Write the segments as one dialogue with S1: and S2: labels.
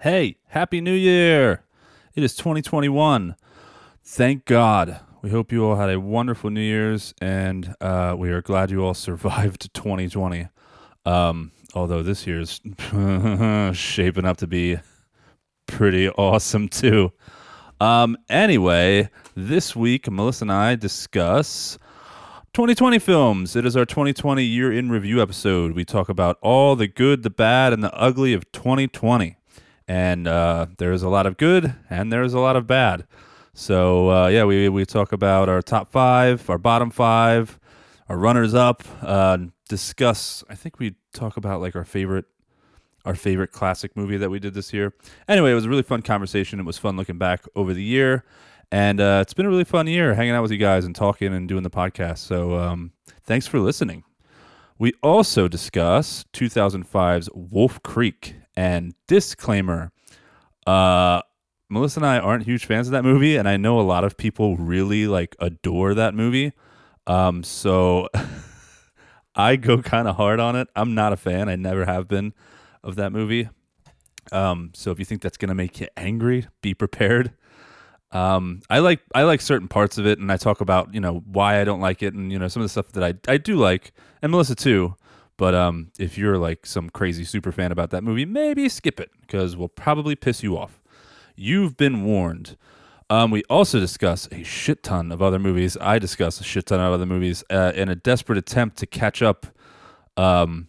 S1: Hey, Happy New Year! It is 2021. Thank God. We hope you all had a wonderful New Year's, and uh, we are glad you all survived 2020. Um, although this year's shaping up to be pretty awesome, too. Um, anyway, this week, Melissa and I discuss 2020 films. It is our 2020 year in review episode. We talk about all the good, the bad, and the ugly of 2020. And uh, there is a lot of good and there is a lot of bad. So, uh, yeah, we, we talk about our top five, our bottom five, our runners up, uh, discuss, I think we talk about like our favorite our favorite classic movie that we did this year. Anyway, it was a really fun conversation. It was fun looking back over the year. And uh, it's been a really fun year hanging out with you guys and talking and doing the podcast. So um, thanks for listening. We also discuss 2005's Wolf Creek. And disclaimer uh, Melissa and I aren't huge fans of that movie. And I know a lot of people really like adore that movie. Um, so I go kind of hard on it. I'm not a fan. I never have been of that movie. Um, so if you think that's gonna make you angry, be prepared. Um, I like I like certain parts of it, and I talk about you know why I don't like it, and you know some of the stuff that I I do like, and Melissa too. But um, if you're like some crazy super fan about that movie, maybe skip it because we'll probably piss you off. You've been warned. Um, we also discuss a shit ton of other movies. I discuss a shit ton of other movies uh, in a desperate attempt to catch up um,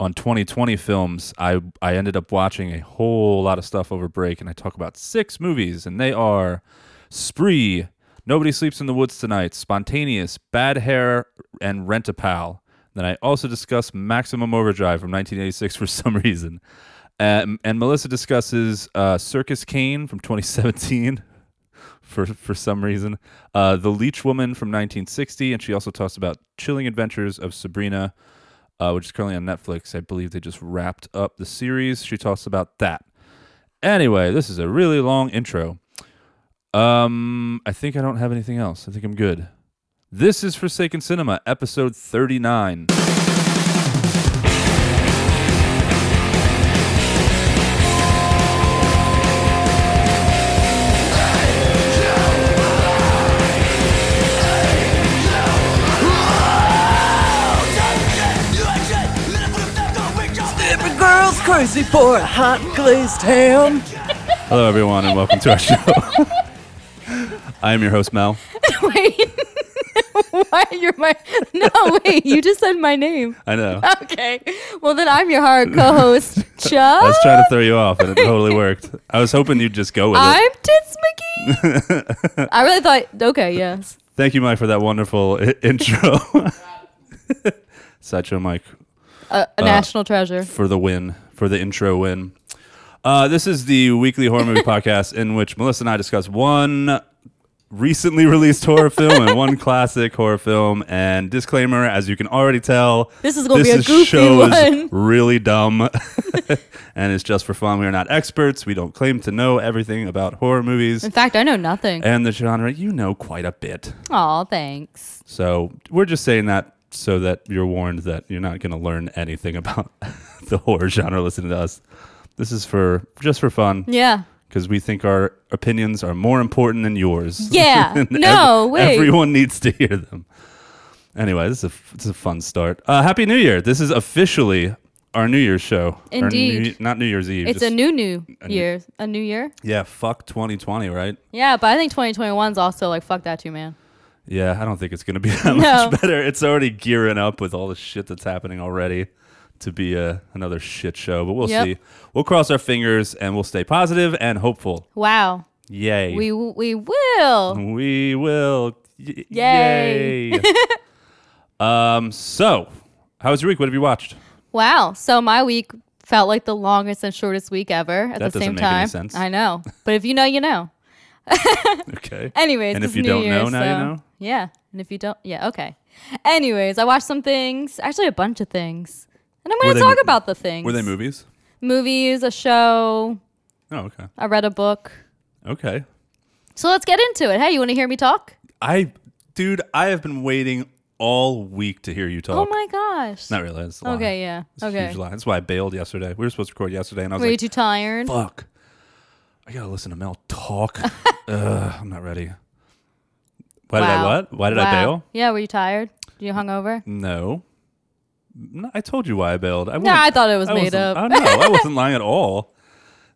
S1: on 2020 films, I I ended up watching a whole lot of stuff over break, and I talk about six movies, and they are Spree, Nobody Sleeps in the Woods Tonight, Spontaneous, Bad Hair, and Rent a Pal. Then I also discuss Maximum Overdrive from 1986 for some reason, um, and Melissa discusses uh, Circus Kane from 2017 for for some reason. Uh, the Leech Woman from 1960, and she also talks about Chilling Adventures of Sabrina, uh, which is currently on Netflix. I believe they just wrapped up the series. She talks about that. Anyway, this is a really long intro. Um, I think I don't have anything else. I think I'm good. This is Forsaken Cinema, episode 39.
S2: Every girl's crazy for a hot glazed ham.
S1: Hello, everyone, and welcome to our show. I am your host, Mel.
S3: Wait. Why you're my no wait you just said my name
S1: I know.
S3: okay well then i'm your hard co-host
S1: I was
S3: chuck
S1: trying to throw you off, and it totally worked. I was hoping you'd just go with it.
S3: i'm tits mcgee i really thought okay yes
S1: Thank you, Mike, for that wonderful I- intro. Sideshow Mike
S3: a, a national treasure
S1: for the win, for the intro win. Uh, this is the weekly horror movie podcast in which Melissa and I discuss one recently released horror film and one classic horror film. And disclaimer, as you can already tell,
S3: This is gonna be a goofy
S1: show is
S3: one.
S1: really dumb, and it's just for fun. We are not experts. We don't claim to know everything about horror movies
S3: in fact i know nothing
S1: and the genre. You know quite a bit.
S3: oh thanks
S1: So we're just saying that so that you're warned that you're not going to learn anything about the horror genre listening to us. This is for just for fun
S3: yeah
S1: because we think our opinions are more important than yours.
S3: Yeah.
S1: And
S3: No, wait.
S1: Everyone needs to hear them. Anyway, this is a, f- this is a fun start. Uh, Happy New Year. This is officially our New Year's show. Our
S3: Indeed.
S1: New- not New Year's Eve.
S3: it's
S1: just-
S3: a new new year a new year
S1: Yeah, fuck 2020, right?
S3: yeah but i think 2021's also like fuck that too man
S1: Yeah, I don't think it's going to be that
S3: No.
S1: much better. It's already gearing up with all the shit that's happening already to be a, another shit show, but we'll
S3: Yep.
S1: see. We'll cross our fingers and we'll stay positive and hopeful.
S3: wow
S1: Yay.
S3: we w- we will
S1: we will. Y-
S3: Yay.
S1: yay. um, so, how was your week? What have you watched?
S3: Wow. So my week felt like the longest and shortest week ever at
S1: That
S3: the
S1: doesn't
S3: same
S1: make any
S3: time.
S1: sense.
S3: I know. But if you know, you know.
S1: Okay.
S3: Anyways,
S1: And
S3: it's
S1: if you
S3: New
S1: don't
S3: Year's,
S1: know, now you
S3: so-
S1: know.
S3: Yeah. And if you don't, yeah, okay. Anyways, I watched some things, actually a bunch of things. And I'm
S1: Were
S3: going
S1: they
S3: to talk
S1: mo-
S3: about the things.
S1: Were they movies?
S3: Movies, a show.
S1: Oh, okay.
S3: I read a book.
S1: Okay.
S3: So let's get into it. Hey, you want to hear me talk?
S1: I, dude, I have been waiting all week to hear you talk.
S3: Oh my gosh.
S1: Not really. That's a lie.
S3: okay, yeah.
S1: It's a
S3: Okay.
S1: huge lie. That's why I bailed yesterday. We were supposed to record yesterday, and I was
S3: Were you
S1: like,
S3: too tired?
S1: "Fuck, I gotta listen to Mel talk. Ugh, I'm not ready. Why did I
S3: Wow.
S1: what? Why did I
S3: Wow.
S1: bail?
S3: Yeah, were you tired? You hungover?
S1: No. no. I told you why I bailed. I
S3: No,
S1: wasn't-
S3: I thought it was
S1: I
S3: made
S1: wasn't-
S3: up.
S1: Oh, no, I wasn't lying at all.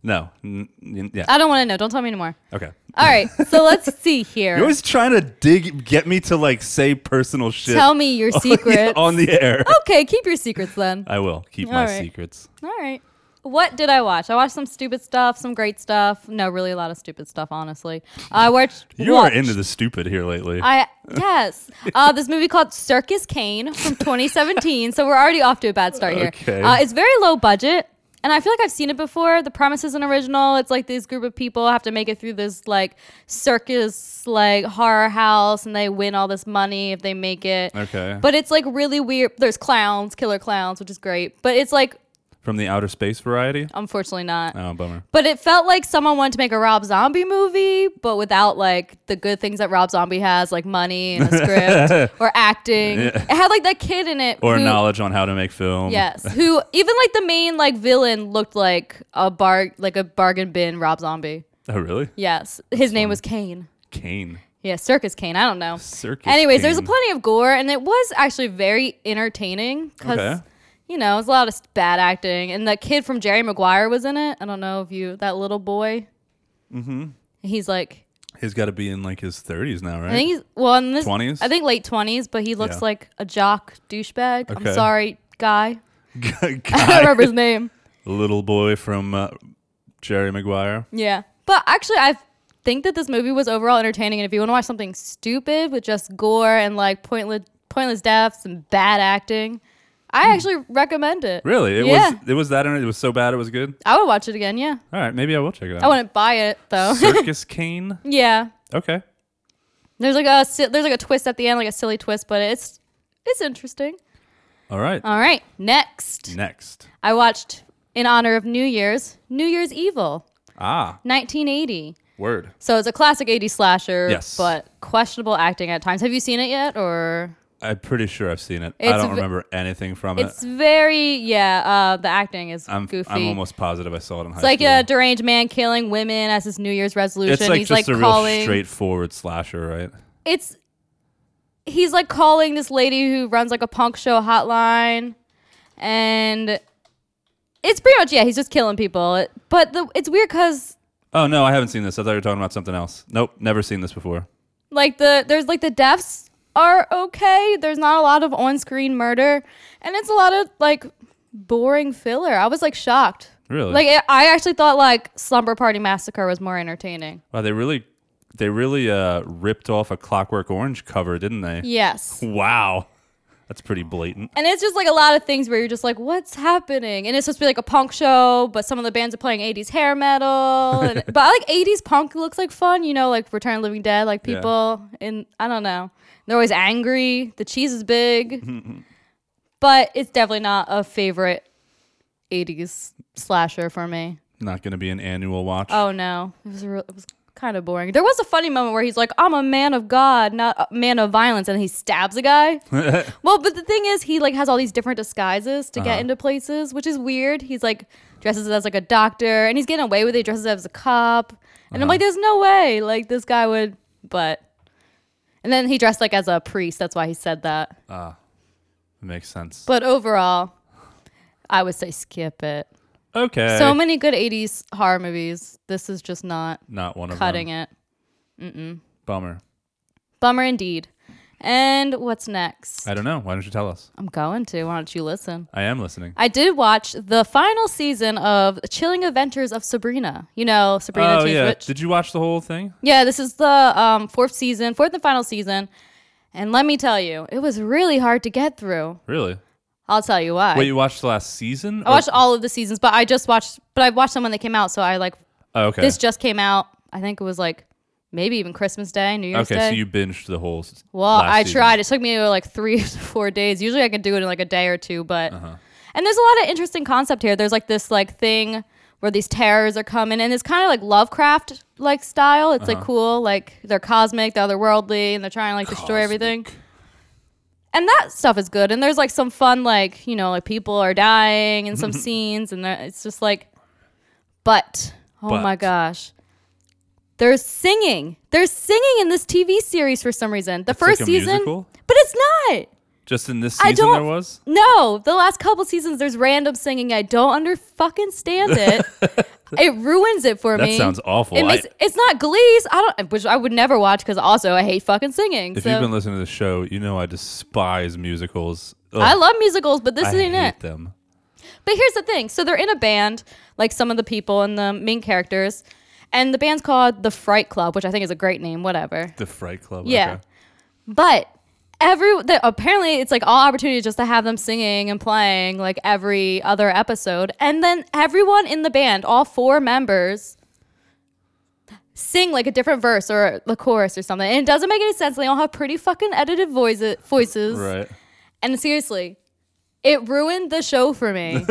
S1: No. N- n- yeah.
S3: I don't want to know. Don't tell me anymore.
S1: Okay.
S3: All right, so let's see here.
S1: You're always trying to dig, get me to like say personal shit.
S3: Tell me your secrets.
S1: Oh, on Uh, the air.
S3: okay, keep your secrets then.
S1: I will keep
S3: All
S1: my
S3: right.
S1: secrets.
S3: All right. What did I watch? I watched some stupid stuff, some great stuff. No, really a lot of stupid stuff, honestly. I watched.
S1: You
S3: watched-
S1: are into the stupid here lately.
S3: I yes. Uh, this movie called Circus Kane from 2017. so we're already off to a bad start here.
S1: Okay.
S3: Uh, it's very low budget, and I feel like I've seen it before. The premise isn't original. It's like these group of people have to make it through this like circus like horror house, and they win all this money if they make it.
S1: Okay.
S3: But it's like really weird. There's clowns, killer clowns, which is great. But it's like
S1: From the outer space variety.
S3: unfortunately not.
S1: Oh, bummer.
S3: But it felt like someone wanted to make a Rob Zombie movie, but without like the good things that Rob Zombie has, like money and a script or acting. It had like that kid in it.
S1: Or
S3: who-
S1: knowledge on how to make film.
S3: Yes, who even like the main like villain looked like a bar like a bargain bin Rob Zombie.
S1: Oh, really?
S3: Yes, his name was Kane.
S1: Kane.
S3: Yeah, Circus Kane. I don't know.
S1: Circus
S3: Anyways, there's a
S1: Kane.
S3: plenty of gore, and it was actually very entertaining because
S1: Okay.
S3: you know it was a lot of s- bad acting, and the kid from Jerry Maguire was in it. I don't know if you that little boy. Mm-hmm. He's like
S1: He's got to be in like his 30s now, right?
S3: I think he's well in this
S1: 20s?
S3: I think late twenties, but he looks
S1: Yeah.
S3: like a jock douchebag.
S1: Okay.
S3: I'm sorry, guy. I don't
S1: Guy,
S3: remember his name.
S1: little boy from uh, Jerry Maguire.
S3: Yeah. But actually, I think that this movie was overall entertaining. And if you want to watch something stupid with just gore and like pointless, pointless deaths and bad acting, I actually recommend it.
S1: Hmm. Really? It
S3: yeah.
S1: was it was that and it was so bad it was good.
S3: I would watch it again. Yeah.
S1: All right, maybe I will check it
S3: I
S1: out.
S3: wouldn't buy it though.
S1: Circus Kane.
S3: yeah.
S1: Okay.
S3: There's like a si- there's like a twist at the end, like a silly twist, but it's it's interesting.
S1: All right.
S3: All right, next
S1: Next.
S3: I watched in honor of New Year's, New Year's Evil,
S1: Ah,
S3: 1980.
S1: word.
S3: So it's a classic 80s slasher,
S1: Yes.
S3: but questionable acting at times. Have you seen it yet, or
S1: I'm pretty sure I've seen it. I
S3: It's
S1: don't
S3: v-
S1: remember anything from it.
S3: It's very yeah. Uh, the acting is
S1: I'm
S3: goofy.
S1: I'm almost positive I saw it in high
S3: it's like
S1: school.
S3: a deranged man killing women as his New Year's resolution.
S1: it's like
S3: he's
S1: just
S3: like
S1: a
S3: calling.
S1: real straightforward slasher, right?
S3: It's he's like calling this lady who runs like a punk show hotline, and it's pretty much yeah. He's just killing people, It- but the it's weird because
S1: Oh no, I haven't seen this. I thought you were talking about something else. Nope, never seen this before.
S3: like the there's like the deaths are okay. There's not a lot of on-screen murder, and it's a lot of like boring filler. I was like shocked.
S1: Really?
S3: Like I- I actually thought like Slumber Party Massacre was more entertaining.
S1: Wow, they really they really uh, ripped off a Clockwork Orange cover, didn't they?
S3: Yes.
S1: Wow. That's pretty blatant.
S3: And it's just like a lot of things where you're just like, what's happening? And it's supposed to be like a punk show, but some of the bands are playing 80s hair metal. And, but I like 80s punk looks like fun, you know, like Return of the Living Dead, like
S1: Yeah.
S3: people in, I don't know. They're always angry. The cheese is big. but it's definitely not a favorite 80s slasher for me.
S1: Not going to be an annual watch.
S3: Oh no, it was real, it was kind of boring. There was a funny moment where he's like, "I'm a man of God, not a man of violence," and he stabs a guy. well, but the thing is, he like has all these different disguises to get into places, which is weird. He's like dresses as like a doctor, and he's getting away with it. He dresses as a cop, and I'm like, "There's no way like this guy would," but. And then he dressed like as a priest. That's why he said that.
S1: Makes sense.
S3: But overall, I would say skip it.
S1: okay.
S3: So many good 80s horror movies. This is just not
S1: Not one of
S3: cutting
S1: them.
S3: it.
S1: Bummer.
S3: Bummer indeed. And what's next?
S1: I don't know. Why don't you tell us?
S3: I'm going to. Why don't you listen?
S1: I am listening.
S3: I did watch the final season of Chilling Adventures of Sabrina. You know, Sabrina
S1: oh
S3: Teenage
S1: yeah.
S3: Witch.
S1: Did you watch the whole thing?
S3: yeah, this is the um, fourth season, fourth and final season. And let me tell you, it was really hard to get through.
S1: Really?
S3: I'll tell you why.
S1: Wait, you watched the last season?
S3: I watched all of the seasons, but I just watched, but I watched them when they came out. So I like,
S1: Oh, okay.
S3: this just came out. I think it was like maybe even Christmas Day, New Year's
S1: okay,
S3: Day.
S1: so you binged the whole. s-
S3: Well,
S1: last
S3: I
S1: season.
S3: tried. It took me like three to four days. Usually I can do it in like a day or two, but
S1: Uh-huh.
S3: and there's a lot of interesting concept here. There's like this like thing where these terrors are coming, and it's kind of like Lovecraft like style. It's
S1: Uh-huh.
S3: like cool, like they're cosmic, they're otherworldly, and they're trying to like destroy everything. And that stuff is good. And there's like some fun, like you know, like people are dying and some scenes, and there- it's just like, but oh my
S1: But.
S3: gosh, They're singing. They're singing in this TV series for some reason. The
S1: like
S3: first
S1: a
S3: season,
S1: musical?
S3: but it's not.
S1: Just in this
S3: I
S1: season,
S3: don't.
S1: there was.
S3: No, the last couple seasons, there's random singing. I don't under fucking stand it. it ruins it for
S1: That
S3: me.
S1: sounds awful.
S3: It
S1: I-
S3: makes, it's not Glee's. I don't, which I would never watch because also I hate fucking singing.
S1: If
S3: so
S1: you've been listening to the show, you know I despise musicals. Ugh,
S3: I love musicals, but this
S1: I
S3: isn't
S1: hate
S3: it.
S1: them.
S3: But here's the thing: so they're in a band, like some of the people and the main characters, and the band's called the Fright Club, which I think is a great name. Whatever.
S1: The Fright Club.
S3: Yeah.
S1: okay.
S3: But every the, apparently it's like all opportunity just to have them singing and playing like every other episode, and then everyone in the band, all four members. Sing like a different verse or the chorus or something, and it doesn't make any sense. They all have pretty fucking edited voices, voices,
S1: Right.
S3: and seriously, it ruined the show for me.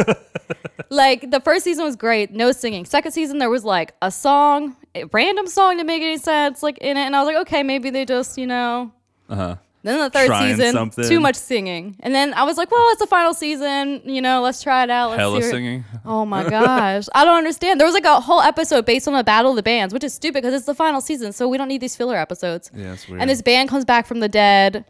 S3: like the first season was great, no singing. Second season there was like a song, a random song to make any sense, like in it, and I was like, okay, maybe they just you know. Then the
S1: Uh-huh.
S3: third
S1: Trying
S3: season,
S1: something.
S3: too much singing, and then I was like, well, it's the final season, you know, let's try it out. Let's
S1: Hella
S3: see what-
S1: singing.
S3: Oh my gosh, I don't understand. There was like a whole episode based on a battle of the bands, which is stupid because it's the final season, so we don't need these filler episodes.
S1: Yeah, it's weird.
S3: And this band comes back from the dead.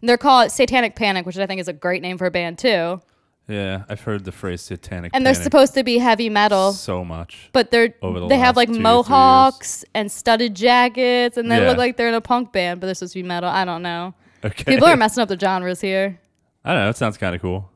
S3: And they're called Satanic Panic, which I think is a great name for a band too.
S1: yeah, I've heard the phrase satanic.
S3: And
S1: panic
S3: they're supposed to be heavy metal,
S1: so much.
S3: but they're
S1: Over the
S3: they
S1: last
S3: have like
S1: two, three
S3: mohawks and studded jackets, and they
S1: Yeah.
S3: look like they're in a punk band, but they're supposed to be metal. I don't know.
S1: Okay.
S3: People are messing up the genres here.
S1: I don't know. It sounds kind of cool.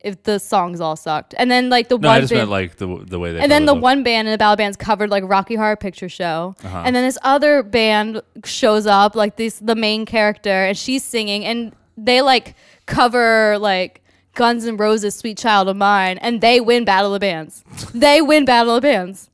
S3: If the songs all sucked, and then like the
S1: No, I
S3: one
S1: just
S3: band,
S1: meant like the the way they.
S3: and then the
S1: thought it
S3: one band in the ballad band's covered like Rocky Horror Picture Show,
S1: Uh-huh.
S3: and then this other band shows up like this the main character, and she's singing, and they like cover like Guns N' Roses' "Sweet Child of Mine," and they win Battle of the Bands. they win Battle of the Bands.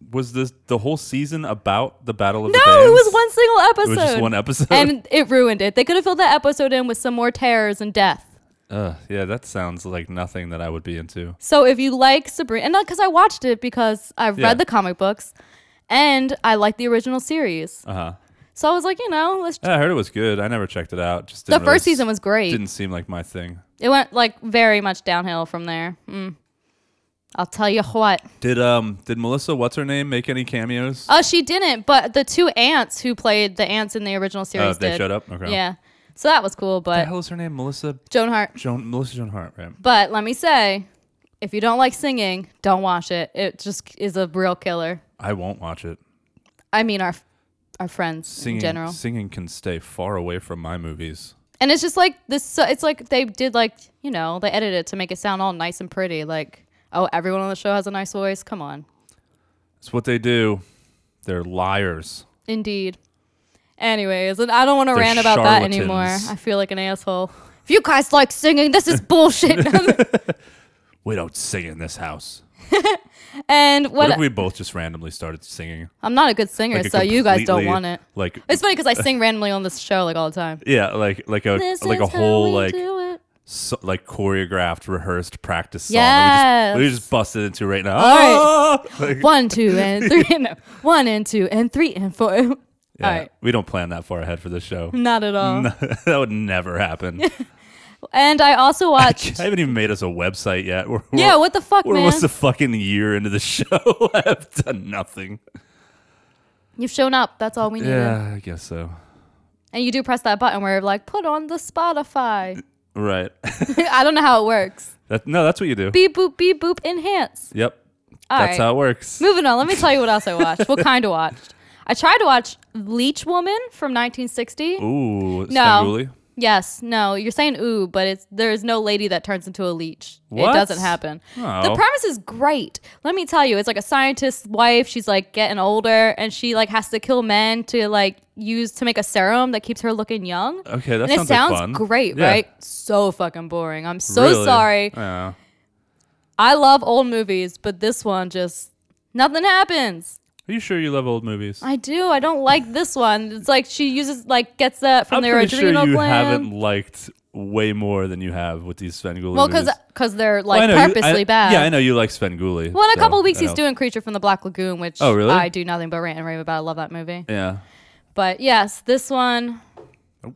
S1: looked. was this the whole season about the battle of
S3: No,
S1: the
S3: Oh, it
S1: bands?
S3: was one single
S1: It
S3: episode.
S1: was just one episode.
S3: and it ruined it. They could have filled that episode in with some more terrors and death.
S1: Ugh, yeah, that sounds like nothing that I would be into.
S3: So if you like Sabrina, and because I watched it because I've
S1: Yeah.
S3: read the comic books, and I like the original series.
S1: Uh huh.
S3: So I was like, you know, let's.
S1: Yeah, I heard it was good. I never checked it out. Just
S3: the
S1: didn't really
S3: first season
S1: s-
S3: was great.
S1: Didn't seem like my thing.
S3: It went like very much downhill from there. Mm. I'll tell you what.
S1: Did um did Melissa what's her name make any cameos?
S3: Oh, she didn't, but the two ants who played the ants in the original series
S1: Oh, they
S3: did.
S1: showed up? Okay.
S3: Yeah. So that was cool,
S1: What the
S3: but
S1: hell is her name? Melissa
S3: Joan Hart.
S1: Joan Melissa Joan Hart, right?
S3: But let me say, if you don't like singing, don't watch it. It just is a real killer.
S1: I won't watch it.
S3: I mean, our our friends
S1: Singing
S3: in general.
S1: singing can stay far away from my movies.
S3: And it's just like this. so- It's like they did like you know they edited it to make it sound all nice and pretty. Like oh, everyone on the show has a nice voice. Come on,
S1: It's what they do. They're liars.
S3: indeed. Anyways, and I don't want to
S1: They're
S3: rant about that anymore.
S1: charlatans.
S3: I feel like an asshole. If you guys like singing, this is bullshit.
S1: We don't sing in this house.
S3: and
S1: What,
S3: what,
S1: if we both just randomly started singing?
S3: I'm not a good singer,
S1: Like a
S3: so you guys don't
S1: completely,
S3: want it.
S1: Like
S3: It's funny because I sing randomly on this show like all the time.
S1: yeah, like like a
S3: This
S1: like a
S3: is how
S1: whole
S3: we
S1: like
S3: do it.
S1: so, like choreographed, rehearsed practice song. that We just, we
S3: Yes.
S1: just busted into right now.
S3: All
S1: Ah! Like,
S3: one, two, and three. No, one and two and three and four. All
S1: yeah,
S3: right,
S1: We don't plan that far ahead for this show.
S3: not at all.
S1: that would never happen.
S3: And I also watched.
S1: I haven't even made us a website yet. We're, we're,
S3: yeah, what the fuck,
S1: we're
S3: man?
S1: almost a fucking year into the show. I've done nothing.
S3: You've shown up. That's all we needed.
S1: Yeah, I guess so.
S3: And you do press that button where you're like, put on the Spotify.
S1: Right.
S3: I don't know how it works.
S1: That, no, that's what you do.
S3: Beep boop beep boop enhance.
S1: Yep.
S3: All
S1: that's
S3: right.
S1: how it works.
S3: Moving on. Let me tell you what else I watched. what kind of watched? I tried to watch Leech Woman from 1960.
S1: Ooh,
S3: No.
S1: Spangouli.
S3: Yes, no, you're saying ooh, but it's there's no lady that turns into a leech.
S1: What?
S3: It doesn't happen.
S1: Oh.
S3: The premise is great. Let me tell you, it's like a scientist's wife. She's like getting older, and she like has to kill men to like use to make a serum that keeps her looking young.
S1: Okay, Uh, that
S3: and it
S1: sounds like
S3: sounds
S1: fun.
S3: great,
S1: Yeah.
S3: right? So fucking boring. I'm so
S1: Really?
S3: sorry.
S1: Yeah.
S3: I love old movies, but this one just nothing happens.
S1: Are you sure you love old movies?
S3: I do. I don't like this one. It's like she uses like gets that from
S1: I'm
S3: their
S1: pretty
S3: adrenal
S1: sure you
S3: gland.
S1: haven't liked way more than you have with these Svengouli
S3: Well,
S1: movies.
S3: because because they're
S1: Well, I
S3: like
S1: know you- I-
S3: purposely bad.
S1: Yeah, I know you like Svengouli.
S3: Well, in a
S1: so,
S3: couple of weeks,
S1: I
S3: he's
S1: know.
S3: doing Creature from the Black Lagoon, which
S1: Oh, really?
S3: I do nothing but rant and rave about. I love that movie.
S1: Yeah.
S3: But yes, this one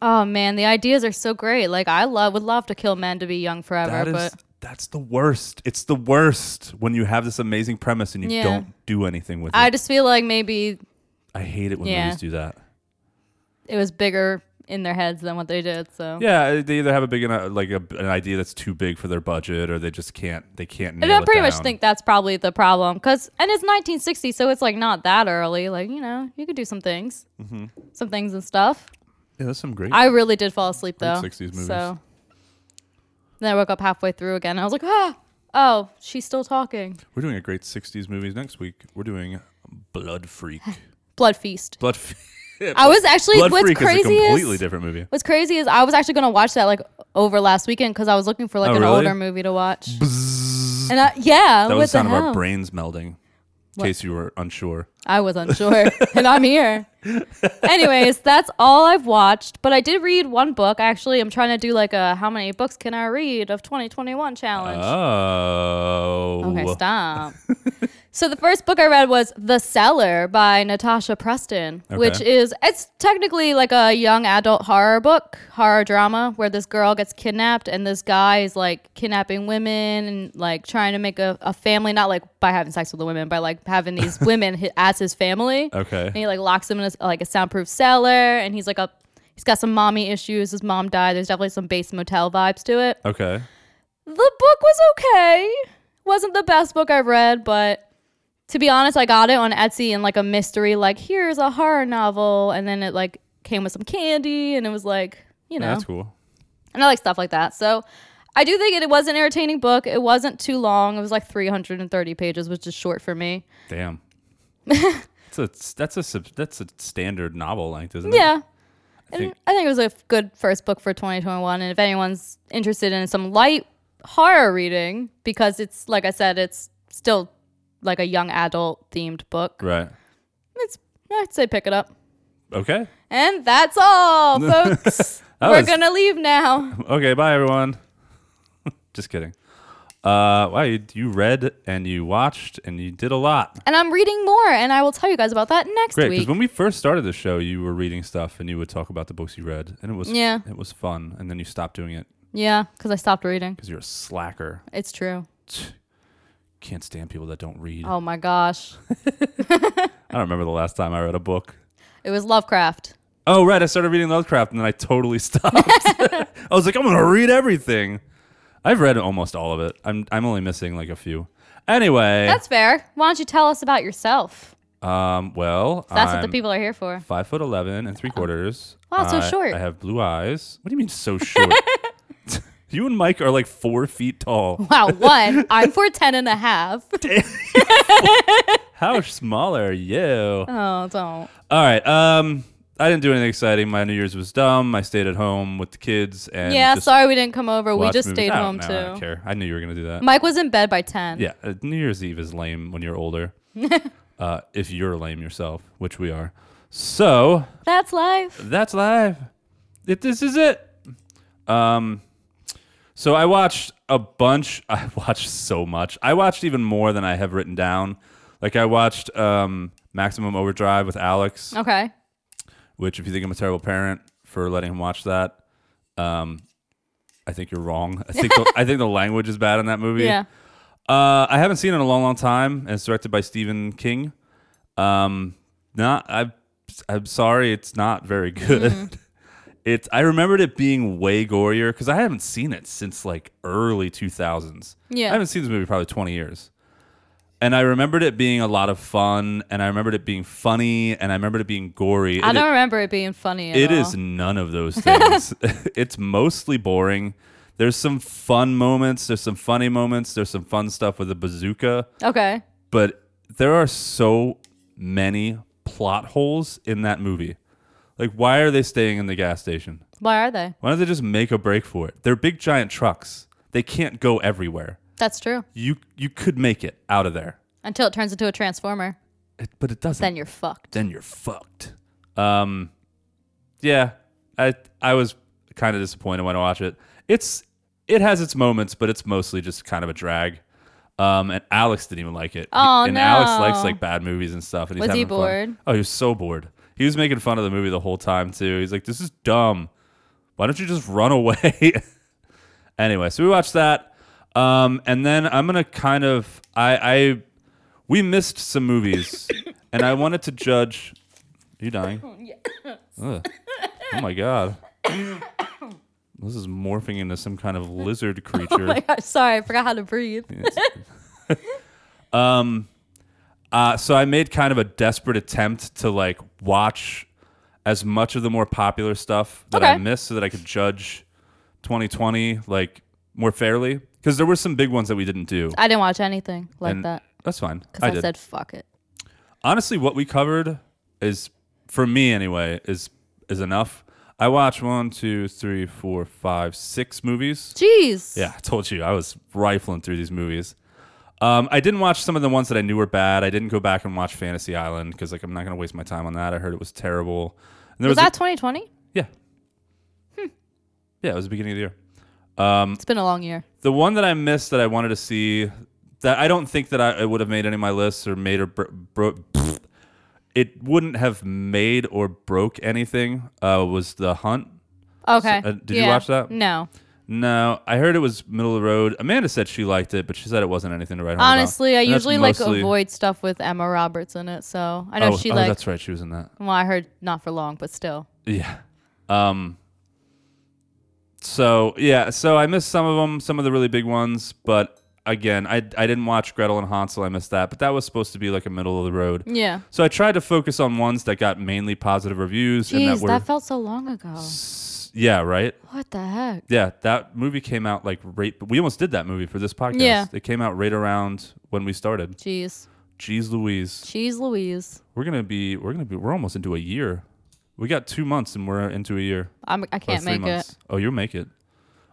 S3: oh man, the ideas are so great. Like I love would love to kill men to be young forever,
S1: That is,
S3: but
S1: that's the worst. It's the worst when you have this amazing premise and you
S3: Yeah.
S1: don't do anything with
S3: I
S1: it.
S3: just feel like maybe
S1: I hate it when
S3: Yeah.
S1: movies do that.
S3: It was bigger in their heads than what they did. So
S1: Yeah, they either have a big enough, like a, an idea that's too big for their budget, or they just can't. They can't.
S3: And
S1: nail
S3: I
S1: it
S3: pretty much
S1: down.
S3: think that's probably the problem, cause and it's 1960, so it's like not that early. Like you know, you could do some things,
S1: Mm-hmm.
S3: some things and stuff.
S1: Yeah, that's some great.
S3: I really did fall asleep though.
S1: 60s movies.
S3: So then I woke up halfway through again. And I was like, ah, oh, she's still talking.
S1: We're doing a great '60s movies next week. We're doing Blood Freak.
S3: Blood feast.
S1: Blood. Fe-
S3: I was actually
S1: Blood
S3: what's
S1: Freak
S3: crazy
S1: is a completely
S3: is
S1: different movie.
S3: what's crazy is I was actually gonna watch that like over last weekend because I was looking for like
S1: Oh,
S3: an
S1: really?
S3: older movie to watch. And I, yeah,
S1: That
S3: what
S1: was the sound
S3: the
S1: of
S3: hell?
S1: our brains melding. In case you were unsure.
S3: I was unsure, and I'm here. Anyways, that's all I've watched. But I did read one book. Actually, I'm trying to do like a how many books can I read of 2021 challenge.
S1: Oh.
S3: Okay, stop. so the first book I read was The Cellar by Natasha Preston, which
S1: Okay.
S3: is it's technically like a young adult horror book, horror drama where this girl gets kidnapped and this guy is like kidnapping women and like trying to make a, a family, not like by having sex with the women, by like having these women hi- as his family.
S1: Okay.
S3: And he like locks him in a, like a soundproof cellar and he's like a he's got some mommy issues. His mom died. There's definitely some base motel vibes to it
S1: Okay.
S3: the book was okay. Wasn't the best book I've read, but to be honest, I got it on Etsy in like a mystery, like here's a horror novel, and then it like came with some candy, and it was like you know,
S1: That's cool.
S3: and I like stuff like that. So I do think it was an entertaining book. It wasn't too long. It was like 330 pages, which is short for me.
S1: Damn. That's a that's a sub- that's a standard novel length, isn't it?
S3: Yeah.
S1: I
S3: And
S1: think-
S3: I think it was a good first book for 2021. And if anyone's interested in some light horror reading, because it's, like I said, it's still like a young adult themed book,
S1: Right.
S3: it's, I'd say pick it up.
S1: Okay.
S3: And that's all, folks.
S1: That
S3: We're
S1: was-
S3: going to leave now.
S1: Okay. Bye, everyone. Just kidding. Uh, wow, you, you read and you watched and you did a lot.
S3: And I'm reading more, and I will tell you guys about that next
S1: Great, because
S3: week.
S1: when we first started the show, you were reading stuff and you would talk about the books you read, and it was
S3: Yeah.
S1: it was fun. And then you stopped doing it
S3: yeah, because I stopped reading.
S1: because you're a slacker.
S3: It's true.
S1: Can't stand people that don't read.
S3: Oh my gosh.
S1: I don't remember the last time I read a book.
S3: It was Lovecraft.
S1: Oh, right. I started reading Lovecraft and then I totally stopped. I was like, I'm going to read everything. I've read almost all of it. I'm, I'm only missing like a few. Anyway,
S3: That's fair. Why don't you tell us about yourself?
S1: um, well,
S3: That's
S1: I'm
S3: what the people are here for.
S1: five foot 11 and three quarters.
S3: Wow, so
S1: I-
S3: short.
S1: I have blue eyes. What do you mean so short? you and Mike are like four feet tall.
S3: Wow, one. I'm for ten and a half.
S1: How small are you?
S3: Oh, don't.
S1: All right. Um, I didn't do anything exciting. My New Year's was dumb. I stayed at home with the kids and
S3: yeah,
S1: just
S3: sorry we didn't come over. We
S1: watched
S3: just
S1: movies.
S3: stayed
S1: I don't
S3: home
S1: know. I don't
S3: too.
S1: care. I knew you were gonna do that.
S3: Mike was in bed by ten.
S1: Yeah, uh, New Year's Eve is lame when you're older. uh, if you're lame yourself, which we are. So
S3: That's life.
S1: that's live. If this is it. Um, so I watched a bunch. I watched so much. I watched even more than I have written down. Like I watched um, Maximum Overdrive with Alex,
S3: Okay.
S1: which if you think I'm a terrible parent for letting him watch that, um, I think you're wrong. I think the, I think the language is bad in that movie.
S3: Yeah.
S1: Uh, I haven't seen it in a long, long time, and it's directed by Stephen King. Um, not I. I'm sorry, it's not very good.
S3: Mm-hmm.
S1: it's I remembered it being way gorier because I haven't seen it since like early 2000s.
S3: Yeah.
S1: I haven't seen this movie probably 20 years. And I remembered it being a lot of fun, and I remembered it being funny, and I remembered it being gory.
S3: I
S1: It-
S3: don't remember it being funny at
S1: it
S3: all.
S1: is none of those things. it's mostly boring. There's some fun moments. There's some funny moments. There's some fun stuff with the bazooka,
S3: Okay.
S1: but there are so many plot holes in that movie. Like, why are they staying in the gas station?
S3: Why are they?
S1: Why don't they just make a break for it? They're big giant trucks. They can't go everywhere.
S3: That's true.
S1: You you could make it out of there,
S3: Until it turns into a transformer,
S1: it, but it doesn't.
S3: then you're fucked.
S1: then you're fucked. Um, yeah, I I was kind of disappointed when I watched it. It's it has its moments, but it's mostly just kind of a drag. Um, and Alex didn't even like it. He-
S3: Oh,
S1: and Alex
S3: no.
S1: likes like bad movies and stuff. And he's
S3: Was he
S1: having fun.
S3: bored?
S1: Oh, he was so bored. He was making fun of the movie the whole time too. He's like, "This is dumb. Why don't you just run away?" anyway, so we watched that. Um, and then I'm gonna kind of I I we missed some movies, and I wanted to judge you
S3: Oh,
S1: dying? Ugh. Oh my god. this is morphing into some kind of lizard creature.
S3: Oh my gosh, sorry, I forgot how to breathe.
S1: Uh, so I made kind of a desperate attempt to like watch as much of the more popular stuff that I
S3: Okay.
S1: missed so that I could judge 2020 like more fairly because there were some big ones that we didn't do.
S3: I didn't watch anything like
S1: and
S3: that
S1: That's fine. I,
S3: because I,
S1: did.
S3: said fuck it.
S1: Honestly, what we covered is for me anyway is is enough. I watched one, two, three, four, five, six movies.
S3: Jeez.
S1: Yeah, I told you I was rifling through these movies. Um, I didn't watch some of the ones that I knew were bad. I didn't go back and watch Fantasy Island because like I'm not gonna waste my time on that. I heard it was terrible. And there
S3: Was
S1: a-
S3: that Hmm. 2020?
S1: yeah, yeah. It was the beginning of the year.
S3: It's
S1: Mm.
S3: been a long year.
S1: The one that I missed that I wanted to see that I don't think that I, it would have made any of my lists or made or bro- bro- it wouldn't have made or broke anything uh, was The Hunt.
S3: Okay.
S1: uh, did you watch that?
S3: No.
S1: No, I heard it was middle of the road. Amanda said she liked it, but she said it wasn't anything to write home about.
S3: Honestly, I
S1: And that's
S3: usually like
S1: mostly-
S3: avoid stuff with Emma Roberts in it, so I know
S1: oh,
S3: she
S1: oh,
S3: like.
S1: that's right. She was in that.
S3: Well, I heard not for long, but still.
S1: Yeah. Um. So yeah, so I missed some of them, some of the really big ones, but again, I I didn't watch Gretel and Hansel. I missed that, but that was supposed to be like a middle of the road.
S3: Yeah.
S1: So I tried to focus on ones that got mainly positive reviews and
S3: Jeez,
S1: that
S3: that,
S1: were
S3: felt so long ago.
S1: yeah, right?
S3: What the heck?
S1: Yeah, that movie came out like right we almost did that movie for this podcast.
S3: Yeah.
S1: It came out right around when we started.
S3: Jeez.
S1: Jeez Louise.
S3: Jeez Louise.
S1: We're going to be we're going to be we're almost into a year. We got 2 months and we're into a year.
S3: I'm, I
S1: Or
S3: can't
S1: three
S3: make
S1: months.
S3: it.
S1: Oh, you'll make it.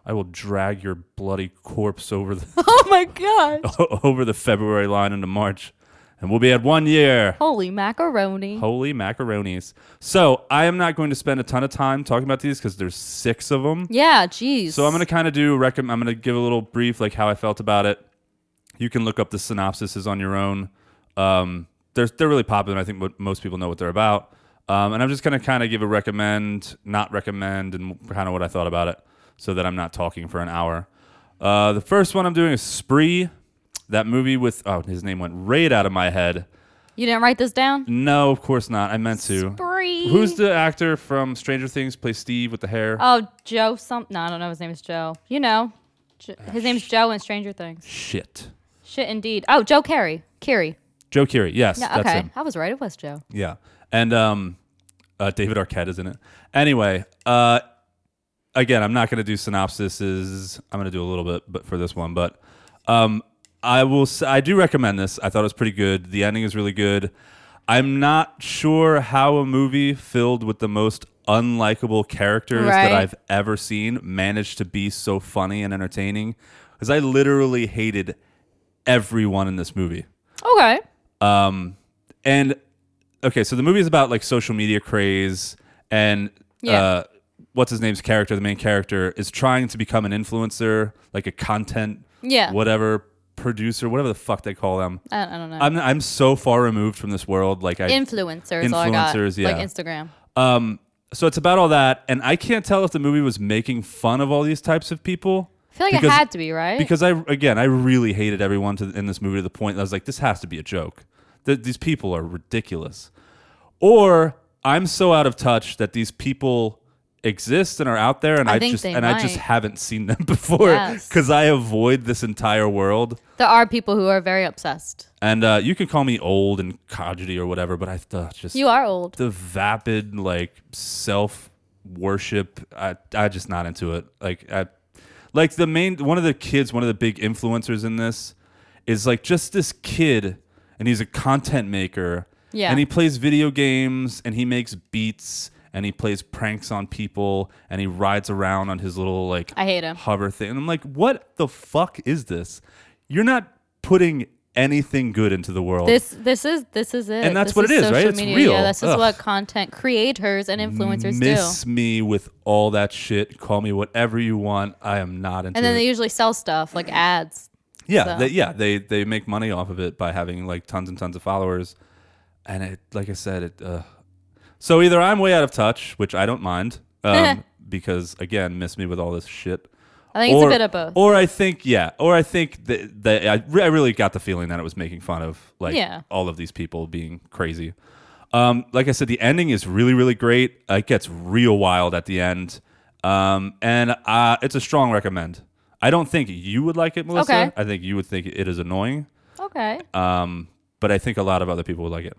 S1: I will drag your bloody corpse over the
S3: Oh my god.
S1: over the February line into March, and we'll be at one year.
S3: Holy macaroni.
S1: Holy macaronis! So I am not going to spend a ton of time talking about these because there's six of them.
S3: Yeah, jeez.
S1: So I'm gonna kind of do recommend. I'm gonna give a little brief like how I felt about it. You can look up the synopsises on your own. Um, they're they're really popular. And I think mo- most people know what they're about. Um, and I'm just gonna kind of give a recommend, not recommend, and kind of what I thought about it, so that I'm not talking for an hour. Uh, the first one I'm doing is Spree. That movie with oh his name went right out of my head.
S3: You didn't write this down?
S1: No, of course not. I meant to.
S3: Spree.
S1: Who's the actor from Stranger Things? Plays Steve with the hair.
S3: Oh, Joe. Some. No, I don't know. His name is Joe. You know, J-
S1: Ah,
S3: his name's Joe in Stranger Things.
S1: Shit.
S3: Shit, indeed. Oh, Joe Carey. Carey.
S1: Joe Keery. Yes,
S3: Yeah.
S1: that's
S3: Okay.
S1: him.
S3: I was right. It was Joe.
S1: Yeah, and um, uh, David Arquette is in it. Anyway, uh, again, I'm not going to do synopsises. I'm going to do a little bit, but for this one, but um, I will. s- I do recommend this. I thought it was pretty good. The ending is really good. I'm not sure how a movie filled with the most unlikable characters that
S3: Right.
S1: I've ever seen managed to be so funny and entertaining. Because I literally hated everyone in this movie.
S3: Okay.
S1: And okay, so the movie is about like social media craze and uh,
S3: Yeah.
S1: what's his name's character, the main character, is trying to become an influencer, like a content,
S3: Yeah. Oh.
S1: whatever producer, whatever the fuck they call them.
S3: I, I don't know.
S1: I'm I'm so far removed from this world, like I.
S3: influencers. all I got.
S1: Influencers, yeah.
S3: Like Instagram.
S1: um, so it's about all that, and I can't tell if the movie was making fun of all these types of people.
S3: I feel like
S1: Because-
S3: it had to be right.
S1: because I again I really hated everyone to, in this movie to the point that I was like, this has to be a joke. Th- these people are ridiculous, or I'm so out of touch that these people exist and are out there, and I,
S3: I think
S1: just
S3: they
S1: and I just
S3: might.
S1: haven't seen them before
S3: Yes.
S1: because I avoid this entire world.
S3: there are people who are very obsessed.
S1: And uh, you can call me old and codgety or whatever, but I uh, just
S3: You are old.
S1: the vapid like self worship i i just not into it like i like the main one of the kids one of the big influencers in this is like just this kid and he's a content maker
S3: Yeah.
S1: and he plays video games and he makes beats and he plays pranks on people and he rides around on his little like
S3: I hate him.
S1: hover thing and i'm like what the fuck is this you're not putting anything good into the world
S3: This this is this is it.
S1: And that's
S3: This
S1: what it is,
S3: social
S1: right? It's
S3: media.
S1: real.
S3: Yeah, this is
S1: Ugh.
S3: what content creators and influencers
S1: miss
S3: do.
S1: me with all that shit. Call me whatever you want. I am not into
S3: And then
S1: it.
S3: they usually sell stuff like ads.
S1: yeah, they, yeah, they they make money off of it by having like tons and tons of followers. And it, like I said, it. Uh, so either I'm way out of touch, which I don't mind, um, because again, miss me with all this shit.
S3: I think it's a bit of both.
S1: Or I think, yeah, or I think that, that I, re- I really got the feeling that it was making fun of like
S3: Yeah.
S1: all of these people being crazy. Um, like I said, the ending is really, really great. Uh, it gets real wild at the end, um, and uh, it's a strong recommend. I don't think you would like it, Melissa.
S3: Okay.
S1: I think you would think it is annoying,
S3: Okay.
S1: um, but I think a lot of other people would like it.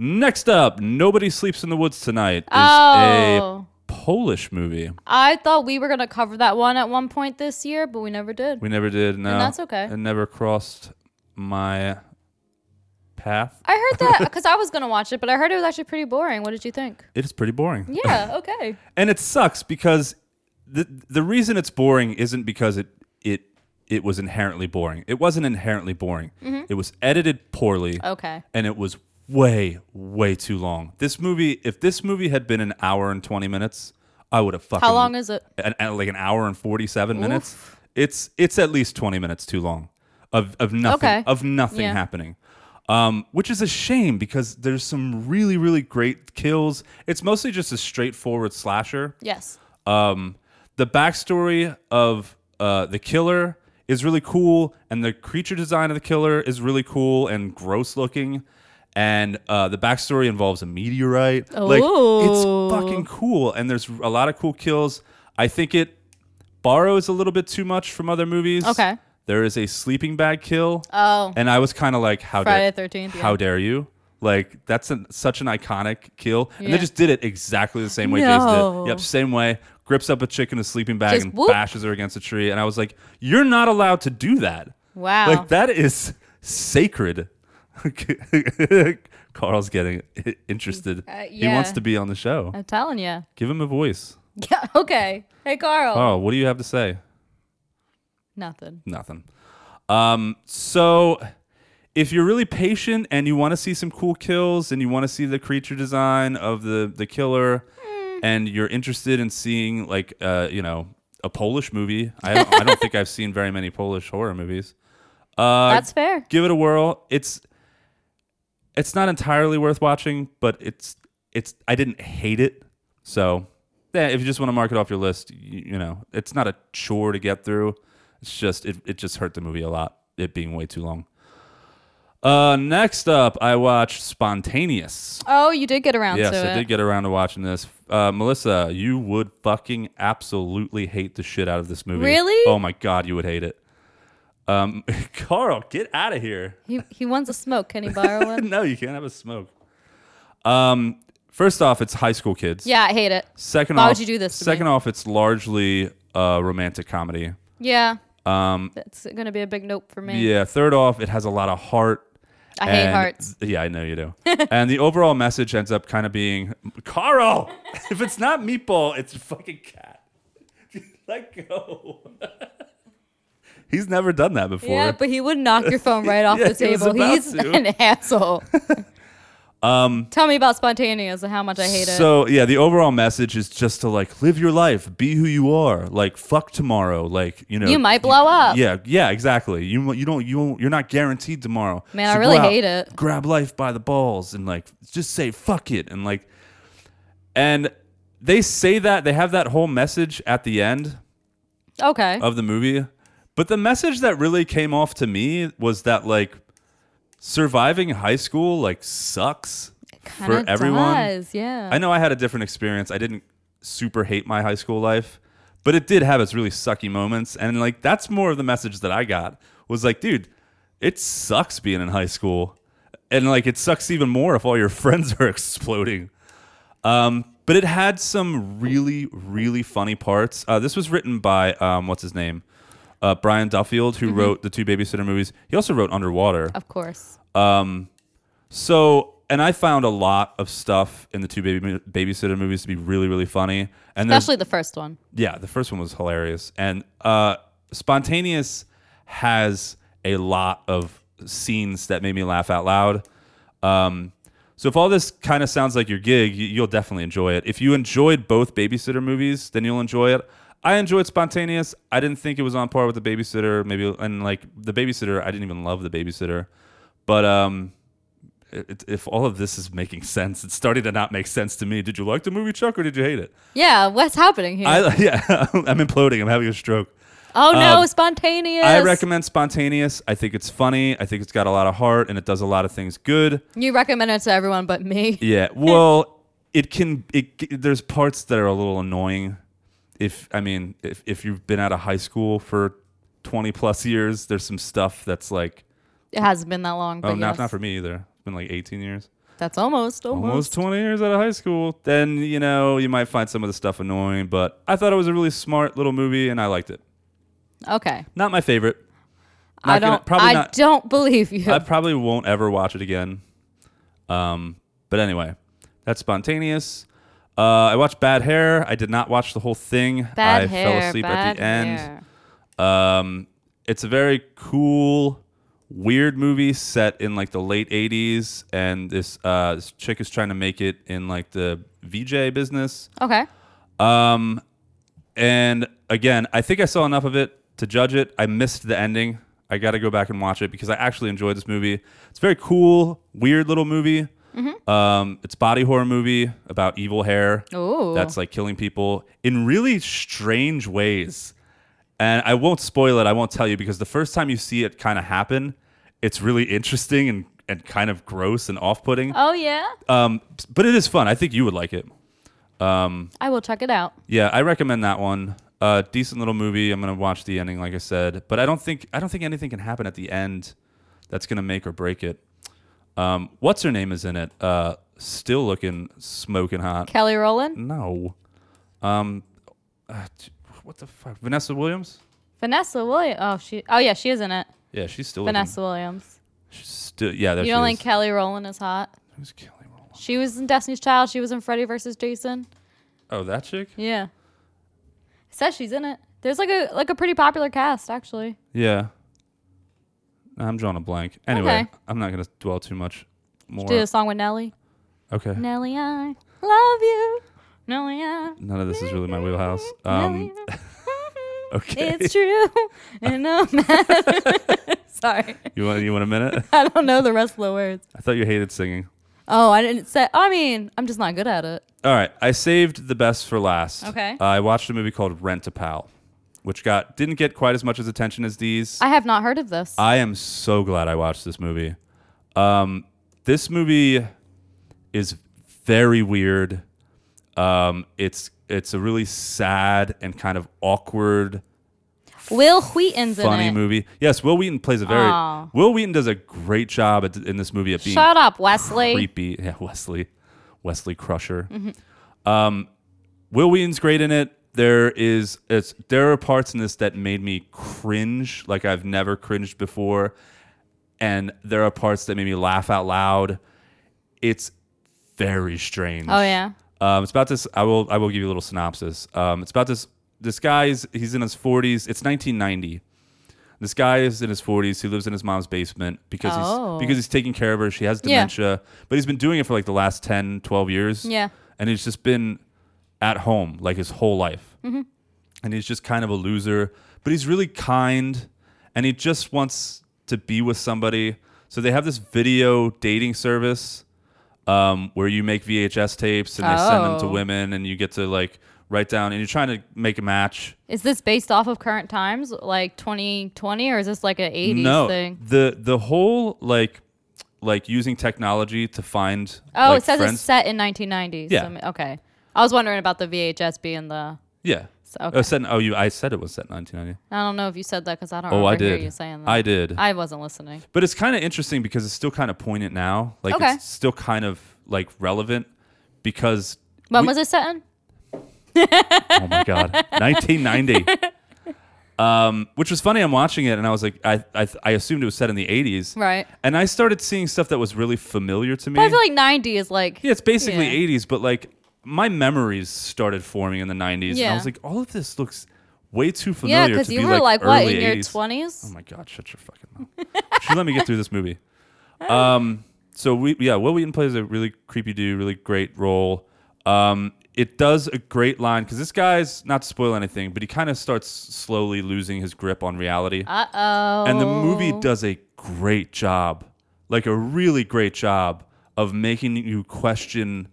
S1: Next up, Nobody Sleeps in the Woods Tonight is
S3: oh.
S1: a Polish movie.
S3: I thought we were going to cover that one at one point this year, but we never did.
S1: We never did. No,
S3: that's okay.
S1: It never crossed my path.
S3: I heard that because I was going to watch it, but I heard it was actually pretty boring. What did you think?
S1: It is pretty boring.
S3: Yeah, okay.
S1: and it sucks because the the reason it's boring isn't because it it it was inherently boring. It wasn't inherently boring.
S3: Mm-hmm.
S1: It was edited poorly.
S3: Okay.
S1: And it was way way too long. This movie, if this movie had been an hour and 20 minutes, I would have fucking
S3: How long is it?
S1: an, an- like an hour and 47 minutes. It's it's at least 20 minutes too long of of nothing
S3: Okay.
S1: of nothing
S3: Yeah.
S1: happening. Um, which is a shame because there's some really really great kills. It's mostly just a straightforward slasher.
S3: Yes.
S1: Um, the backstory of uh, the killer is really cool, and the creature design of the killer is really cool and gross looking. And uh, the backstory involves a meteorite. Like
S3: Ooh.
S1: it's fucking cool, and there's a lot of cool kills. I think it borrows a little bit too much from other movies.
S3: Okay.
S1: There is a sleeping bag kill.
S3: Oh.
S1: And I was kind of like, how
S3: Friday the
S1: dare
S3: 13th, yeah.
S1: How dare you? Like that's an, such an iconic kill, and
S3: Yeah.
S1: they just did it exactly the same way Jason
S3: No.
S1: did. Yep, same way. Grips up a chick in a sleeping bag
S3: Just
S1: and
S3: whoop.
S1: bashes her against a tree, and I was like, "You're not allowed to do that."
S3: Wow.
S1: Like that is sacred. Carl's getting i- interested.
S3: Uh,
S1: He wants
S3: yeah. Uh,
S1: to be on the show.
S3: I'm telling you.
S1: Give him a voice.
S3: Yeah, okay. Hey, Carl.
S1: Carl, what do you have to say?
S3: Nothing.
S1: Nothing. Um, so if you're really patient and you want to see some cool kills and you want to see the creature design of the the killer and you're interested in seeing like uh, you know a Polish movie, I don't, I don't think I've seen very many Polish horror movies. Uh,
S3: That's fair.
S1: Give it a whirl. It's it's not entirely worth watching, but it's it's I didn't hate it. So yeah, if you just want to mark it off your list, you, you know, it's not a chore to get through. It's just it, it just hurt the movie a lot, it being way too long. Uh next up I watched Spontaneous.
S3: Oh, you did get around
S1: Yes,
S3: to it.
S1: I did get around to watching this. Uh, Melissa, you would fucking absolutely hate the shit out of this movie.
S3: Really?
S1: Oh my god, you would hate it. Um, Carl, get out of here.
S3: he, he wants a smoke. Can he borrow one?
S1: no, you can't have a smoke. Um, first off, it's high school kids.
S3: yeah, I hate it.
S1: Second
S3: Why
S1: off,
S3: would you do this to me?
S1: second off, it's largely uh, romantic comedy.
S3: Yeah. Um, That's going to be a big nope for me.
S1: Yeah. Third off, it has a lot of heart.
S3: I hate
S1: and-
S3: hearts.
S1: Yeah, I know you do. and the overall message ends up kind of being Carl. if it's not meatball, it's a fucking cat. Let go. He's never done that before.
S3: Yeah, but he would knock your phone right off
S1: Yeah,
S3: the
S1: he was
S3: table.
S1: about
S3: He's
S1: to.
S3: an asshole. um, Tell me about spontaneous and how much I hate it.
S1: So yeah, the overall message is just to like live your life, be who you are, like fuck tomorrow, like you know.
S3: You might blow up.
S1: Yeah, yeah, exactly. You you don't you don't, you're not guaranteed tomorrow.
S3: Man, I
S1: go
S3: really
S1: out,
S3: hate it.
S1: Grab life by the balls and like just say fuck it and like, and they say that they have that whole message at the end
S3: Okay.
S1: of the movie. But the message that really came off to me was that like surviving high school like sucks
S3: Kinda
S1: for everyone.
S3: does, yeah.
S1: I know I had a different experience. I didn't super hate my high school life, but it did have its really sucky moments. And like that's more of the message that I got was like, dude, it sucks being in high school. And like it sucks even more if all your friends are exploding. Um, but it had some really, really funny parts. Uh, this was written by um, what's his name? Uh, Brian Duffield, who wrote the two babysitter movies. He also wrote Underwater.
S3: of course.
S1: So, and I found a lot of stuff in the two baby babysitter movies to be really, really funny. And there's-
S3: Especially the first one.
S1: yeah, the first one was hilarious. And uh, Spontaneous has a lot of scenes that made me laugh out loud. Um, so if all this kind of sounds like your gig, you, you'll definitely enjoy it. If you enjoyed both babysitter movies, then you'll enjoy it. I enjoyed Spontaneous. I didn't think it was on par with the babysitter. Maybe and like the babysitter, I didn't even love the babysitter. But um, it, if all of this is making sense, it's starting to not make sense to me. Did you like the movie Chuck or did you hate it?
S3: Yeah, what's happening here?
S1: I, yeah, I'm imploding. I'm having a stroke.
S3: Oh no,
S1: Um,
S3: spontaneous.
S1: I recommend Spontaneous. I think it's funny. I think it's got a lot of heart and it does a lot of things good.
S3: You recommend it to everyone but me.
S1: Yeah. Well, it can. It there's parts that are a little annoying. If I mean, if if you've been out of high school for twenty plus years, there's some stuff that's like,
S3: It hasn't been that long. But
S1: oh, not
S3: yes.
S1: not for me either. It's been like eighteen years,
S3: That's almost, almost.
S1: almost twenty years out of high school. Then you know you might find some of the stuff annoying, but I thought it was a really smart little movie and I liked it.
S3: Okay.
S1: Not my favorite. Not
S3: I
S1: gonna-
S3: don't.
S1: probably
S3: I
S1: not-
S3: don't believe you.
S1: I probably won't ever watch it again. Um, but anyway, that's spontaneous. Uh, I watched Bad Hair. I did not watch the whole thing.
S3: bad
S1: I
S3: hair.
S1: fell asleep
S3: bad
S1: at the end.
S3: hair.
S1: Um, it's a very cool, weird movie set in like the late '80s, and this uh, this chick is trying to make it in like the VJ business.
S3: Okay.
S1: Um, and again, I think I saw enough of it to judge it. I missed the ending. I got to go back and watch it because I actually enjoyed this movie. It's a very cool, weird little movie. Um, it's a body horror movie about evil hair
S3: Ooh.
S1: that's like killing people in really strange ways. And I won't spoil it. I won't tell you because the first time you see it kind of happen, it's really interesting and, and kind of gross and off putting.
S3: Oh yeah.
S1: Um, but it is fun. I think you would like it.
S3: I will check it out.
S1: Yeah, I recommend that one. Uh, decent little movie. I'm gonna watch the ending, like I said, but I don't think I don't think anything can happen at the end that's gonna make or break it. Um, what's her name is in it? Uh, still looking smoking hot.
S3: Kelly
S1: Mm.
S3: Rowland,
S1: No. Um, uh, t- what the fuck? Vanessa Williams?
S3: Vanessa Williams. Oh she. Oh yeah, she is in it.
S1: Yeah, she's still
S3: Vanessa Williams.
S1: Looking, she's still yeah. There
S3: You
S1: she
S3: don't
S1: is.
S3: think Kelly Rowland is hot?
S1: Who's Kelly Rowland?
S3: She was in Destiny's Child. She was in Freddy versus Jason.
S1: Oh, that chick?
S3: Yeah. It says she's in it. There's like a like a pretty popular cast actually.
S1: Yeah. I'm drawing a blank. Anyway,
S3: Okay.
S1: I'm not gonna dwell too much more.
S3: Did a song with Nelly.
S1: Okay.
S3: Nelly, I love you. Nelly, I.
S1: None of this is really my wheelhouse.
S3: Nelly,
S1: Um,
S3: I-
S1: okay.
S3: It's true. And no matter. Sorry.
S1: You want you want a minute?
S3: I don't know the rest of the words.
S1: I thought you hated singing.
S3: Oh, I didn't say. I mean, I'm just not good at it.
S1: All right, I saved the best for last.
S3: Okay.
S1: I watched a movie called Rent a Pal, which got didn't get quite as much as attention as these.
S3: I have not heard of this.
S1: I am so glad I watched this movie. Um, this movie is very weird. Um, it's it's a really sad and kind of awkward,
S3: Will Wheaton's
S1: funny
S3: in it.
S1: movie. Yes, Will Wheaton plays a very
S3: Aw.
S1: Will Wheaton does a great job at, in this movie at being
S3: Shut up, Wesley.
S1: creepy. Yeah, Wesley, Wesley Crusher. Um, Will Wheaton's great in it. There is it's there are parts in this that made me cringe like I've never cringed before, and there are parts that made me laugh out loud. It's very strange.
S3: Oh yeah.
S1: Um, it's about this. I will. I will give you a little synopsis. Um, it's about this. This guy's. He's in his forties. It's 1990. This guy is in his forties. He lives in his mom's basement because
S3: Oh.
S1: he's because he's taking care of her. She has
S3: Yeah.
S1: dementia, but he's been doing it for like the last 10, 12 years.
S3: Yeah.
S1: and he's just been at home like his whole life,
S3: Mm-hmm.
S1: and he's just kind of a loser. But he's really kind, and he just wants to be with somebody. So they have this video dating service um, where you make VHS tapes and they send them to
S3: Oh.
S1: women, and you get to like write down, and you're trying to make a match.
S3: Is this based off of current times, like 2020, or is this like an 80s
S1: no,
S3: thing?
S1: the the whole like like using technology to find
S3: Oh,
S1: like,
S3: it says
S1: friends.
S3: it's set in 1990.
S1: Yeah.
S3: So, I mean- okay. I was wondering about the VHS being the.
S1: yeah.
S3: okay.
S1: Oh, set, oh, you. I said it was set in 1990.
S3: I don't know if you said that because I don't
S1: Oh,
S3: remember
S1: I
S3: hear
S1: did.
S3: you saying that.
S1: I did.
S3: I wasn't listening.
S1: But it's kind of interesting because it's still kind of poignant now. Like
S3: Okay.
S1: it's still kind of like relevant because
S3: When
S1: we-
S3: was it set in?
S1: Oh my god, 1990. Um, which was funny. I'm watching it and I was like, I I, I assumed it was set in the 80s,
S3: Right.
S1: And I started seeing stuff that was really familiar to me.
S3: But I feel like 90 is like.
S1: yeah, it's basically
S3: Yeah.
S1: 80s, but like my memories started forming in the 90s. And I
S3: Yeah.
S1: was like, all of this looks way too familiar.
S3: Yeah, because
S1: to
S3: you
S1: be
S3: were like, what,
S1: early
S3: in your
S1: 80s.
S3: 20s?
S1: Oh my god, shut your fucking mouth. Should let me get through this movie. Um, so we yeah, Will Wheaton plays a really creepy dude, really great role. Um, it does a great line because this guy's not to spoil anything, but he kind of starts slowly losing his grip on reality,
S3: Uh oh.
S1: and the movie does a great job, like a really great job of making you question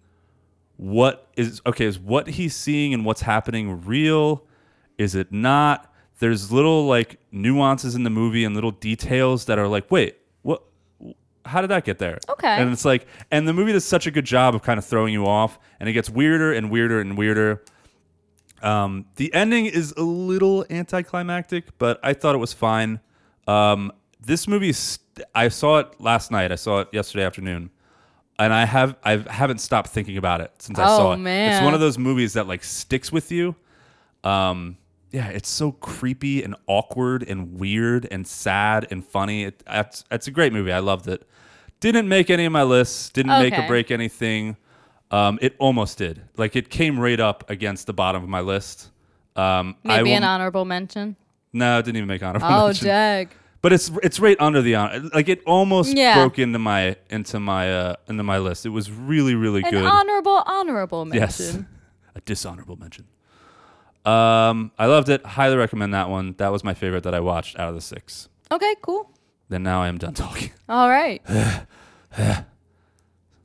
S1: what is okay is what he's seeing and what's happening real is it not there's little like nuances in the movie and little details that are like, wait, what? How did that get there?
S3: Okay.
S1: And it's like, and the movie does such a good job of kind of throwing you off, and it gets weirder and weirder and weirder. Um, the ending is a little anticlimactic, but I thought it was fine. Um, this movie, is st- I saw it last night. I saw it yesterday afternoon, and I have I haven't stopped thinking about it since I
S3: Oh,
S1: saw it. It's
S3: man.
S1: one of those movies that like sticks with you. Um, yeah, it's so creepy and awkward and weird and sad and funny. It, it's, it's a great movie. I loved it. Didn't make any of my lists. Didn't make or
S3: Okay.
S1: break anything. Um, it almost did. Like it came right up against the bottom of my list. Um, I
S3: Maybe
S1: will-
S3: an honorable mention.
S1: No, it didn't even make honorable
S3: Oh,
S1: mention.
S3: Jack.
S1: But it's it's right under the honor. Like it almost
S3: Yeah.
S1: broke into my into my uh, into my list. It was really really
S3: An
S1: good.
S3: honorable, honorable
S1: Yes.
S3: mention.
S1: A dishonorable mention. Um, I loved it. Highly recommend that one. That was my favorite that I watched out of the six.
S3: Okay, cool.
S1: Then now I am done talking.
S3: All right.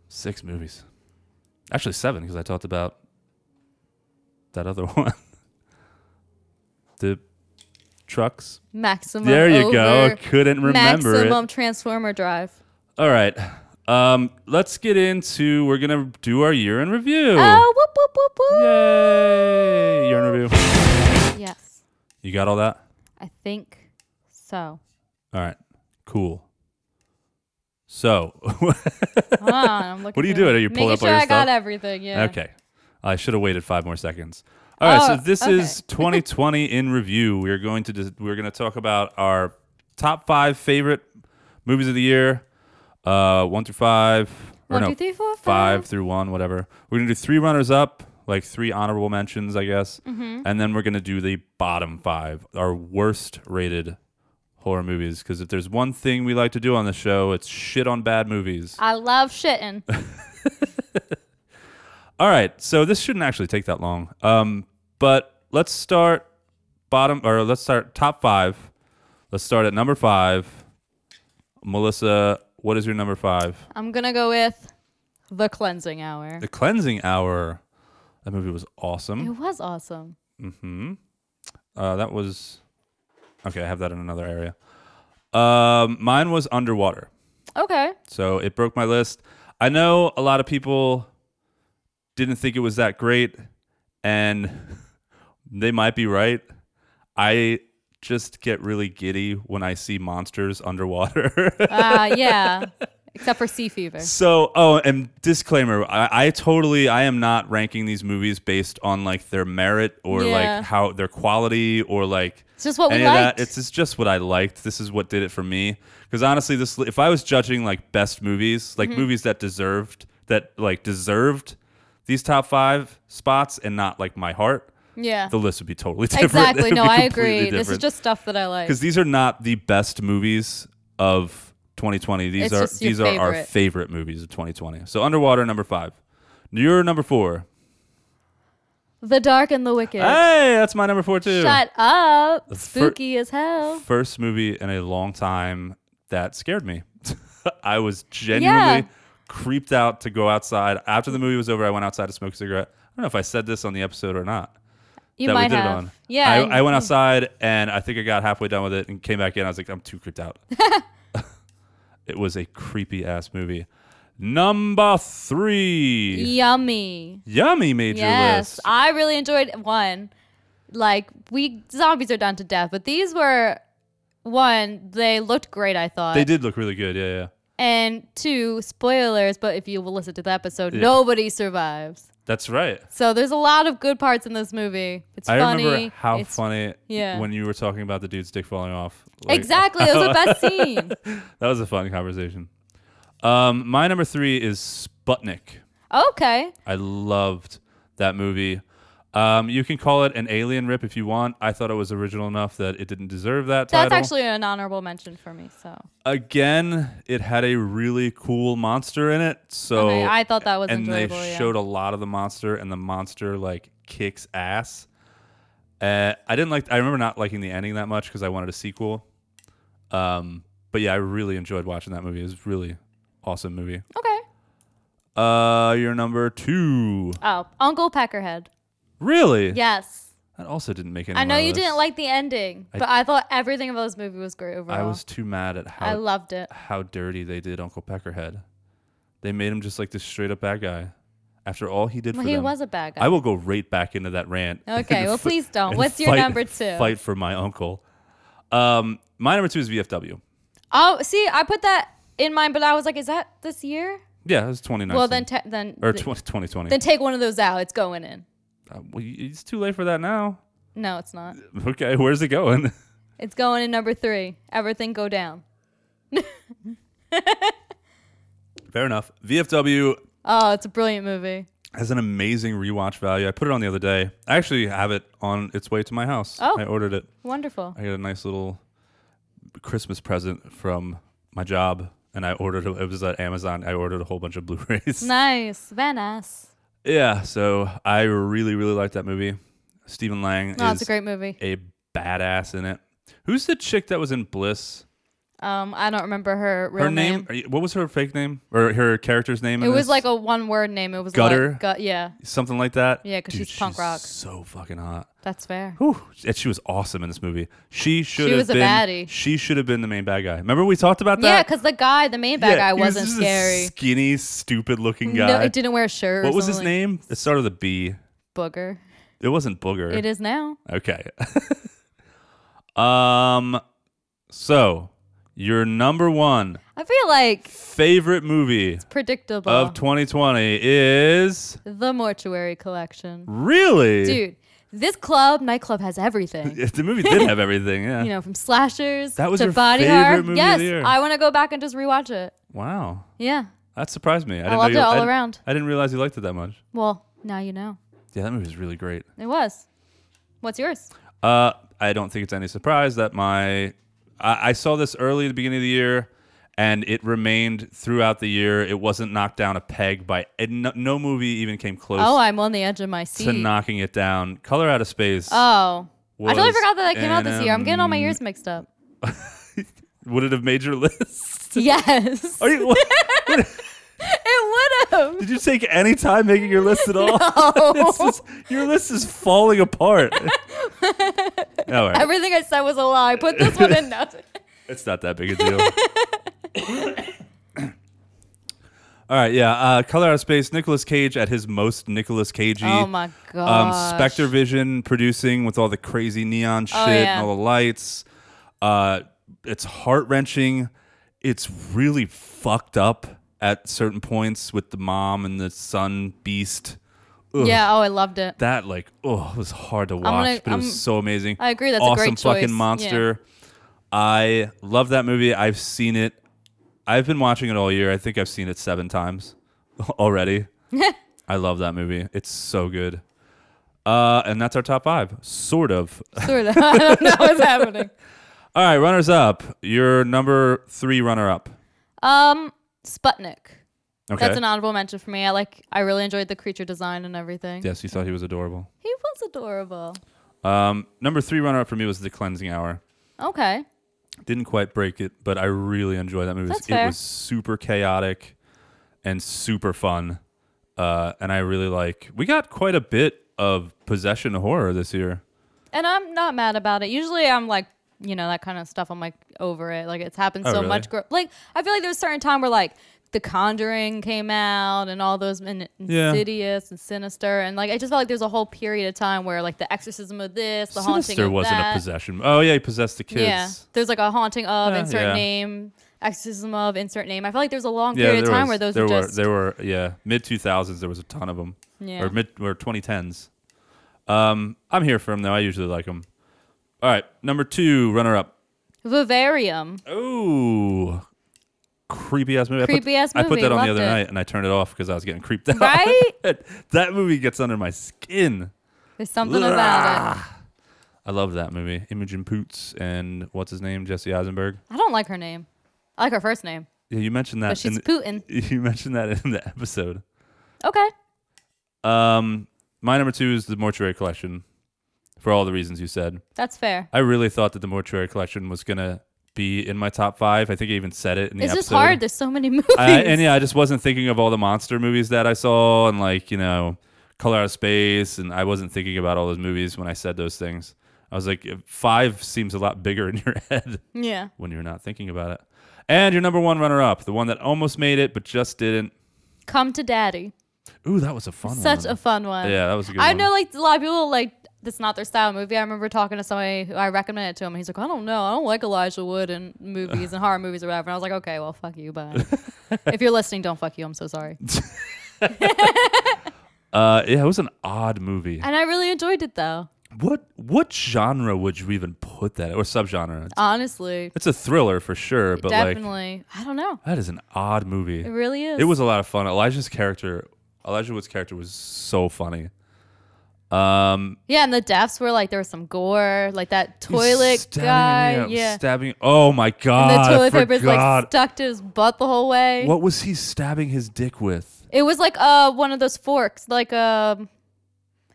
S1: Six movies. Actually, seven, because I talked about that other one. the trucks.
S3: Maximum.
S1: There you go.
S3: over.
S1: Couldn't remember it.
S3: Maximum Transformer Drive.
S1: All right. Um, let's get into. We're gonna do our year in review.
S3: Oh, whoop, whoop, whoop, whoop.
S1: Yay! Year in review.
S3: Yes.
S1: You got all that?
S3: I think so.
S1: All right. Cool. So,
S3: Hold on, I'm looking
S1: What are you
S3: through-
S1: doing? Are you
S3: making
S1: pulling up all
S3: sure
S1: your
S3: I got
S1: stuff?
S3: everything. Yeah.
S1: okay. I should have waited five more seconds. All right.
S3: Oh,
S1: so this
S3: okay.
S1: is 2020 in review. We are going to dis- we're going to talk about our top five favorite movies of the year, uh, one through five. or
S3: One,
S1: no,
S3: two, three, four,
S1: five
S3: five.
S1: through one, whatever. We're gonna do three runners up, like three honorable mentions, I guess, and then we're gonna do the bottom five, our worst rated horror movies. Because if there's one thing we like to do on the show, it's shit on bad movies.
S3: I love shitting.
S1: All right, so this shouldn't actually take that long. Um, but let's start bottom, or let's start top five. Let's start at number five. Melissa, what is your number five?
S3: I'm gonna go with the cleansing hour.
S1: The Cleansing Hour. That movie was awesome.
S3: It was awesome.
S1: Uh, that was okay. I have that in another area. Um, mine was underwater,
S3: Okay.
S1: so it broke my list. I know a lot of people didn't think it was that great, and they might be right. I just get really giddy when I see monsters underwater.
S3: Uh, yeah. Except for sea fever.
S1: So, oh, and disclaimer: I, I totally, I am not ranking these movies based on like their merit or
S3: Yeah.
S1: like how their quality or like
S3: It's just what we
S1: any of that.
S3: liked.
S1: It's it's just what I liked. This is what did it for me. Because honestly, this if I was judging like best movies, like
S3: Mm-hmm.
S1: movies that deserved that like deserved these top five spots and not like my heart,
S3: Yeah.
S1: the list would be totally different.
S3: Exactly.
S1: It would
S3: No,
S1: be
S3: I
S1: completely
S3: agree. This is
S1: different
S3: just stuff that I like.
S1: because these are not the best movies of 2020. These
S3: It's
S1: are
S3: just your
S1: these are our
S3: favorite.
S1: favorite movies of 2020. So Underwater number five, you're number four.
S3: The Dark and the Wicked.
S1: Hey, that's my number four Ah, too.
S3: Shut up.
S1: fir-
S3: Spooky as hell.
S1: First movie in a long time that scared me. I was genuinely
S3: Yeah.
S1: creeped out to go outside. After the movie was over, I went outside to smoke a cigarette. I don't know if I said this on the episode or not.
S3: You
S1: that
S3: might
S1: we did
S3: have.
S1: it on.
S3: Yeah.
S1: I, I went outside and I think I got halfway done with it and came back in. I was like, I'm too creeped out. it was a creepy ass movie. Number three,
S3: Yummy.
S1: yummy major
S3: Yes.
S1: list.
S3: I really enjoyed one. Like we zombies are done to death, but these were one, they looked great, I thought.
S1: they did look really good. Yeah, yeah.
S3: And two, spoilers, but if you will listen to the episode, nobody survives.
S1: That's right.
S3: So there's a lot of good parts in this movie. It's
S1: I
S3: funny.
S1: remember how
S3: it's-
S1: funny
S3: yeah.
S1: when you were talking about the dude's dick falling off. Like,
S3: Exactly. It was the best scene.
S1: That was a fun conversation. Um, my number three is Sputnik.
S3: Okay.
S1: I loved that movie. Um, you can call it an alien rip if you want. I thought it was original enough that it didn't deserve that title.
S3: That's actually an honorable mention for me. So
S1: again, it had a really cool monster in it. So
S3: Okay, I thought that was
S1: and
S3: enjoyable.
S1: they
S3: yeah.
S1: showed a lot of the monster, and the monster like kicks ass. Uh, I didn't like. I remember not liking the ending that much because I wanted a sequel. Um, but yeah, I really enjoyed watching that movie. It was a really awesome movie.
S3: okay.
S1: Uh, your number two,
S3: Oh, Uncle Peckerhead.
S1: really?
S3: Yes.
S1: That also didn't make any.
S3: I know
S1: of my
S3: you
S1: list.
S3: didn't like the ending, but I thought everything about this movie was great overall.
S1: I was too mad at how
S3: I loved it.
S1: how dirty they did Uncle Peckerhead. They made him just like this straight up bad guy. After all he did
S3: Well,
S1: for
S3: he
S1: them.
S3: was a bad guy.
S1: I will go right back into that rant. and
S3: Okay, well,
S1: fi-
S3: please don't.
S1: and
S3: What's your
S1: fight-
S3: number two?
S1: Fight for my uncle. Um, my number two is VFW.
S3: Oh, see, I put that in mind, but I was like, is that this year?
S1: Yeah, it was 2019.
S3: Well, then, te- then,
S1: or
S3: th-
S1: 20, 2020.
S3: then take one of those out. It's going in.
S1: Uh, well, y- it's too late for that now.
S3: No, it's not.
S1: Okay, where's it going?
S3: It's going in number three. Everything go down.
S1: Fair enough. VFW
S3: Oh, it's a brilliant movie.
S1: has an amazing rewatch value. I put it on the other day. I actually have it on its way to my house.
S3: Oh.
S1: I ordered it.
S3: Wonderful.
S1: I got a nice little Christmas present from my job, and I ordered it was at Amazon. I ordered a whole bunch of Blu-rays.
S3: Nice. Venice.
S1: Yeah, so I really really like that movie. Stephen Lang
S3: No,
S1: is
S3: it's Oh, a great movie.
S1: a badass in it. Who's the chick that was in Bliss?
S3: Um, I don't remember her real
S1: her name? are you- What was her fake name or her character's name?
S3: It
S1: in
S3: was
S1: this?
S3: like a one word name. It was
S1: Gutter?
S3: Like, gut, yeah,
S1: something like that.
S3: Yeah, 'cause
S1: Dude,
S3: she's punk rock.
S1: So fucking hot.
S3: that's fair.
S1: Whew. And she was awesome in this movie. She should have
S3: was a
S1: been.
S3: baddie.
S1: She should have been the main bad guy. Remember we talked about
S3: Yeah,
S1: that?
S3: because the guy, the main bad
S1: he
S3: guy,
S1: was
S3: wasn't
S1: just a
S3: scary.
S1: skinny, stupid looking guy.
S3: No, it didn't wear a shirt. or
S1: what was his
S3: something
S1: name? It started with a B.
S3: like Booger.
S1: It wasn't Booger.
S3: It is now.
S1: Okay. um. So your number one
S3: I feel like
S1: favorite movie
S3: predictable.
S1: of 2020 is
S3: the mortuary collection.
S1: really
S3: Dude, this club, nightclub has everything.
S1: The movie did have everything. Yeah.
S3: You know, from slashers
S1: That was
S3: to
S1: your
S3: body
S1: favorite
S3: horror.
S1: movie of
S3: yes,
S1: the year.
S3: I want to go back and just rewatch it.
S1: wow.
S3: Yeah.
S1: That surprised me. I, didn't
S3: loved
S1: know you,
S3: it all
S1: I,
S3: around.
S1: I didn't realize you liked it that much.
S3: Well, now you know.
S1: Yeah, that movie was really great.
S3: It was. What's yours?
S1: Uh, I don't think it's any surprise that my I, I saw this early at the beginning of the year, and it remained throughout the year. It wasn't knocked down a peg by and no, no movie even came close
S3: Oh, I'm on the edge of my seat.
S1: to knocking it down. Color Out of Space
S3: Oh. I totally
S1: was
S3: forgot that that came out this
S1: an
S3: year. I'm getting all my years mixed up.
S1: would it have made your list?
S3: Yes.
S1: Are you, what,
S3: it would have.
S1: did you take any time making your list at all? This is- your list is falling apart. all right,
S3: Everything I said was a lie. Put this one in now.
S1: It's not that big a deal. All right, yeah. Uh, Color Out of Space, Nicolas Cage at his most Nicolas Cagey.
S3: Oh my
S1: Um,
S3: god.
S1: Spectre Vision producing with all the crazy neon shit
S3: Oh, yeah.
S1: and all the lights. Uh, it's heart wrenching. It's really fucked up at certain points with the mom and the son beast. Ugh,
S3: Yeah, oh I loved it.
S1: That like, oh, it was hard to watch,
S3: gonna-
S1: but it
S3: I'm-
S1: was so amazing.
S3: I agree, that's a
S1: awesome
S3: great choice,
S1: fucking
S3: yeah.
S1: monster. I love that movie. I've seen it. I've been watching it all year. I think I've seen it seven times already. I love that movie. It's so good. Uh, and that's our top five, sort of.
S3: Sort of. I don't know what's happening.
S1: All right, runners up. Your number three runner up.
S3: Um Sputnik.
S1: Okay.
S3: That's an honorable mention for me. I like I really enjoyed the creature design and everything.
S1: yes, you thought he was adorable.
S3: He was adorable.
S1: Um, number three runner up for me was The Cleansing Hour.
S3: Okay.
S1: Didn't quite break it, but I really enjoyed that movie.
S3: That's
S1: it
S3: fair.
S1: was super chaotic and super fun. Uh, and I really like. We got quite a bit of possession horror this year.
S3: And I'm not mad about it. Usually I'm like, you know, that kind of stuff. I'm like over it. Like it's happened
S1: Oh,
S3: so
S1: really?
S3: much. Gr- like I feel like there was a certain time where like The Conjuring came out and all those and
S1: Yeah.
S3: Insidious and Sinister and like I just felt like there's a whole period of time where like the exorcism of this, the haunting
S1: Sinister
S3: of
S1: wasn't
S3: that.
S1: a possession. Oh yeah, he possessed the kids.
S3: Yeah. There's like a haunting of
S1: Uh,
S3: insert
S1: yeah.
S3: name, exorcism of insert name. I feel like there's a long
S1: yeah,
S3: period of
S1: there was-
S3: time where those
S1: there
S3: were
S1: were
S3: just
S1: there were yeah mid two thousands there was a ton of them
S3: Yeah.
S1: or mid or twenty tens. Um, I'm here for them though. I usually like them. All right, number two runner up.
S3: Vivarium.
S1: Oh, creepy ass movie.
S3: Creepy
S1: I
S3: ass
S1: put, I put
S3: movie,
S1: that on the
S3: loved
S1: other
S3: it.
S1: night and I turned it off because I was getting creeped out.
S3: Right?
S1: that movie gets under my skin.
S3: There's something about it.
S1: I love that movie. Imogen Poots and what's his name, Jesse Eisenberg.
S3: I don't like her name. I like her first name,
S1: Yeah, you mentioned that.
S3: but she's
S1: in
S3: Putin.
S1: you mentioned that in the episode.
S3: Okay.
S1: Um, my number two is the Mortuary Collection, for all the reasons you said.
S3: That's fair.
S1: I really thought that the Mortuary Collection was gonna be in my top five. I think I even said it in the
S3: It's just
S1: episode. Uh,
S3: hard. There's so many movies.
S1: I, and yeah, I just wasn't thinking of all the monster movies that I saw and like you know Color Out of Space, and I wasn't thinking about all those movies when I said those things. I was like, five seems a lot bigger in your head
S3: Yeah.
S1: when you're not thinking about it. And your number one runner up, the one that almost made it but just didn't.
S3: Come to Daddy.
S1: Ooh, that was a fun one.
S3: Such a fun one.
S1: Yeah, that was a good
S3: I
S1: one.
S3: know, like a lot of people like that's not their style of movie. I remember talking to somebody who I recommended to him, and he's like, "I don't know, I don't like Elijah Wood and movies and horror movies or whatever." And I was like, "Okay, well, fuck you, bye." if you're listening, don't fuck you. I'm so sorry.
S1: Uh, yeah, it was an odd movie.
S3: And I really enjoyed it though.
S1: What what genre would you even put that or subgenre? It's,
S3: Honestly,
S1: it's a thriller for sure, but like
S3: definitely. I don't know.
S1: that is an odd movie.
S3: It really is.
S1: It was a lot of fun. Elijah's character, Elijah Wood's character, was so funny. Um,
S3: Yeah, and the deaths were like there was some gore, like that
S1: he's
S3: toilet
S1: stabbing,
S3: guy. Yeah.
S1: stabbing. Oh my
S3: And
S1: god!
S3: the toilet
S1: I
S3: paper's
S1: forgot.
S3: like stuck to his butt the whole way.
S1: what was he stabbing his dick with?
S3: It was like uh one of those forks, like um,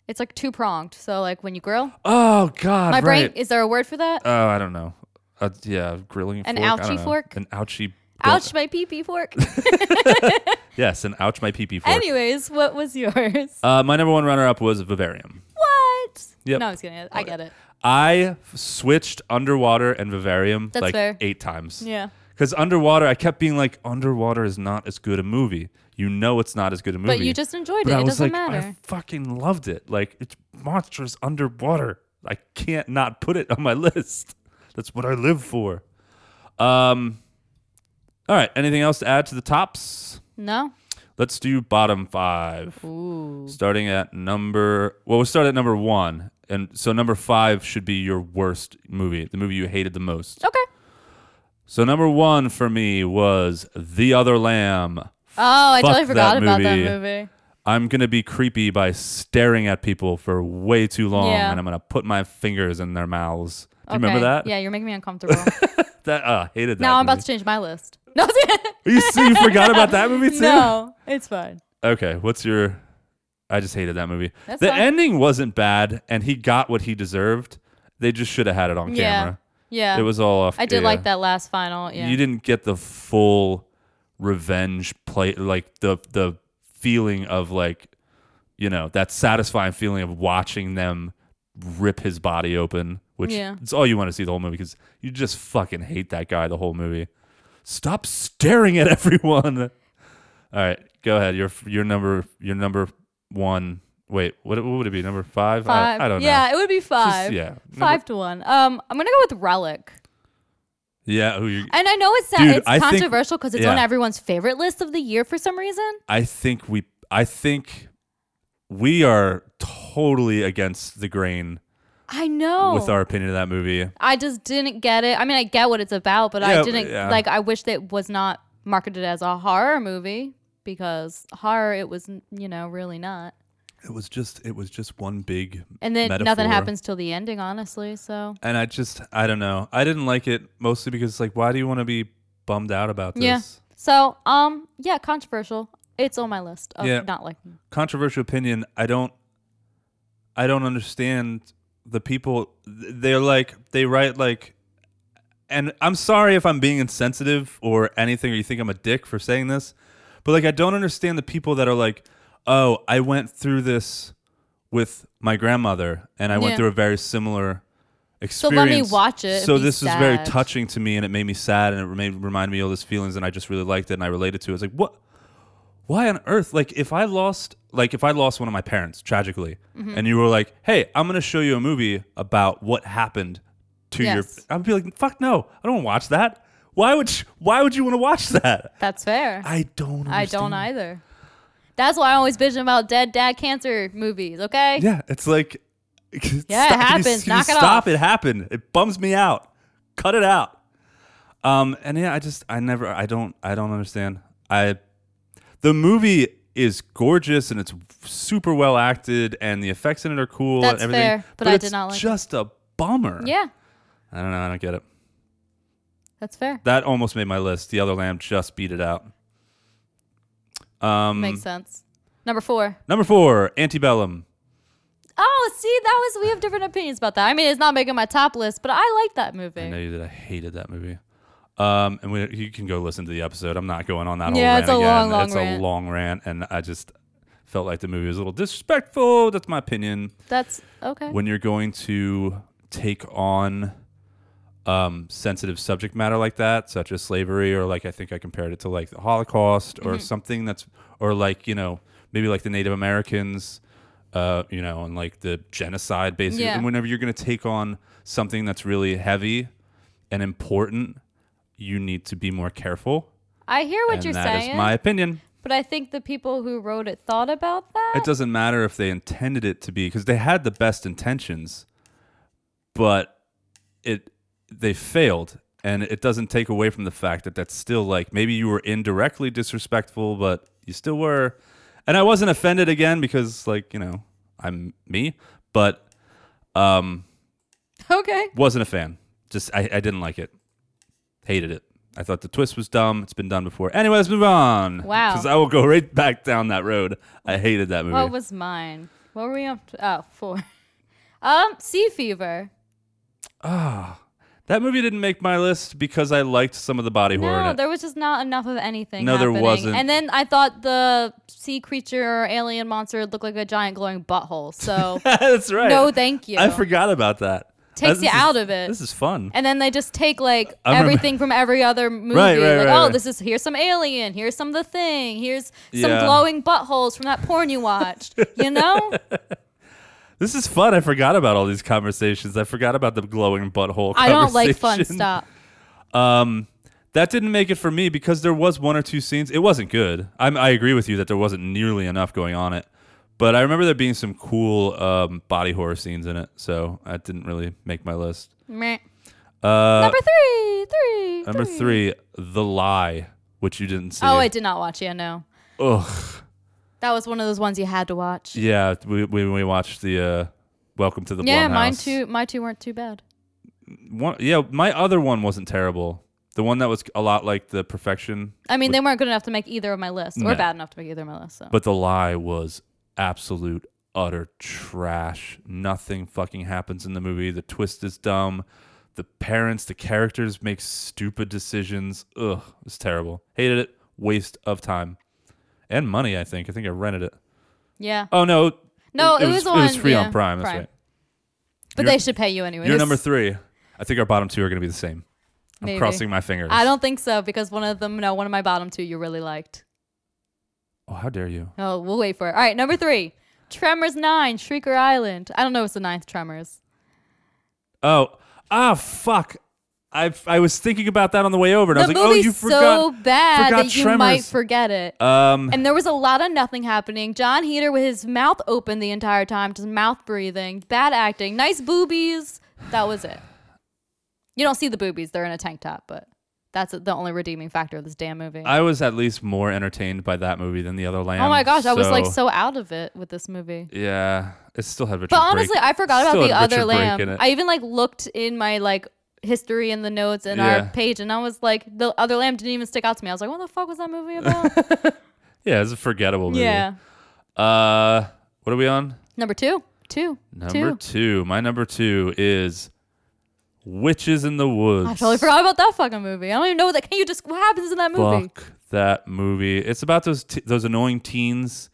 S3: it's like two pronged. So like when you grill,
S1: Oh god!
S3: my brain
S1: right.
S3: is there a word for that?
S1: Oh, I don't know. Uh, yeah, grilling
S3: An
S1: fork. I
S3: ouchie
S1: don't know.
S3: fork?
S1: An ouchie.
S3: Ouch, my pee pee fork.
S1: Yes, an ouch my pee pee fork.
S3: Anyways, what was yours?
S1: Uh, my number one runner up was Vivarium.
S3: What?
S1: Yep.
S3: No, I was kidding. I get it.
S1: I f- switched Underwater and Vivarium
S3: That's
S1: like
S3: fair.
S1: eight times.
S3: Yeah.
S1: Because Underwater, I kept being like, Underwater is not as good a movie. You know it's not as good a movie.
S3: But you just enjoyed
S1: But
S3: it.
S1: I
S3: It
S1: was
S3: doesn't
S1: like,
S3: matter.
S1: I fucking loved it. Like, it's monsters underwater. I can't not put it on my list. That's what I live for. Um, all right. Anything else to add to the tops?
S3: No.
S1: Let's do bottom five.
S3: Ooh.
S1: Starting at number well, we'll start at number one. And so number five should be your worst movie, the movie you hated the most.
S3: Okay.
S1: So number one for me was The Other Lamb.
S3: Oh, I
S1: Fuck
S3: totally forgot
S1: that
S3: about that
S1: movie.
S3: movie.
S1: I'm gonna be creepy by staring at people for way too long
S3: Yeah.
S1: and I'm gonna put my fingers in their mouths. Do you remember
S3: Okay.
S1: that?
S3: Yeah, you're making me uncomfortable.
S1: That uh hated that.
S3: now I'm about
S1: movie.
S3: to change my list. No, it's-
S1: you, see, you forgot about that movie too?
S3: no, it's fine.
S1: Okay, what's your? I just hated that movie.
S3: That's
S1: the
S3: fine.
S1: ending wasn't bad, and he got what he deserved. They just should have had it on camera.
S3: Yeah. Yeah.
S1: It was all off.
S3: I did
S1: yeah.
S3: like that last final. Yeah.
S1: You didn't get the full revenge play, like the the feeling of like, you know, that satisfying feeling of watching them rip his body open, which
S3: Yeah.
S1: it's all you want to see the whole movie because you just fucking hate that guy the whole movie. Stop staring at everyone. All right, go ahead. Your your number your number one. Wait, what, what would it be? Number five?
S3: Five.
S1: uh, I, I don't
S3: yeah,
S1: know.
S3: it would be five.
S1: yeah.
S3: Five to one. Um, I'm gonna go with Relic.
S1: Yeah, who you,
S3: And I know it's sad.
S1: Dude,
S3: it's
S1: I think-
S3: controversial because it's on
S1: yeah.
S3: everyone's favorite list of the year for some reason.
S1: I think we I think we are totally against the grain
S3: I know.
S1: with our opinion of that movie.
S3: I just didn't get it. I mean, I get what it's about, but
S1: Yeah,
S3: I didn't
S1: yeah.
S3: like. I wish that it was not marketed as a horror movie because horror it was, you know, really not.
S1: It was just it was just one big
S3: And then
S1: metaphor.
S3: nothing happens till the ending, honestly. So
S1: And I just I don't know. I didn't like it mostly because it's like why do you want to be bummed out about this?
S3: yeah. So um, yeah, controversial. It's on my list of
S1: Yeah.
S3: not liking.
S1: Controversial opinion, I don't I don't understand the people they're like they write like and I'm sorry if I'm being insensitive or anything, or you think I'm a dick for saying this, but like I don't understand the people that are like, oh, I went through this with my grandmother, and I went
S3: Yeah.
S1: through a very similar
S3: let me
S1: experience.
S3: watch it and
S1: So
S3: be
S1: this was very
S3: sad."
S1: touching to me, and it made me sad, and it made reminded me of all those feelings, and I just really liked it, and I related to it. It's like what. Why on earth? Like, if I lost, like, if I lost one of my parents tragically,
S3: Mm-hmm.
S1: and you were like, "Hey, I'm gonna show you a movie about what happened to your,"
S3: Yes.
S1: I'd be like, "Fuck no, I don't want to watch that. Why would you, why would you want to watch that?
S3: That's fair.
S1: I don't. Understand.
S3: I don't either. That's why I always bitching about dead dad cancer movies. Okay.
S1: Yeah, it's like
S3: Yeah, it happens. Knock it
S1: stop.
S3: off.
S1: It happened. It bums me out. Cut it out. Um, and yeah, I just I never I don't I don't understand. I the movie is gorgeous and it's super well acted and the effects in it are cool and
S3: That's
S1: everything.
S3: fair, but I did
S1: it's
S3: not like it.
S1: just a bummer.
S3: Yeah,
S1: I don't know. I don't get it.
S3: that's fair.
S1: That almost made my list. The other lamb just beat it out. Um,
S3: Makes sense. Number four.
S1: number four, Antebellum.
S3: Oh, see, that was we have different opinions about that. I mean, it's not making my top list, but I like that
S1: I know
S3: movie.
S1: you did. I hated that movie. Um, and we, you can go listen to the episode. I'm not going on that whole
S3: Yeah,
S1: rant
S3: it's a
S1: again.
S3: long, long
S1: it's
S3: rant.
S1: a long rant, and I just felt like the movie was a little disrespectful. That's my opinion.
S3: That's okay.
S1: When you're going to take on um, sensitive subject matter like that, such as slavery, or like I think I compared it to like the Holocaust
S3: Mm-hmm.
S1: or something that's, or like, you know, maybe like the Native Americans, uh, you know, and like the genocide basically.
S3: Yeah.
S1: And whenever you're going to take on something that's really heavy and important, you need to be more careful.
S3: I hear what
S1: and
S3: you're
S1: that is
S3: saying,
S1: my opinion.
S3: but I think the people who wrote it thought about that.
S1: It doesn't matter if they intended it to be because they had the best intentions, but it they failed, and it doesn't take away from the fact that that's still like maybe you were indirectly disrespectful, but you still were. And I wasn't offended again because like you know I'm me, but um
S3: okay.
S1: wasn't a fan. Just I, I didn't like it, hated it. I thought the twist was dumb. It's been done before. Anyway, let's move on.
S3: Wow.
S1: Because I will go right back down that road. I hated that movie.
S3: What was mine? What were we up to? Oh, four. Um, Sea Fever.
S1: That movie didn't make my list because I liked some of the body horror.
S3: No,
S1: in it.
S3: there was just not enough of anything.
S1: No, there
S3: happening.
S1: wasn't.
S3: And then I thought the sea creature or alien monster looked like a giant glowing butthole. So,
S1: That's right.
S3: No, thank you.
S1: I forgot about that.
S3: Takes
S1: This
S3: you
S1: is-
S3: out of it.
S1: This is fun.
S3: and then they just take like
S1: I remember-
S3: everything from every other movie.
S1: Right, right,
S3: like,
S1: right,
S3: oh,
S1: right.
S3: this is here's some alien, here's some the thing, here's some
S1: Yeah.
S3: glowing buttholes from that porn you watched. you know?
S1: This is fun. I forgot about all these conversations. I forgot about the glowing butthole.
S3: I don't like fun
S1: conversation.
S3: stuff.
S1: That didn't make it for me because there was one or two scenes. It wasn't good. I'm, I agree with you that there wasn't nearly enough going on it. But I remember there being some cool um, body horror scenes in it, so that didn't really make my list.
S3: Meh.
S1: Uh,
S3: number three, three,
S1: number three, The Lie, which you didn't see.
S3: Hmm. Oh, I did not watch. Yeah, no.
S1: Ugh.
S3: That was one of those ones you had to watch.
S1: Yeah, we we, we watched the uh, Welcome to the
S3: Yeah,
S1: Blumhouse.
S3: mine too. My two weren't too bad.
S1: One, yeah, my other one wasn't terrible. The one that was a lot like the Perfection,
S3: I mean, they weren't good enough to make either of my lists, or
S1: No.
S3: bad enough to make either of my lists. So.
S1: but the lie was absolute utter trash. Nothing fucking happens in the movie. The twist is dumb. The parents, the characters make stupid decisions. Ugh, it's terrible. Hated it. Waste of time and money. I think. I think I rented it.
S3: yeah,
S1: Oh no.
S3: No, it was
S1: it
S3: on-
S1: was free
S3: yeah,
S1: on Prime. That's
S3: Prime.
S1: right.
S3: but
S1: you're-
S3: they should pay you anyway.
S1: You're number three. I think our bottom two are going to be the same. I'm
S3: Maybe.
S1: crossing my fingers.
S3: I don't think so because one of them, no, one of my bottom two, you really liked.
S1: Oh, how dare you?
S3: Oh, we'll wait for it. All right, number three, Tremors Nine, Shrieker Island. I don't know. if It's the ninth Tremors.
S1: Oh, ah, fuck. I I was thinking about that on the way over, and I
S3: The
S1: was like, oh,
S3: movie's
S1: you
S3: so
S1: forgot.
S3: bad
S1: forgot
S3: that you might
S1: Tremors.
S3: forget it.
S1: um,
S3: and there was a lot of nothing happening. John Heater with his mouth open the entire time, just mouth breathing, bad acting, nice boobies. That was it. You don't see the boobies; they're in a tank top, but that's the only redeeming factor of this damn movie.
S1: I was at least more entertained by that movie than the other lamb.
S3: oh my gosh, I was like so out of it with this movie.
S1: Yeah, it still had Richard.
S3: But honestly,
S1: Brake-
S3: I forgot
S1: still
S3: about the
S1: had
S3: other
S1: Richard Brake in
S3: lamb.
S1: it.
S3: I even like looked in my like history and the notes in
S1: Yeah.
S3: our page, and I was like, the other lamb didn't even stick out to me. I was like, what the fuck was that movie about?
S1: yeah, it's a forgettable movie.
S3: yeah,
S1: Uh, what are we on?
S3: number two, two,
S1: Number
S3: two.
S1: two. My number two is Witches in the Woods.
S3: I totally forgot about that fucking movie. I don't even know what that. Can you just what happens in that movie?
S1: Fuck that movie. It's about those t- those annoying teens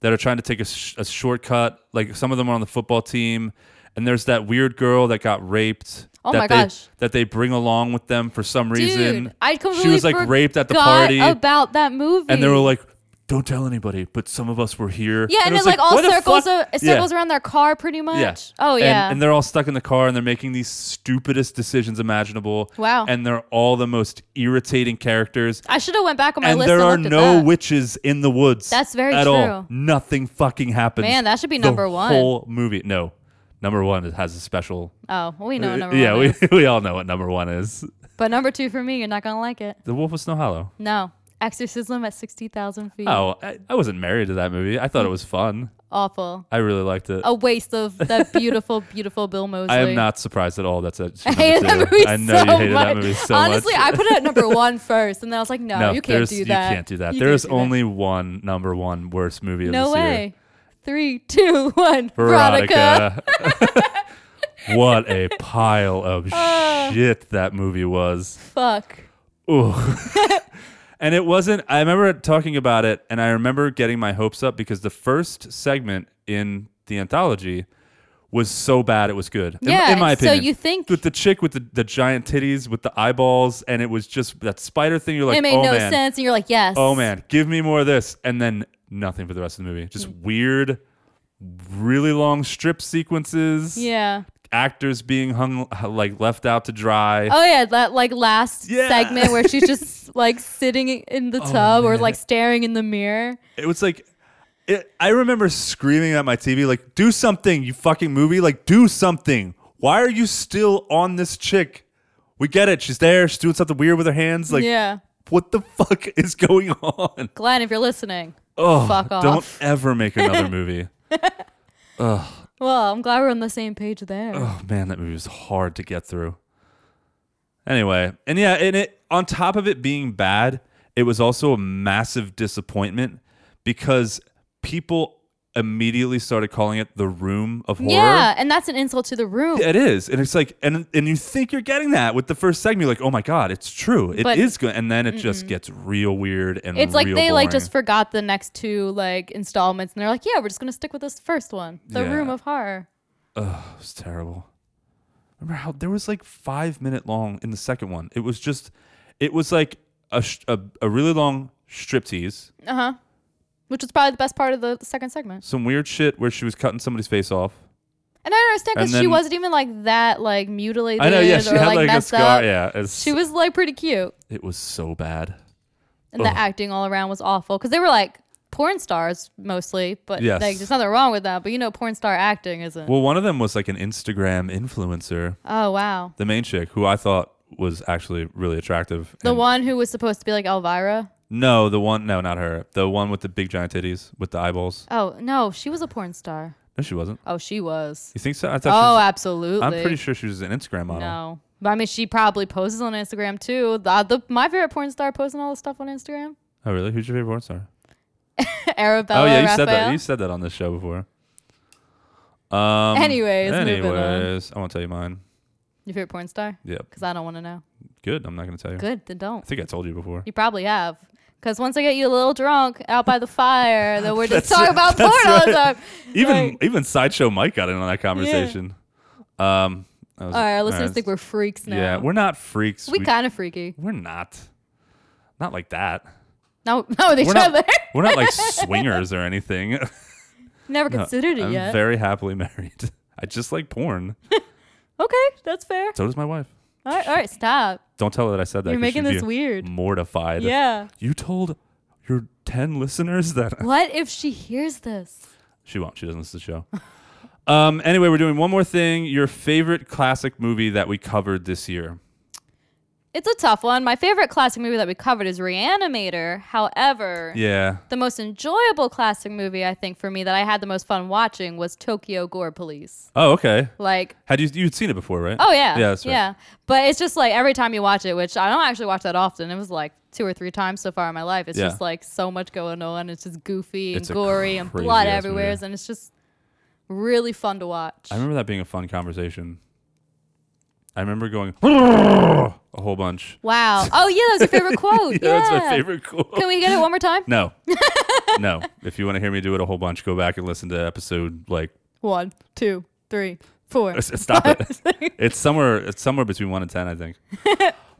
S1: that are trying to take a, sh- a shortcut. Like some of them are on the football team, and there's that weird girl that got raped.
S3: Oh
S1: that
S3: my
S1: they,
S3: gosh.
S1: That they bring along with them for some reason.
S3: Dude, I completely
S1: she was like raped at the party,
S3: forgot about that movie.
S1: and they were like, "Don't tell anybody," but some of us were here.
S3: yeah, and,
S1: it
S3: it's
S1: was
S3: like, all
S1: what the
S3: circles
S1: fuck?
S3: of,
S1: Yeah.
S3: circles around their car, pretty much. Oh
S1: And-
S3: yeah.
S1: And, they're all stuck in the car and they're making these stupidest decisions imaginable.
S3: Wow.
S1: And they're all the most irritating characters.
S3: I should have went back on my
S1: and
S3: list.
S1: there
S3: and
S1: are
S3: looked at
S1: no
S3: that.
S1: witches in the woods.
S3: That's very
S1: at
S3: true.
S1: all. Nothing fucking happens.
S3: Man, that should be
S1: the
S3: number one.
S1: Whole movie. No, number one has a special. Uh,
S3: Oh, well, we know what number
S1: yeah,
S3: one
S1: we
S3: is.
S1: we all know what number one is.
S3: But number two for me, you're not gonna like it.
S1: The Wolf of Snow Hollow.
S3: No, Exorcism at sixty thousand feet.
S1: Oh, I, I wasn't married to that movie. I thought it was fun.
S3: awful.
S1: I really liked it.
S3: A waste of that beautiful, beautiful Bill Mosley.
S1: I am not surprised at all. That's it.
S3: I hated that movie
S1: I know
S3: so
S1: you hated
S3: much.
S1: that movie so
S3: Honestly,
S1: much.
S3: I put it at number one first, and then I was like, no, you can't
S1: there's-
S3: do that.
S1: You can't do that.
S3: You
S1: there
S3: can't
S1: is
S3: do that.
S1: only one number one worst movie of
S3: No
S1: this year.
S3: way. Three, two, one. Veronica.
S1: Veronica. what a pile of shit that movie was.
S3: Fuck.
S1: Ooh. And it wasn't, I remember talking about it and I remember getting my hopes up because the first segment in the anthology was so bad it was good. In-
S3: Yeah,
S1: in, my
S3: so
S1: opinion.
S3: you think-
S1: With the chick with the, the giant titties, with the eyeballs, and it was just that spider thing. You're like,
S3: it made
S1: oh
S3: no
S1: man,
S3: sense, and you're like, yes.
S1: oh man, give me more of this. And then nothing for the rest of the movie. Just
S3: Mm.
S1: weird, really long strip sequences.
S3: Yeah.
S1: Actors being hung, like left out to dry.
S3: Oh yeah, that like last
S1: Yeah. Oh,
S3: segment where she's just like sitting in the tub or
S1: man.
S3: like staring in the mirror.
S1: It was like, it, I remember screaming at my TV, like, do something, you fucking movie. Like, do something. Why are you still on this chick? We get it. She's there. She's doing something weird with her hands. Like,
S3: yeah.
S1: what the fuck is going on?
S3: Glenn, if you're listening,
S1: Oh,
S3: fuck off.
S1: don't ever make another movie.
S3: Well, I'm glad we're on the same page there.
S1: Oh man, that movie was hard to get through. Anyway, and yeah, and it on top of it being bad, it was also a massive disappointment because people immediately started calling it the room of horror.
S3: yeah, and that's an insult to the room.
S1: It is. And it's like and and you think you're getting that with the first segment, you're like, oh my God, it's true. It is
S3: But-
S1: good and then it just gets real weird and
S3: It's like
S1: real
S3: they like
S1: boring.
S3: just forgot the next two like installments, and they're like, "Yeah, we're just gonna stick with this first one, the
S1: Yeah.
S3: Room of Horror."
S1: It was terrible. Remember how there was like five minute long in the second one? It was just, it was like a sh- a, a really long striptease,
S3: Uh huh. Which was probably the best part of the second segment.
S1: some weird shit where she was cutting somebody's face off.
S3: And I don't understand because
S1: And
S3: she
S1: then-
S3: wasn't even like that like mutilated
S1: I know, yeah, she
S3: or
S1: had
S3: like,
S1: like a
S3: messed
S1: scar.
S3: up.
S1: Yeah, it's,
S3: She was like pretty cute,
S1: It was so bad.
S3: and the acting all around was awful because they were like porn stars mostly, but
S1: Yes.
S3: like there's nothing wrong with that. But you know, porn star acting isn't.
S1: Well, one of them was like an Instagram influencer,
S3: oh wow,
S1: the main chick, who I thought was actually really attractive.
S3: the
S1: And-
S3: one who was supposed to be like Elvira.
S1: No, the one. No, not her. The one with the big giant titties with the eyeballs.
S3: Oh no, she was a porn star.
S1: No, she wasn't.
S3: Oh, she was.
S1: You think so? I thought.
S3: Oh,
S1: she
S3: absolutely.
S1: was, I'm pretty sure she was an Instagram model.
S3: No. But, I mean, she probably poses on Instagram too. The, the, my favorite porn star posting all the stuff on Instagram.
S1: Oh, really? Who's your favorite porn star?
S3: Arabella.
S1: oh yeah, you
S3: Raphael.
S1: said that. You said that on this show before. Um.
S3: Anyways, moving on.
S1: anyways, I won't tell you mine.
S3: Your favorite porn star?
S1: Yep.
S3: Because I don't want to know.
S1: Good. I'm not gonna tell you.
S3: Good, then don't.
S1: I think I told you before.
S3: You probably have. Because once I get you a little drunk out by the fire, then we're just talking about porn
S1: that's
S3: all the
S1: right.
S3: time.
S1: Even
S3: Like,
S1: even sideshow Mike got in on that conversation. Um. I was-
S3: all right, our listeners
S1: right.
S3: think we're freaks now.
S1: Yeah, we're not freaks.
S3: we kind of freaky.
S1: We're not. Not like that.
S3: No, no, with each
S1: We're not,
S3: other.
S1: we're not like swingers or anything.
S3: Never considered it
S1: I'm
S3: yet.
S1: very happily married. I just like porn.
S3: okay, that's fair.
S1: So does my wife.
S3: All right, all right, stop.
S1: Don't tell her that I said that.
S3: You're
S1: 'cause
S3: making
S1: she'd
S3: this
S1: be
S3: weird.
S1: Mortified.
S3: Yeah.
S1: You told your 10 listeners that
S3: What if she hears this?
S1: she won't. She doesn't listen to the show. um, anyway, we're doing one more thing. Your favorite classic movie that we covered this year.
S3: It's a tough one. My favorite classic movie that we covered is Reanimator. However,
S1: Yeah.
S3: the most enjoyable classic movie I think for me that I had the most fun watching was Tokyo Gore Police.
S1: Oh, okay.
S3: Like,
S1: Had you you'd seen it before, right?
S3: oh yeah,
S1: Yeah, that's right.
S3: yeah. But it's just like every time you watch it, which I don't actually watch that often. It was like two or three times so far in my life. It's
S1: Yeah.
S3: just like so much going on. It's just goofy and
S1: It's a
S3: gory and
S1: crazy
S3: blood
S1: ass movie.
S3: everywhere, and it's just really fun to watch.
S1: I remember that being a fun conversation. I remember going a whole bunch.
S3: wow. Oh yeah, that was your favorite quote.
S1: Yeah, that's my favorite quote.
S3: Can we get it one more time?
S1: No. no. If you want to hear me do it a whole bunch, go back and listen to episode like
S3: One, two, three, four,
S1: s- stop it. It's somewhere it's somewhere between 1 and 10, I think.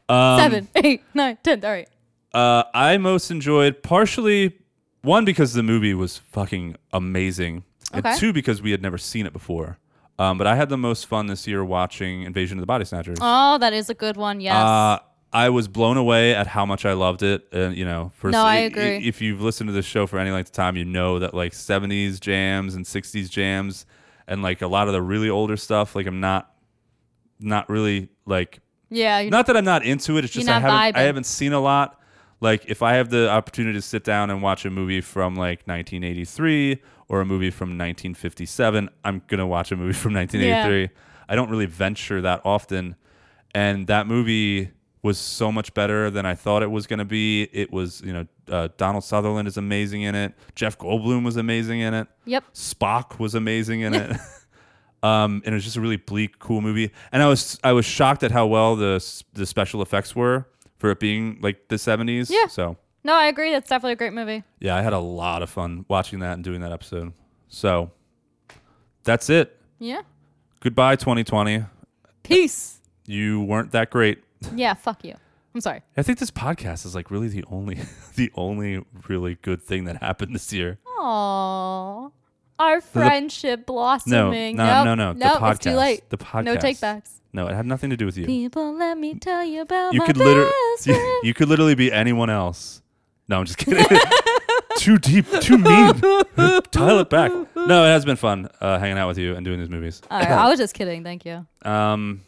S1: Um,
S3: seven, eight, nine, ten. All right.
S1: Uh, I most enjoyed partially one because the movie was fucking amazing,
S3: Okay.
S1: and two because we had never seen it before. Um, but I had the most fun this year watching Invasion of the Body Snatchers.
S3: Oh, that is a good one. Yes.
S1: Uh, I was blown away at how much I loved it, and you know, for
S3: No, I
S1: i-
S3: agree.
S1: i- If you've listened to this show for any length of time, you know that like '70s jams and '60s jams, and like a lot of the really older stuff. Like I'm not, not really like
S3: yeah. you-
S1: not that I'm not into it. It's
S3: You're
S1: just I
S3: not
S1: haven't I
S3: vibing.
S1: haven't seen a lot. Like if I have the opportunity to sit down and watch a movie from like 1983 or a movie from 1957, I'm gonna watch a movie from 1983. I don't really venture that often, and that movie was so much better than I thought it was gonna be. It was you know uh, Donald Sutherland is amazing in it. Jeff Goldblum was amazing in it.
S3: yep.
S1: Spock was amazing in it. um, and it was just a really bleak, cool movie. And I was I was shocked at how well the s- the special effects were for it being like the seventies.
S3: Yeah.
S1: So
S3: No, I agree. That's definitely a great movie.
S1: Yeah, I had a lot of fun watching that and doing that episode. So that's it.
S3: Yeah.
S1: Goodbye, 2020.
S3: Peace.
S1: You weren't that great.
S3: yeah. Fuck you. I'm sorry.
S1: I think this podcast is like really the only, the only really good thing that happened this year.
S3: Aww. Our friendship
S1: No,
S3: blossoming.
S1: no,
S3: Nope.
S1: no, no.
S3: Nope,
S1: the podcast.
S3: It's too late.
S1: The podcast.
S3: No take backs.
S1: No, it had nothing to do with you.
S3: People, let me tell you about
S1: you
S3: my
S1: could literally,
S3: best friend.
S1: you could literally be anyone else. No, I'm just kidding. too deep, too mean. Tile it back. No, it has been fun uh, hanging out with you and doing these movies.
S3: All right, I was just kidding. Thank you.
S1: Um,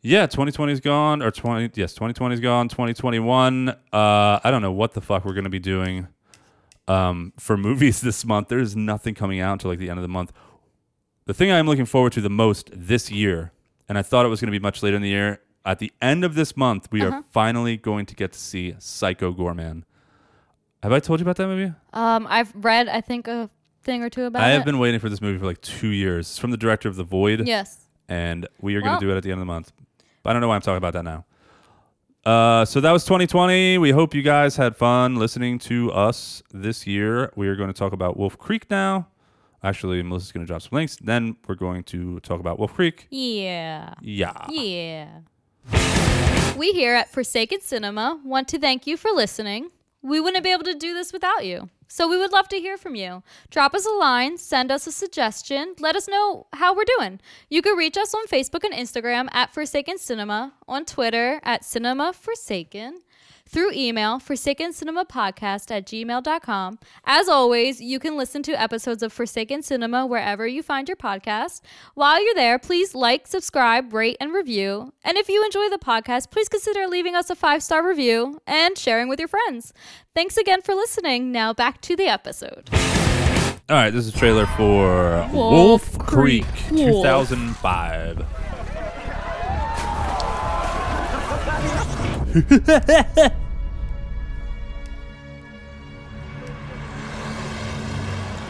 S1: yeah, 2020 is gone, or 20, yes, 2020 is gone. 2021. Uh, I don't know what the fuck we're gonna be doing. Um, for movies this month, there's nothing coming out until like the end of the month. The thing I'm looking forward to the most this year, and I thought it was gonna be much later in the year. At the end of this month, we are finally going to get to see Psycho Gorman. Have I told you about that movie?
S3: Um, I've read, I think, a thing or two about
S1: I
S3: it.
S1: have been waiting for this movie for like two years. It's from the director of The Void.
S3: Yes.
S1: and we are going
S3: Well-
S1: to do it at the end of the month. But I don't know why I'm talking about that now. Uh, so that was 2020. We hope you guys had fun listening to us this year. We are going to talk about Wolf Creek now. Actually, Melissa's going to drop some links. Then we're going to talk about Wolf Creek.
S3: Yeah.
S1: Yeah.
S3: Yeah. We here at Forsaken Cinema want to thank you for listening. We wouldn't be able to do this without you. So we would love to hear from you. Drop us a line, send us a suggestion, let us know how we're doing. You can reach us on Facebook and Instagram at Forsaken Cinema, on Twitter at Cinema Forsaken, through email, Forsaken Cinema Podcast at gmail.com. As always, you can listen to episodes of Forsaken Cinema wherever you find your podcast. While you're there, please like, subscribe, rate, and review. And if you enjoy the podcast, please consider leaving us a five star review and sharing with your friends. Thanks again for listening. Now back to the episode.
S1: All right, this is a trailer for Wolf,
S3: Wolf
S1: Creek,
S3: Creek.
S1: 2005.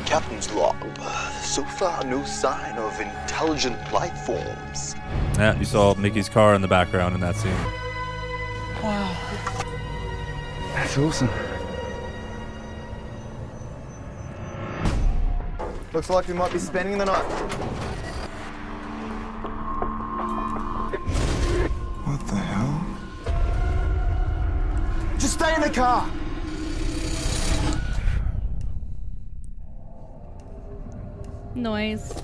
S4: Captain's log. So far, no sign of intelligent life forms.
S1: Yeah, you saw Mickey's car in the background in that scene.
S5: That's awesome.
S4: Looks like we might be spending the night.
S5: What the hell?
S4: Just stay in the car.
S3: Noise.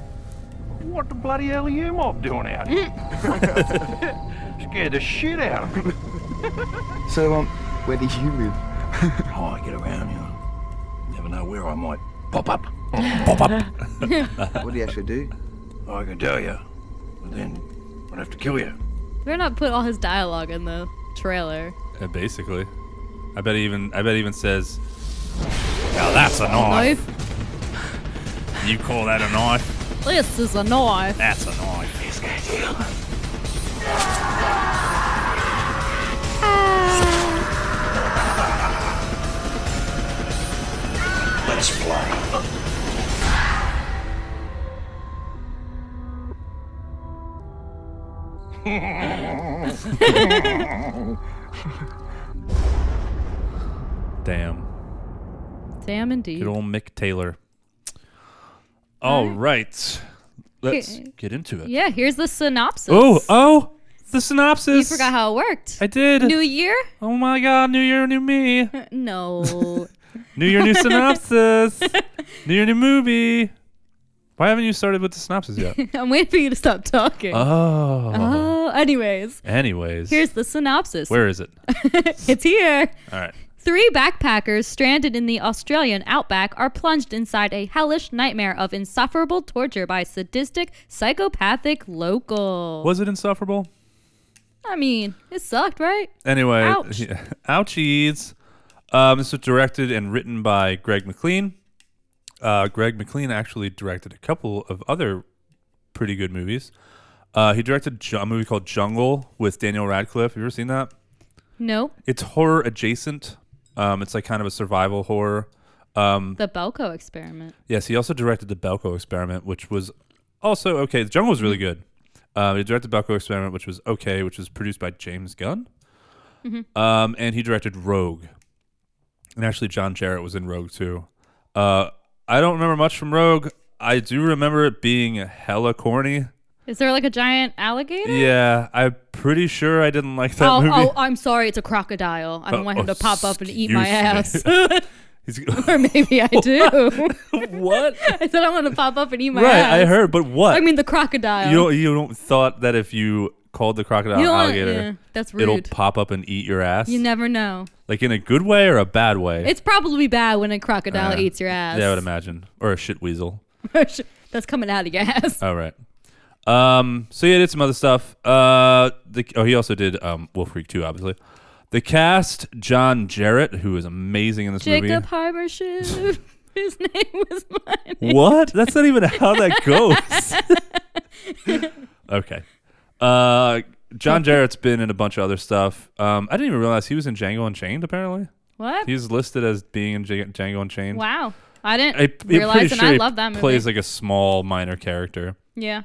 S6: What the bloody hell are you mob doing out here? Scared the shit out of me.
S5: So, um, where do you live?
S7: how Oh, I get around, you know. Never know where I might pop up.
S5: What do you actually do?
S7: I can tell you, but then I'd have to kill you.
S3: Better not put all his dialogue in the trailer.
S1: Yeah, Uh, basically, I bet he even I bet he even says, "Now that's a knife."
S3: Knife?
S1: You call that a knife?
S3: This is a knife.
S1: That's a knife.
S7: Let's play.
S1: Damn.
S3: Damn, indeed.
S1: Good old Mick Taylor. All right. Let's
S3: Okay.
S1: get into it.
S3: Yeah, here's the synopsis.
S1: Oh, oh, the
S3: You
S1: synopsis.
S3: forgot how it worked.
S1: I did.
S3: New year?
S1: oh my God, new year, new me.
S3: No.
S1: New year, new synopsis. New year, new movie. Why haven't you started with the synopsis yet?
S3: I'm waiting for you to stop talking.
S1: oh.
S3: oh, anyways,
S1: Anyways,
S3: here's the synopsis.
S1: where is it?
S3: It's here.
S1: All right.
S3: Three backpackers stranded in the Australian outback are plunged inside a hellish nightmare of insufferable torture by sadistic, psychopathic local.
S1: Was it insufferable?
S3: I mean, it sucked, right?
S1: Anyway,
S3: Ouch.
S1: ouchies. Um, this was directed and written by Greg McLean. Uh, Greg McLean actually directed a couple of other pretty good movies. Uh, he directed ju- a movie called Jungle with Daniel Radcliffe. Have you ever seen that?
S3: Nope.
S1: It's horror adjacent. Um, it's like kind of a survival horror. Mm.
S3: The Belko experiment.
S1: Yes, he also directed the Belko Experiment, which was also okay. The Jungle was really good. Uh, he directed Belko
S3: Mm-hmm.
S1: Experiment, which was okay, which was produced by James Gunn. Um, and he directed Rogue, And actually, John Jarrett was in Rogue too. Uh, I don't remember much from Rogue. I do remember it being hella corny.
S3: Is there like a giant alligator?
S1: Yeah, I'm pretty sure I didn't like that
S3: oh,
S1: movie.
S3: oh, I'm sorry. It's a crocodile. I
S1: Oh,
S3: don't want him to pop up and eat my ass.
S1: excuse He's-
S3: or maybe I do.
S1: what?
S3: I said I want to pop up and eat my
S1: right,
S3: ass.
S1: I heard, but what?
S3: I mean the crocodile.
S1: you don't, you don't thought that if you called the crocodile
S3: Oh. You
S1: an
S3: don't-
S1: alligator,
S3: yeah, that's
S1: it'll
S3: rude.
S1: pop up and eat your ass?
S3: You never know.
S1: like in a good way or a bad way?
S3: It's probably bad when a crocodile
S1: Uh,
S3: eats your ass.
S1: Yeah, I would imagine. Or a shit weasel.
S3: That's coming out of your ass.
S1: All right. Um, so yeah, he did some other stuff. Uh, the, oh, he also did um, Wolf Creek 2, obviously. The cast, John Jarrett, who is amazing in this
S3: Jacob
S1: movie.
S3: Hymership. His name was mine.
S1: What? That's not even how that goes. okay. Uh, John Jarrett's been in a bunch of other stuff. Um, I didn't even realize he was in Django Unchained, apparently.
S3: What?
S1: He's listed as being in J- Django Unchained.
S3: wow. I didn't
S1: I, I'm pretty
S3: realize, and
S1: sure
S3: I
S1: he
S3: love that movie.
S1: plays like a small minor character.
S3: yeah.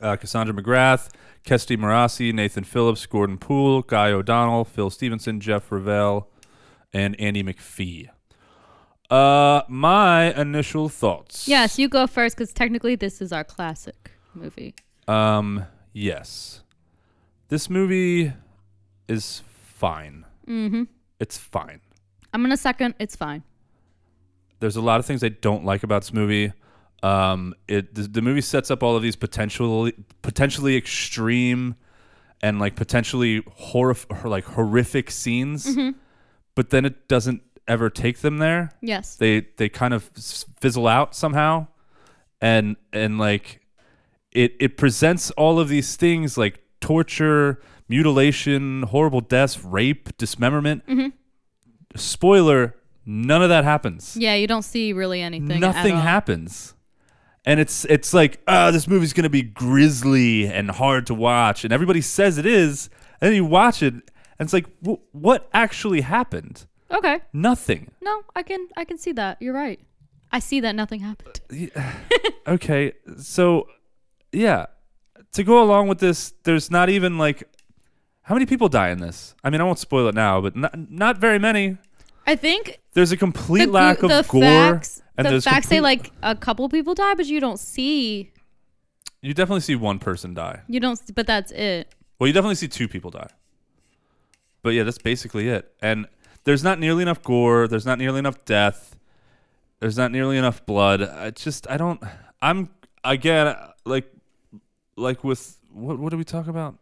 S1: uh, Cassandra McGrath, Kesty Marassi, Nathan Phillips, Gordon Poole, Guy O'Donnell, Phil Stevenson, Jeff Ravel, and Andy McPhee. Uh, my initial thoughts.
S3: Yes, you go first because technically this is our classic movie.
S1: Um, yes. This movie is fine. Mm-hmm. It's fine.
S3: I'm gonna second. It's fine.
S1: There's a lot of things I don't like about this movie. Um, it the, the movie sets up all of these potentially potentially extreme and like potentially horrif- or like horrific scenes, but then it doesn't ever take them there.
S3: Yes.
S1: They they kind of s- fizzle out somehow, and and like it it presents all of these things like torture, mutilation, horrible deaths, rape, dismemberment.
S3: Mm-hmm.
S1: Spoiler: None of that happens
S3: yeah, you don't see really anything. at
S1: nothing
S3: all.
S1: happens and it's it's like oh this movie's gonna be grisly and hard to watch and everybody says it is and then you watch it and it's like wh- what actually happened
S3: Okay.
S1: nothing
S3: No, I can I can see that. You're right. I see that nothing happened.
S1: Uh, okay so yeah to go along with this there's not even like how many people die in this i mean i won't spoil it now but not, not very many
S3: I think
S1: there's a complete
S3: the,
S1: lack
S3: glu-
S1: of
S3: the
S1: gore
S3: facts
S1: and
S3: the
S1: there's
S3: facts say
S1: complete-
S3: like a couple people die, but you don't see
S1: you definitely see one person die
S3: you don't. s- But that's it.
S1: Well, you definitely see two people die. But yeah, that's basically it. And there's not nearly enough gore. There's not nearly enough death. There's not nearly enough blood. I just, I don't. I'm again like, like with what? What do we talk about?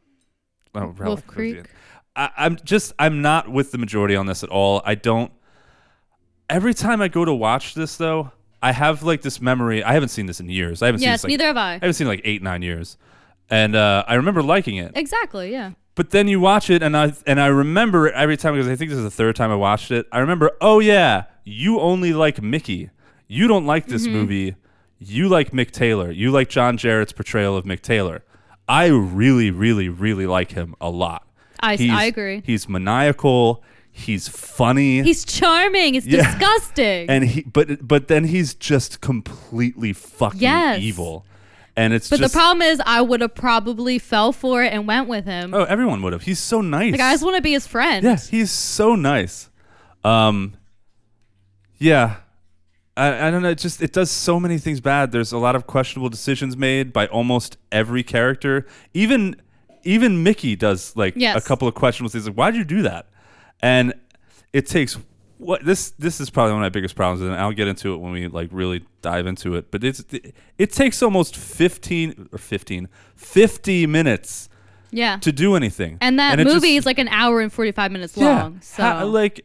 S1: Oh, Relic
S3: Wolf
S1: of the
S3: Creek.
S1: End. I, I'm just, I'm not with the majority on this at all. I don't. Every time I go to watch this, though, I have like this memory. I haven't seen this in years. I haven't
S3: Yes,
S1: seen. This, like,
S3: neither have I.
S1: I haven't seen it, like eight, nine years, and uh, I remember liking it
S3: Exactly. Yeah.
S1: but then you watch it and I and I remember it every time because I think this is the third time I watched it. I remember, oh yeah, you only like Mickey. You don't like
S3: Mm-hmm.
S1: this movie. You like Mick Taylor. You like John Jarrett's portrayal of Mick Taylor. I really, really, really like him a lot.
S3: I-
S1: He's-
S3: I agree.
S1: He's maniacal. He's funny.
S3: He's charming. It's
S1: Yeah.
S3: disgusting.
S1: and he, but but then he's just completely fucking
S3: Yes.
S1: evil. And it's
S3: but
S1: just
S3: the problem is, I would have probably fell for it and went with him.
S1: oh, everyone would have. He's so nice.
S3: Like I just want to be his friend.
S1: Yes, he's so nice. Um, yeah, I, I don't know. It just it does so many things bad. There's a lot of questionable decisions made by almost every character. Even even Mickey does like
S3: Yes.
S1: a couple of questionable things. Like, why would you do that? And it takes what this this is probably one of my biggest problems, and I'll get into it when we like really dive into it. But it's it, takes almost 15 or 15, 50 minutes
S3: Yeah.
S1: to do anything.
S3: and that
S1: it
S3: movie
S1: just-
S3: is like an hour and forty five minutes long. So
S1: Ha- like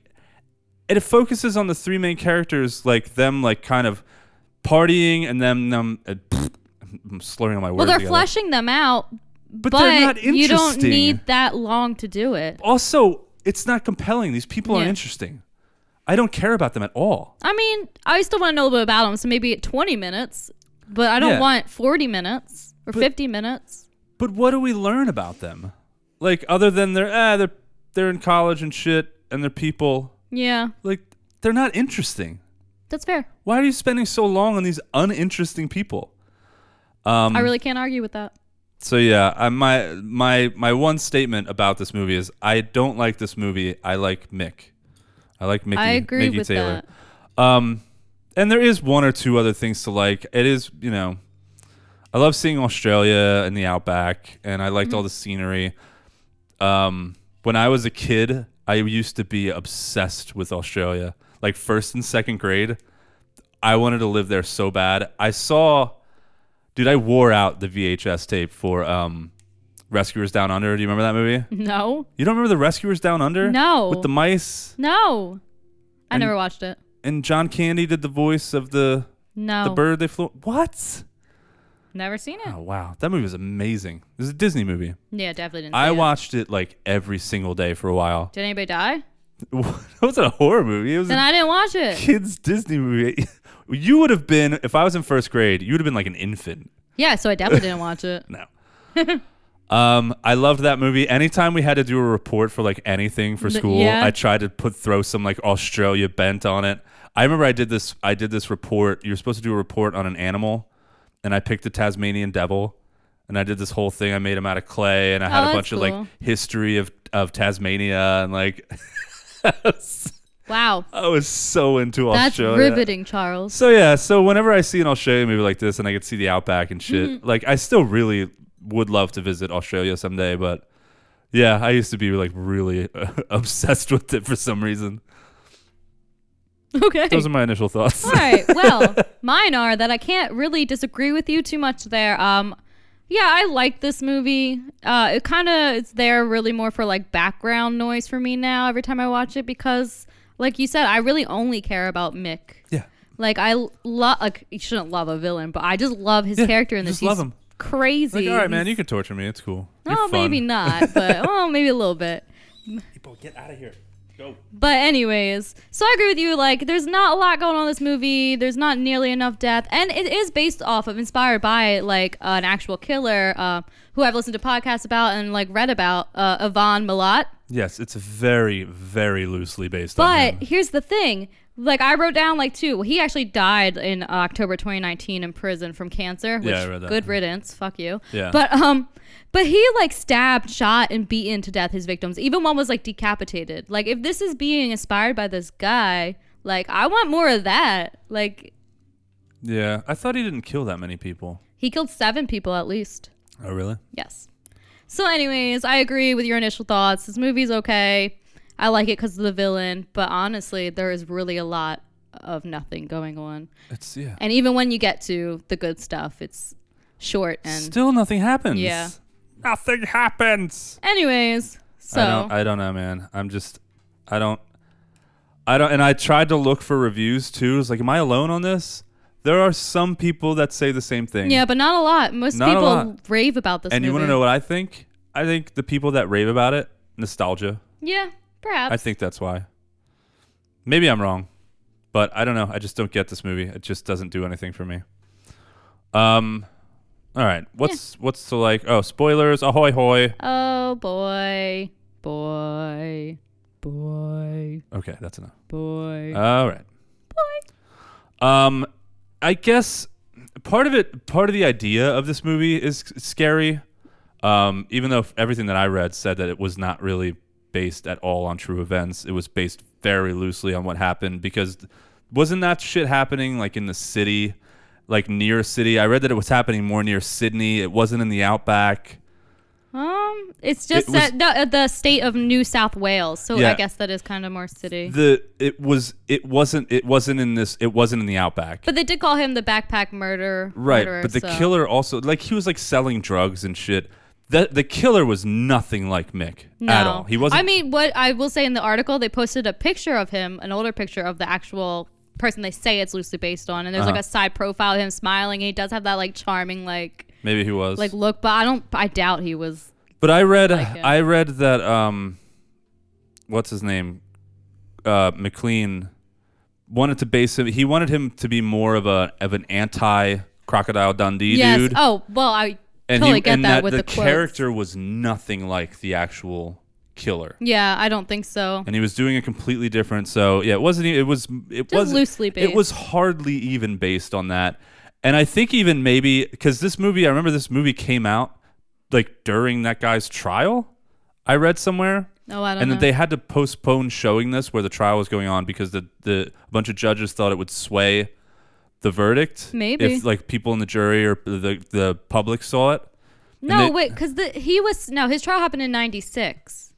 S1: it focuses on the three main characters, like them like kind of partying and them them uh, pfft, I'm slurring on my words.
S3: well, they're
S1: together.
S3: fleshing them out,
S1: but,
S3: but,
S1: they're not interesting.
S3: you don't need that long to do it.
S1: also, it's not compelling. These people aren't
S3: Yeah.
S1: interesting. I don't care about them at all.
S3: I mean, I still want to know a little bit about them, so maybe twenty minutes, but I don't
S1: Yeah.
S3: want forty minutes or fifty minutes.
S1: But what do we learn about them? Like other than they're ah, they're they're in college and shit and they're people.
S3: Yeah,
S1: Like they're not interesting.
S3: that's fair.
S1: Why are you spending so long on these uninteresting people? Um,
S3: I really can't argue with that.
S1: So yeah, I, my my my one statement about this movie is I don't like this movie. I like Mick. I like Mickey.
S3: I agree
S1: Mickey
S3: with
S1: Taylor. Um, and there is one or two other things to like. It is, you know, I love seeing Australia and the outback, and I liked all the scenery. Um, when I was a kid, I used to be obsessed with Australia. Like first and second grade, I wanted to live there so bad. I saw, dude, I wore out the VHS tape for um, Rescuers Down Under. Do you remember that movie?
S3: that. No,
S1: You don't remember the Rescuers Down Under?
S3: Mm-hmm. No.
S1: With the mice
S3: no, I
S1: And-
S3: never watched it.
S1: and John Candy did the voice of the
S3: No,
S1: the bird they flew. What?
S3: never seen it.
S1: Oh wow, that movie was amazing. This is a Disney movie.
S3: Yeah, definitely didn't.
S1: I
S3: see it.
S1: watched it like every single day for a while.
S3: Did anybody die?
S1: It wasn't a horror movie. It was
S3: Then
S1: a
S3: I didn't watch it.
S1: kids Disney movie. you would have been if I was in first grade. You would have been like an infant.
S3: Yeah, so I definitely didn't watch it.
S1: No. um, I loved that movie. Anytime we had to do a report for like anything for school,
S3: yeah.
S1: I tried to put throw some like Australia bent on it. I remember I did this. I did this report. You're supposed to do a report on an animal, and I picked a Tasmanian devil, and I did this whole thing. I made him out of clay, and I
S3: Oh,
S1: had a
S3: that's
S1: bunch of
S3: cool.
S1: like history of of Tasmania and like.
S3: Wow,
S1: I was so into
S3: that's
S1: Australia.
S3: riveting, Charles.
S1: So yeah, so whenever I see an Australia movie like this, and I could see the outback and shit, like I still really would love to visit Australia someday. But yeah, I used to be like really uh, obsessed with it for some reason.
S3: Okay.
S1: Those are my initial thoughts.
S3: All right. Well, mine are that I can't really disagree with you too much there. Um, yeah, I like this movie. Uh, it kind of is there really more for like background noise for me now every time I watch it because, like you said, I really only care about Mick.
S1: yeah,
S3: Like I love, like you shouldn't love a villain, but I just love his
S1: Yeah,
S3: character in this.
S1: just love
S3: He's
S1: him.
S3: Crazy.
S1: like all right, man,
S3: He's-
S1: you can torture me. It's cool. You're
S3: Oh,
S1: fun.
S3: maybe not, but oh, maybe a little bit.
S1: People, get out of here.
S3: But anyways, so I agree with you. Like, there's not a lot going on in this movie. There's not nearly enough death, and it is based off of, inspired by, like an actual killer uh, who I've listened to podcasts about and like read about, uh, Yvonne Milat.
S1: Yes, it's very, very loosely based on
S3: But
S1: him.
S3: here's the thing. Like I wrote down like two. Well, he actually died in October 2019 in prison from cancer. Which,
S1: I read that. Mm-hmm.
S3: Good riddance. Fuck you.
S1: Yeah.
S3: But um, but he like stabbed, shot, and beaten to death his victims. Even one was like decapitated. Like if this is being inspired by this guy, like I want more of that. Like
S1: Yeah, I thought he didn't kill that many people.
S3: he killed seven people at least.
S1: Oh really?
S3: Yes. So, anyways, I agree with your initial thoughts. This movie's okay. I like it because of the villain, but honestly, there is really a lot of nothing going on.
S1: It's yeah.
S3: And even when you get to the good stuff, it's short and.
S1: Still nothing happens.
S3: Yeah.
S1: Nothing happens.
S3: anyways, so
S1: I don't, I don't know, man. I'm just, I don't, I don't, and I tried to look for reviews too. It's like, am I alone on this? There are some people that say the same thing.
S3: yeah, but not a lot. Most
S1: Not a
S3: people
S1: lot.
S3: rave about this.
S1: And you
S3: movie.
S1: want to know what I think? I think the people that rave about it, nostalgia.
S3: Yeah, perhaps.
S1: I think that's why. Maybe I'm wrong, but I don't know. I just don't get this movie. It just doesn't do anything for me. Um, all right. What's what's to like? Oh, spoilers! Ahoy hoy!
S3: Oh boy, boy, boy,
S1: Okay, that's enough.
S3: boy.
S1: All right. Um, I guess part of it, part of the idea of this movie is c- scary. Um, even though everything that I read said that it was not really based at all on true events, it was based very loosely on what happened because wasn't that shit happening like in the city, like near a city? I read that it was happening more near Sydney. It wasn't in the outback.
S3: Um, it's just
S1: It was-
S3: that the, the state of New South Wales, so
S1: Yeah.
S3: I guess that is kind of more city.
S1: The it was it wasn't it wasn't in this it wasn't in the outback.
S3: but they did call him the backpack murder.
S1: Right,
S3: murderer,
S1: but the
S3: so-
S1: killer also like he was like selling drugs and shit. The the killer was nothing like Mick
S3: No.
S1: at all. He wasn't.
S3: I mean, what I will say in the article, they posted a picture of him, an older picture of the actual person they say it's loosely based on, and there's
S1: Uh-huh.
S3: like a side profile of him smiling. And he does have that like charming like
S1: maybe he was.
S3: like look, but I don't. I doubt he was.
S1: but I read
S3: him.
S1: I read that um, what's his name, uh, McLean wanted to base him. He wanted him to be more of a of an anti crocodile Dundee
S3: yes.
S1: dude.
S3: Oh well, I
S1: and
S3: totally
S1: he,
S3: get
S1: and
S3: that, with
S1: the,
S3: the, quotes.
S1: character was nothing like the actual killer.
S3: Yeah, I don't think so.
S1: and he was doing it completely different. So yeah, it wasn't. e- It was. It was
S3: loosely
S1: It was hardly even based on that. And I think even maybe because this movie, I remember this movie came out like during that guy's trial. I read somewhere.
S3: No, I don't
S1: and
S3: know.
S1: that they had to postpone showing this where the trial was going on because the the a bunch of judges thought it would sway the verdict
S3: Maybe.
S1: if like people in the jury or the the public saw it.
S3: no,
S1: they-
S3: wait, because the he was no his trial happened in '96.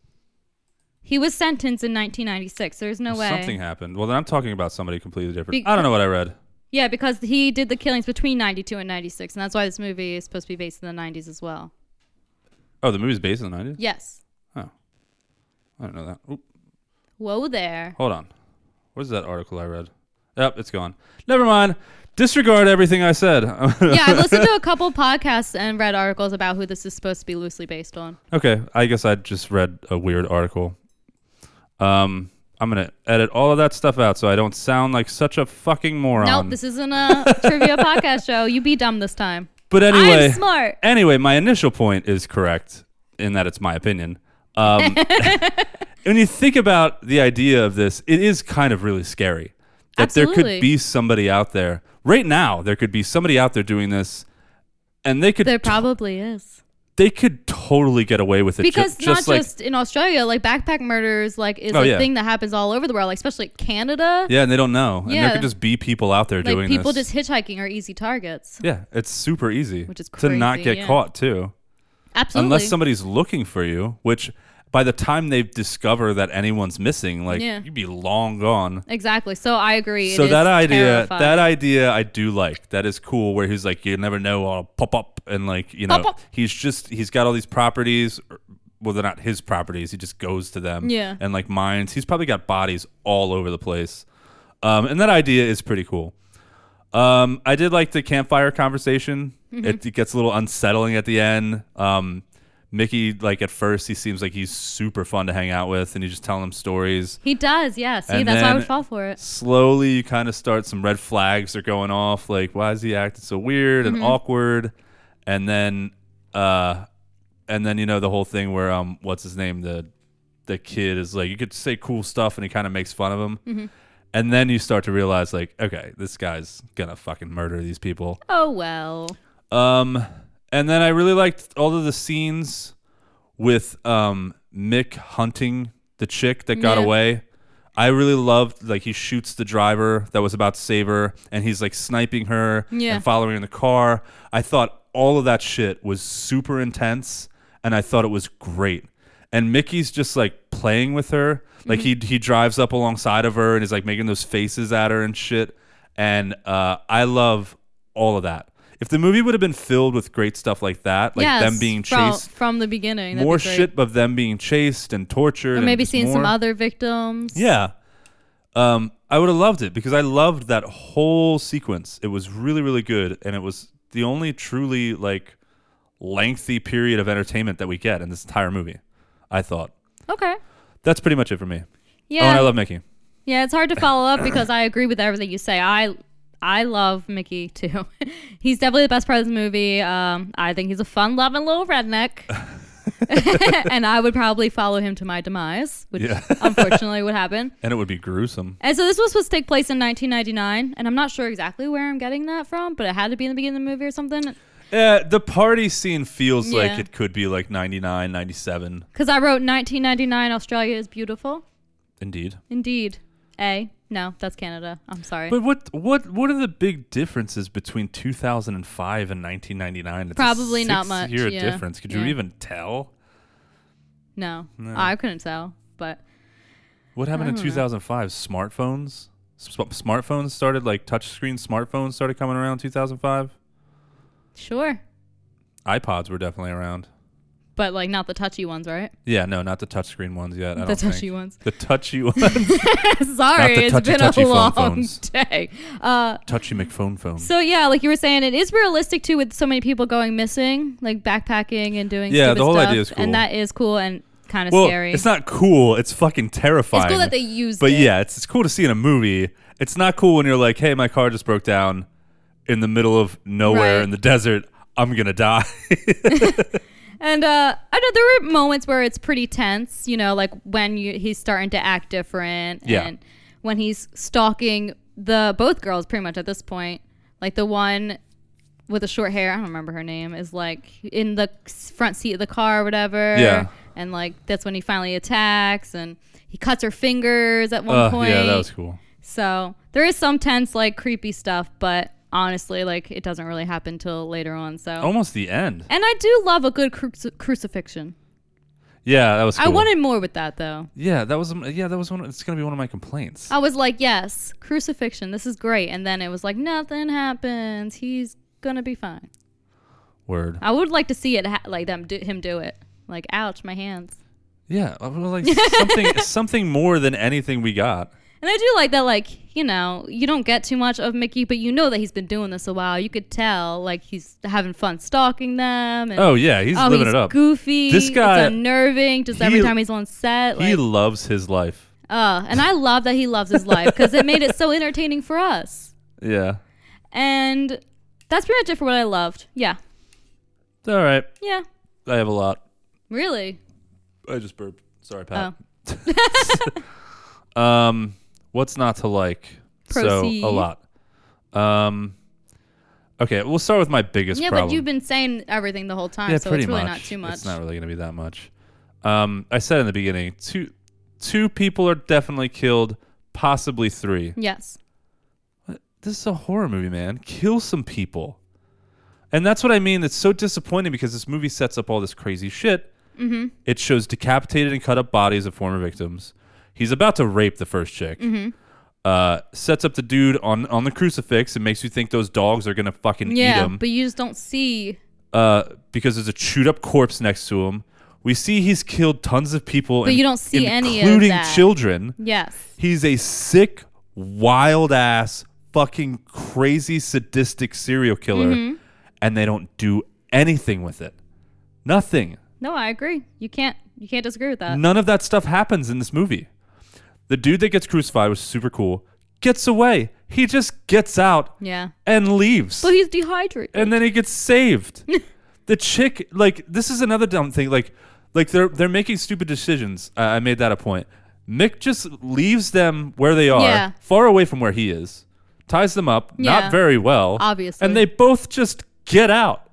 S3: He was sentenced in 1996. There's no way.
S1: Something happened. Well, then I'm talking about somebody completely different.
S3: Be-
S1: I don't know what I read.
S3: Yeah, because he did the killings between 92 and 96, and that's why this movie is supposed to be based in the 90s as well.
S1: Oh, the movie's based in the 90s.
S3: Yes.
S1: I don't know that. Oop,
S3: Whoa there.
S1: hold on. Where's that article I read? Yep, it's gone. Never mind. Disregard everything I said.
S3: yeah, I've listened to a couple podcasts and read articles about who this is supposed to be loosely based on.
S1: Okay, I guess I just read a weird article. Um, I'm gonna edit all of that stuff out so I don't sound like such a fucking moron.
S3: Nope, this isn't a trivia podcast show. You be dumb this time.
S1: but anyway,
S3: I'm smart.
S1: anyway, my initial point is correct in that it's my opinion. Um, when you think about the idea of this, it is kind of really scary that there
S3: Absolutely.
S1: could be somebody out there right now. There could be somebody out there doing this, and they could
S3: There probably is.
S1: they could totally get away with it. ju-
S3: Because
S1: just
S3: not
S1: like,
S3: just in Australia, like backpack murders like is
S1: Oh,
S3: a
S1: yeah.
S3: thing that happens all over the world, like especially Canada.
S1: yeah, and they don't know, and there
S3: Yeah.
S1: could just be people out there
S3: like
S1: doing
S3: people
S1: this.
S3: just hitchhiking are easy targets.
S1: Yeah, it's super easy.
S3: Which is
S1: to not
S3: crazy,
S1: get
S3: yeah.
S1: caught too,
S3: Absolutely.
S1: unless somebody's looking for you. Which by the time they discover that anyone's missing, like
S3: Yeah.
S1: you'd be long gone.
S3: Exactly. So I agree.
S1: so
S3: It is
S1: that idea,
S3: terrifying.
S1: that idea, I do like. That is cool. Where he's like, you never know, I'll pop up and like you know,
S3: Pop up.
S1: he's just he's got all these properties. or- Well, they're not his properties. He just goes to them.
S3: Yeah.
S1: and like mines. He's probably got bodies all over the place. Um, and that idea is pretty cool. Um, I did like the campfire conversation.
S3: Mm-hmm.
S1: It, it gets a little unsettling at the end. Um, Mickey, like at first, he seems like he's super fun to hang out with, and you just telling him stories.
S3: he does. Yeah. See,
S1: And
S3: that's why I would
S1: then-
S3: fall for it.
S1: Slowly, you kind of start some red flags are going off. Like, why is he acting so weird and awkward? And then, uh, and then you know the whole thing where um, what's his name? The the kid is like, you could say cool stuff, and he kind of makes fun of him. And then you start to realize, like, okay, this guy's gonna fucking murder these people.
S3: Oh well.
S1: Um, and then I really liked all of the scenes with um Mick hunting the chick that got
S3: Yeah.
S1: away. I really loved like he shoots the driver that was about to save her, and he's like sniping her
S3: Yeah.
S1: and following her in the car. I thought all of that shit was super intense, and I thought it was great. And Mickey's just like playing with her, like
S3: Mm-hmm.
S1: he he drives up alongside of her and is like making those faces at her and shit. And uh, I love all of that. If the movie would have been filled with great stuff like that, like
S3: yes,
S1: them being
S3: from,
S1: chased,
S3: from the beginning. that'd
S1: more
S3: be great.
S1: shit of them being chased and tortured,
S3: Or
S1: and
S3: maybe
S1: just
S3: seeing some
S1: more-
S3: other victims.
S1: Yeah, um, I would have loved it because I loved that whole sequence. It was really, really good, and it was the only truly like lengthy period of entertainment that we get in this entire movie. I thought
S3: Okay.
S1: that's pretty much it for me. Oh,
S3: Yeah.
S1: and Oh, I love Mickey.
S3: yeah. It's hard to follow up because I agree with everything you say. I I love Mickey too. he's definitely the best part of this movie. Um, I think he's a fun loving little redneck. and I would probably follow him to my demise, which
S1: Yeah.
S3: unfortunately would happen.
S1: And it would be gruesome.
S3: And so this was supposed to take place in 1999, and I'm not sure exactly where I'm getting that from, but it had to be in the beginning of the movie or something.
S1: Yeah, the party scene feels like
S3: Yeah.
S1: it could be like 99, 97.
S3: Because I wrote 1999, Australia is beautiful.
S1: Indeed.
S3: Indeed. A. No, that's Canada. I'm sorry.
S1: But what what what are the big differences between 2005 and 1999? It's a
S3: Probably not much,
S1: Year
S3: yeah,
S1: difference. Could you
S3: yeah.
S1: even tell
S3: no. I couldn't tell. But
S1: what happened in 2005? Smartphones. S- smartphones started like touchscreen smartphones started coming around 2005.
S3: sure.
S1: iPods were definitely around.
S3: But like not the touchy ones, right?
S1: Yeah, no, not the touchscreen ones yet. I
S3: The
S1: don't think.
S3: touchy ones.
S1: The touchy ones.
S3: sorry,
S1: the
S3: it's
S1: touchy,
S3: been
S1: touchy
S3: a
S1: phone
S3: long
S1: phones.
S3: day. Uh,
S1: touchy McPhone phones.
S3: so yeah, like you were saying, it is realistic too with so many people going missing, like backpacking and doing
S1: Yeah,
S3: stupid
S1: the whole
S3: stuff,
S1: idea is cool.
S3: and that is cool and kind of
S1: well,
S3: scary.
S1: it's not cool. It's fucking terrifying.
S3: It's cool that they used
S1: But
S3: it.
S1: yeah, it's, it's cool to see in a movie. It's not cool when you're like, hey, my car just broke down in the middle of nowhere
S3: Right.
S1: in the desert. I'm going to die.
S3: And uh, I know there were moments where it's pretty tense, you know, like when you, he's starting to act different,
S1: Yeah.
S3: and when he's stalking the both girls pretty much at this point. Like the one with the short hair, I don't remember her name, is like in the s- front seat of the car or whatever.
S1: Yeah.
S3: and like that's when he finally attacks and he cuts her fingers at one
S1: Uh,
S3: point.
S1: yeah, that was cool.
S3: So there is some tense, like creepy stuff, but honestly, like it doesn't really happen till later on. So
S1: Almost the end.
S3: and I do love a good cruci- crucifixion.
S1: Yeah, that was. Cool.
S3: I wanted more with that though.
S1: Yeah, that was. Yeah, that was one. It's gonna be one of my complaints.
S3: I was like, yes, crucifixion. This is great. And then it was like, nothing happens. He's gonna be fine.
S1: Word.
S3: I would like to see it ha- like them do- him do it. Like, ouch, my hands.
S1: Yeah, I was like something, something more than anything we got.
S3: And I do like that, like, you know, you don't get too much of Mickey, but you know that he's been doing this a while. You could tell, like, he's having fun stalking them. And,
S1: Oh yeah, he's
S3: oh,
S1: living
S3: he's
S1: it up.
S3: goofy.
S1: This guy-
S3: It's unnerving just every
S1: he-
S3: time he's on set.
S1: He
S3: Like,
S1: loves his life.
S3: uh, and I love that he loves his life because it made it so entertaining for us.
S1: Yeah.
S3: And that's pretty much it for what I loved. Yeah.
S1: All right.
S3: Yeah.
S1: I have a lot.
S3: Really? Oh.
S1: I just burped. Sorry, Pat. um, what's not to like?
S3: Proceed.
S1: So a lot. Um, okay, we'll start with my biggest
S3: yeah,
S1: problem.
S3: but you've been saying everything the whole time,
S1: yeah,
S3: so
S1: pretty
S3: it's really
S1: much.
S3: not too much.
S1: It's not really going to be that much. Um, I said in the beginning, two two people are definitely killed, possibly three.
S3: yes.
S1: this is a horror movie, man. Kill some people. And that's what I mean. It's so disappointing because this movie sets up all this crazy shit. Mm-hmm. It shows decapitated and cut up bodies of former victims. He's about to rape the first chick.
S3: Mm-hmm.
S1: Uh, sets up the dude on, on the crucifix and makes you think those dogs are gonna fucking eat
S3: Yeah,
S1: him
S3: but you just don't see.
S1: uh, because there's a chewed up corpse next to him. We see he's killed tons of people,
S3: But
S1: in-
S3: you don't see any of
S1: including
S3: that.
S1: children.
S3: Yes.
S1: He's a sick, wild ass, fucking crazy, sadistic serial killer, and they don't do anything with it. Nothing.
S3: No, I agree. You can't. You can't disagree with that.
S1: None of that stuff happens in this movie. The dude that gets crucified was super cool. Gets away. He just gets out
S3: Yeah.
S1: and leaves.
S3: But he's dehydrated.
S1: and then he gets saved. the chick, like, this is another dumb thing. Like, like they're they're making stupid decisions. I I made that a point. Mick just leaves them where they are,
S3: Yeah.
S1: far away from where he is, ties them up,
S3: Yeah.
S1: not very well,
S3: Obviously.
S1: and they both just get out.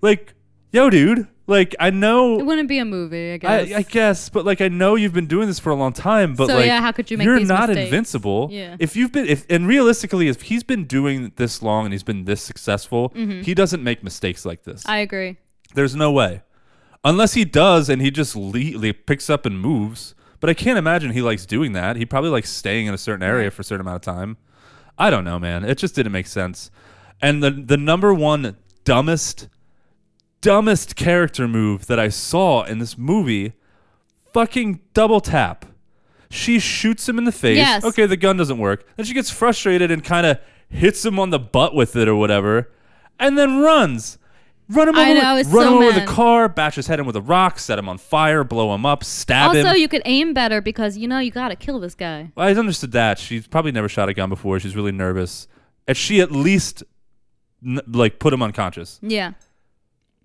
S1: Like, yo, dude. Like, I
S3: it
S1: know.
S3: wouldn't be a movie, I
S1: I,
S3: guess.
S1: I guess, but like I know you've been doing this for a long time, but
S3: So,
S1: like
S3: yeah, how could you make
S1: are
S3: these
S1: not
S3: mistakes?
S1: invincible.
S3: Yeah.
S1: If you've been if and realistically, if he's been doing this long and he's been this successful, he doesn't make mistakes like this.
S3: Mm-hmm. I agree.
S1: There's no way. Unless he does and he just le- le- picks up and moves. But I can't imagine he likes doing that. He probably likes staying in a certain area for a certain amount of time. I don't know, man. It just didn't make sense. And the the number one dumbest dumbest character move that I saw in this movie fucking double tap. She shoots him in the face.
S3: Yes.
S1: Okay, the gun doesn't work. Then she gets frustrated and kind of hits him on the butt with it or whatever, and then runs. Run him over,
S3: I
S1: with-
S3: know, it's
S1: run
S3: so
S1: him over
S3: mad.
S1: the car, bash his head in with a rock, set him on fire, blow him up, stab
S3: Also,
S1: him.
S3: you could aim better because you know you gotta kill this guy.
S1: I understood that. She's probably never shot a gun before. She's really nervous. And she at least n- like put him unconscious.
S3: Yeah.